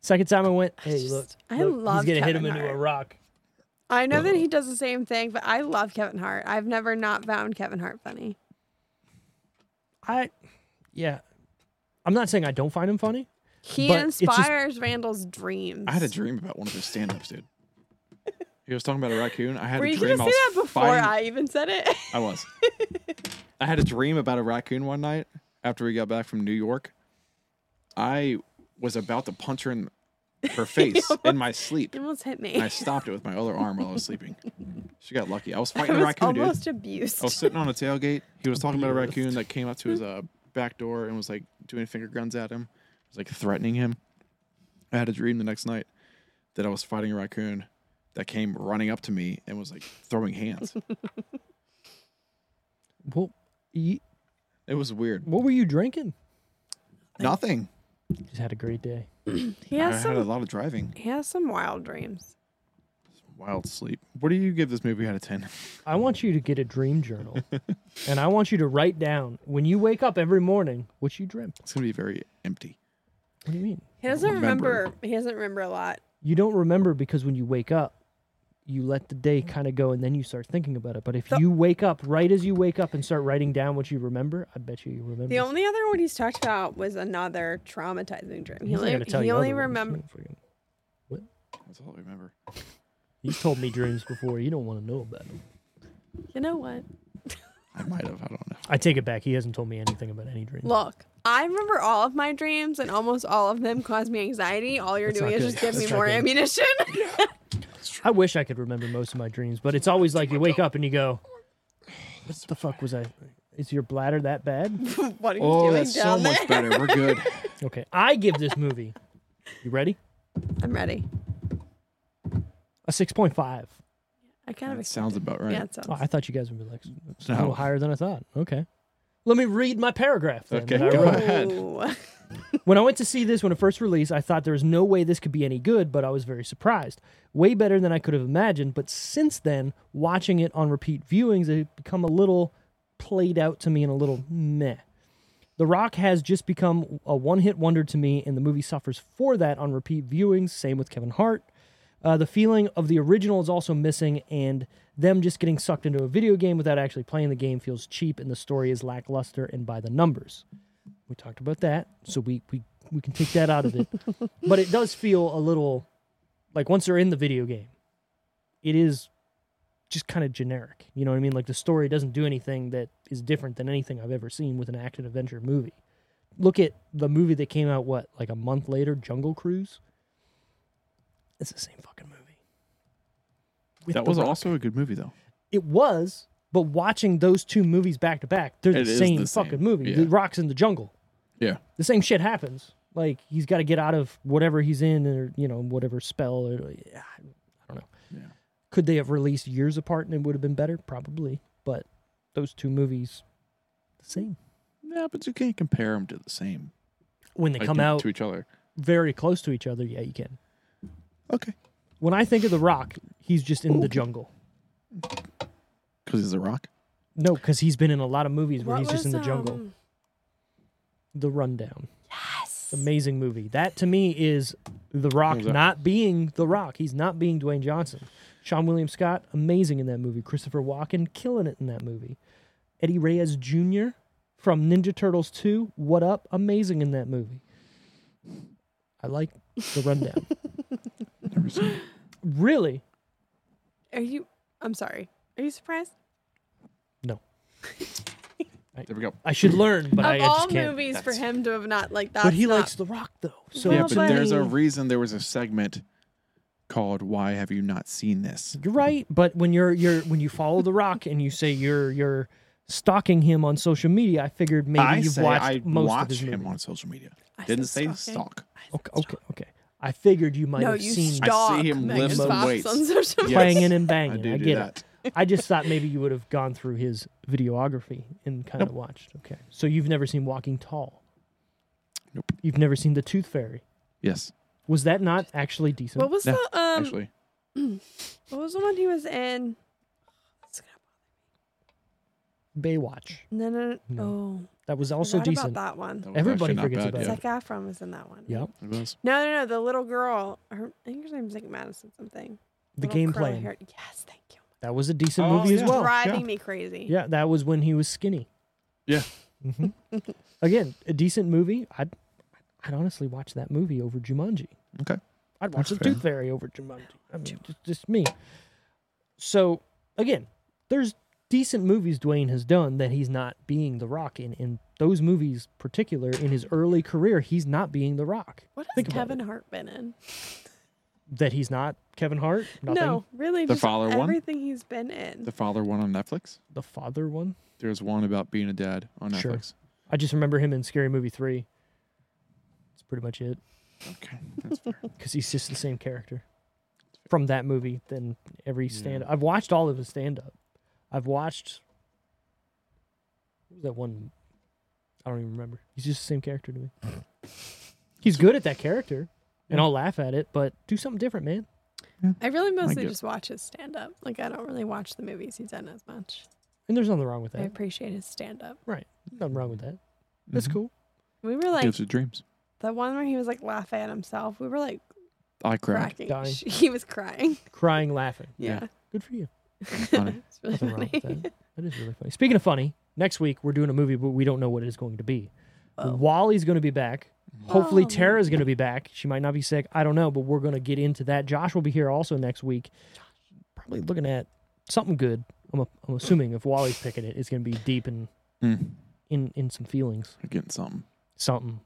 B: Second time I went, hey,
D: just-
B: look,
D: I
B: look,
D: love
B: he's gonna hit him
D: Kevin
B: into a
D: Hart.
B: rock.
D: I know that he does the same thing, but I love Kevin Hart. I've never not found Kevin Hart funny.
B: I, yeah, I'm not saying I don't find him funny.
D: He
B: But it's just-
D: inspires Randall's dreams.
E: I had a dream about one of his stand ups, dude. He was talking about a raccoon. I had
D: Were
E: a
D: you
E: dream.
D: gonna say
E: I was
D: that before
E: fighting-
D: I even said it?
E: I was. I had a dream about a raccoon one night after we got back from New York. I was about to punch her in her face in my sleep.
D: He almost hit me.
E: And I stopped it with my other arm while I was sleeping. She got lucky. I was
D: I
E: fighting a
D: was
E: raccoon, dude.
D: almost abused.
B: Oh,
E: I was sitting on a tailgate. He was talking about a raccoon that came up to his uh, back door and was like doing finger guns at him. It was like threatening him. I had a dream the next night that I was fighting a raccoon that came running up to me and was like throwing hands.
B: Well, you,
E: it was weird.
B: what were you drinking?
E: Nothing.
B: Just had a great day.
D: he
E: I
D: has
E: had a
D: some.
E: lot of driving.
D: He has some wild dreams.
E: Wild sleep. What do you give this movie out of 10?
B: I want you to get a dream journal, and I want you to write down when you wake up every morning what you dreamt.
E: It's going to be very empty.
B: What do you mean?
D: He doesn't
E: remember.
D: remember. He doesn't remember a lot.
B: You don't remember because when you wake up, you let the day kind of go, and then you start thinking about it. But if
D: The-
B: you wake up right as you wake up and start writing down what you remember, I bet you you remember.
D: The only other one he's talked about was another traumatizing dream. He
B: He's not
D: only,
B: gonna tell
D: he
B: you
D: only
B: otherwise.
D: remember.
B: Freaking-
E: That's all I remember.
B: He's told me dreams before. You don't want to know about them.
D: You know what?
E: I might have. I don't know.
B: I take it back. He hasn't told me anything about any dreams.
D: Look, I remember all of my dreams, and almost all of them caused me anxiety. All you're
B: That's
D: doing
B: not
D: is
B: good.
D: just give
B: That's
D: me
B: not
D: more
B: good.
D: ammunition.
B: I wish I could remember most of my dreams, but it's always like you wake up and you go, "What the fuck was I? Is your bladder that bad?"
D: what are you
E: Oh,
D: doing
E: that's so
D: down there?
E: much better. We're good.
B: Okay, I give this movie. You ready?
D: I'm ready.
B: A six point five.
D: I kind of
E: that
D: ex-
E: sounds about right.
D: yeah. It sounds.
B: Oh, I thought you guys would be like "It's a
E: No.
B: little higher than I thought. Okay. Let me read my paragraph. Then
E: Okay,
B: that I
E: go
B: wrote.
E: ahead. had.
D: Ooh.
B: When I went to see this when it first released, I thought there was no way this could be any good, but I was very surprised. Way better than I could have imagined, but since then, watching it on repeat viewings, it had become a little played out to me and a little meh. The Rock has just become a one hit wonder to me, and the movie suffers for that on repeat viewings. Same with Kevin Hart. Uh, the feeling of the original is also missing, and them just getting sucked into a video game without actually playing the game feels cheap, and the story is lackluster and by the numbers. We talked about that, so we we, we can take that out of it. but it does feel a little like once they're in the video game, it is just kind of generic. You know what I mean? Like the story doesn't do anything that is different than anything I've ever seen with an action adventure movie. Look at the movie that came out what like a month later, Jungle Cruise. It's the same fucking movie. With
E: That
B: The
E: was
B: Rock.
E: also a good movie though.
B: It was, but watching those two movies back to back, they're the
E: It is
B: same
E: the same,
B: fucking movie.
E: yeah.
B: The Rock's in the jungle.
E: Yeah.
B: The same shit happens. Like he's got to get out of whatever he's in, or you know, whatever spell, or I don't know.
E: Yeah.
B: Could they have released years apart and it would have been better? Probably, but those two movies, the same
E: No, but you can't compare them to the same.
B: when they
E: like,
B: come
E: to-
B: out
E: to each other.
B: very close to each other. Yeah, you can.
E: Okay,
B: When I think of The Rock, he's just in the jungle.
E: because he's a rock.
B: No, because he's been in a lot of movies where
D: What
B: he's just in
D: was,
B: the jungle.
D: um,
B: The Rundown. Yes. Amazing movie. That to me is The Rock
E: was that?
B: not being The Rock. He's not being Dwayne Johnson. Sean William Scott, amazing in that movie. Christopher Walken, killing it in that movie. Eddie Reyes Jr. from Ninja Turtles 2, What Up? Amazing in that movie. I like The Rundown.
E: Never seen it.
B: really?
D: Are you? I'm sorry. Are you surprised?
E: There we go.
B: I should learn, but
D: of
B: I, I
D: all
B: just can't.
D: movies for
E: That's-
D: him to have not like that.
B: but he likes The Rock, though. So
D: Well,
E: yeah, but there's a
D: buddy.
E: reason there was a segment called "Why Have You Not Seen This?"
B: You're right, but when you're you're when you follow The Rock and you say you're you're stalking him on social media, I figured maybe
E: I
B: you've
E: say
B: watched
E: I
B: most
E: watch
B: of his
E: him
B: movies.
E: on social media.
D: I
E: Didn't say
D: said stalking.
E: stalk.
B: Okay, okay, okay. I figured you might
D: No,
B: have
D: you
B: seen
E: I
D: stalk.
E: see him
D: Megan
E: lift some
D: Fox
E: weights.
D: on social
E: Yes.
B: playing in and
E: I
B: banging.
E: do
B: I,
E: do
B: get
E: that.
B: it. I just thought maybe you would have gone through his videography and kind of watched. Okay, so you've never seen Walking Tall.
E: Nope.
B: You've never seen The Tooth Fairy.
E: Yes,
B: Was that not actually decent?
D: What was
E: Yeah,
D: the um?
E: actually,
D: What was the one he was in? It's gonna-
B: Baywatch.
D: No, no, no.
B: No.
D: Oh,
B: That was also
D: forgot
B: decent.
D: about that one.
E: That was
B: Everybody
E: actually not
B: forgets
E: bad,
B: about
E: yeah.
B: it.
D: Zac Efron was in that one.
B: Yep.
E: It was.
D: No, no, no. The little girl. Her, I think her name's like Madison something.
B: The
D: Little
B: game
D: curly
B: plan.
D: hair- Yes, thank you.
B: That was a decent
E: Oh,
B: movie as
E: yeah.
B: well.
D: Driving
E: yeah.
D: me crazy.
B: Yeah, that was when he was skinny.
E: Yeah.
B: hmm Again, a decent movie. I'd I'd honestly watch that movie over Jumanji.
E: Okay.
B: I'd watch
E: That's
B: The
E: fair.
B: Tooth Fairy over Jumanji. I mean, just, just me. So again, there's decent movies Dwayne has done that he's not being The Rock in. In those movies, particular in his early career, he's not being The Rock.
D: What has
B: Think about
D: Kevin Hart been in?
B: That he's not Kevin Hart. Nothing.
D: No, really.
E: The
D: just
E: Father one?
D: Everything he's been in.
E: The father one on Netflix.
B: The father one.
E: There's one about being a dad on Netflix.
B: Sure. I just remember him in Scary Movie Three. That's pretty much it.
E: Okay, that's fair.
B: because he's just the same character from that movie than every
E: Yeah.
B: stand up. I've watched all of his stand up. I've watched what was that one I don't even remember. He's just the same character to me. he's good at that character and I'll laugh at it, but do something different, man.
D: I really mostly
E: get-
D: just watch his stand up. Like I don't really watch the movies he's in as much.
B: And there's nothing wrong with
D: I
B: that.
D: appreciate his stand up.
B: Nothing wrong with that. That's
E: Mhm.
B: cool.
D: We were like
E: Gives you dreams.
D: the one where he was like laughing at himself. We were like
E: I cried.
D: cracking.
B: Dying.
D: He was crying.
B: Crying, laughing.
E: Yeah.
D: Yeah.
B: Good for you.
E: Funny.
D: It's really
B: Nothing wrong
D: funny.
B: with that. That is really funny. Speaking of funny, next week we're doing a movie, but we don't know what it is going to be.
D: Oh.
B: Wally's going to be back. Hopefully,
D: Oh.
B: Tara's going to be back. She might not be sick. I don't know, but we're going to get into that. Josh will be here also next week. Probably looking at something good. I'm, a, I'm assuming if Wally's picking it, it's going to be deep and
E: Mm,
B: in, in some feelings,
E: I'm getting something.
B: something.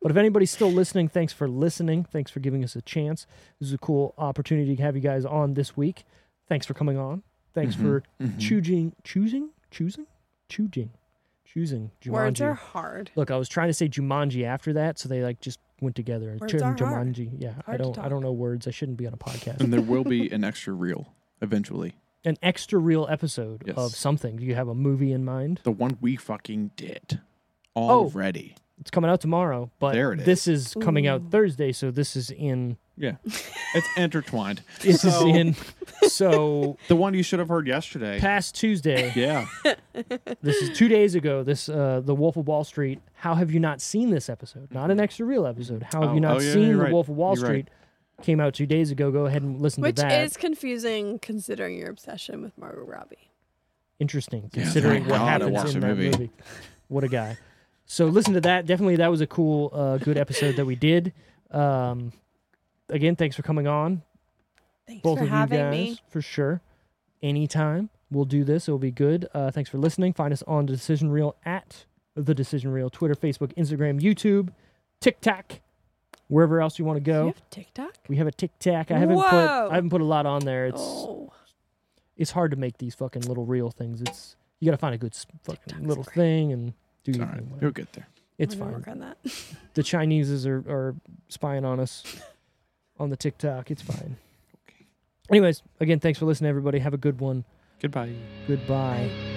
B: But if anybody's still listening, thanks for listening. Thanks for giving us a chance. This is a cool opportunity to have you guys on this week. Thanks for coming on. Thanks for
E: Mhm.
B: choosing, choosing, choosing, choosing, choosing.
D: Words
B: Jumanji.
D: are hard.
B: Look, I was trying to say Jumanji after that, so they like just went together.
D: Words
B: Jum-
D: are hard.
B: Jumanji. Yeah, I
D: Hard to
B: don't. I
D: talk.
B: don't know words. I shouldn't be on a podcast.
E: and there will be an extra reel eventually.
B: An extra real episode of
E: Yes.
B: something. Do you have a movie in mind?
E: The one we fucking did already.
B: It's coming out tomorrow, but
E: There it
B: this is coming out
D: Ooh.
B: Thursday, so this is in.
E: Yeah, it's intertwined.
B: This
E: So-
B: is in. So
E: The one you should have heard yesterday.
B: past Tuesday,
E: yeah,
B: this is two days ago. This uh, the Wolf of Wall Street. How have you not seen this episode? Not an extra real episode. How have
E: Oh,
B: you not
E: oh, yeah,
B: seen
E: you're
B: the
E: right.
B: Wolf of Wall
E: You're right.
B: Street? came out two days ago. Go ahead and listen
D: Which
B: to that.
D: is confusing considering your obsession with Margot Robbie.
B: Interesting,
C: Yeah,
B: considering
C: thank
B: what
C: God I
B: happens
C: watched
B: in
C: that
B: that movie.
C: movie.
B: What a guy! So listen to that. Definitely, that was a cool, uh, good episode that we did. Um, again, thanks for coming on,
D: Thanks
B: both
D: for
B: of you
D: having
B: guys,
D: me.
B: for sure. Anytime we'll do this, it'll be good. Uh, thanks for listening. Find us on the Decision Reel at the Decision Reel, Twitter, Facebook, Instagram, YouTube, TikTok, wherever else you want to
D: Do you
B: go.
D: have TikTok?
B: We have a TikTok. I haven't put
D: Whoa.
B: I haven't put a lot on there. It's
D: oh,
B: it's hard to make these fucking little real things. It's you got to find a good s- fucking
D: TikTok's
B: little
D: great.
B: thing and do
C: It's
B: your
C: all right.
B: thing. whatever.
C: You'll get there.
B: It's
D: I'm gonna
B: fine.
D: Work on that.
B: The Chineses are, are spying on us on the TikTok. It's fine.
E: Okay.
B: Anyways, again, thanks for listening, everybody. Have a good one.
E: Goodbye.
B: Goodbye.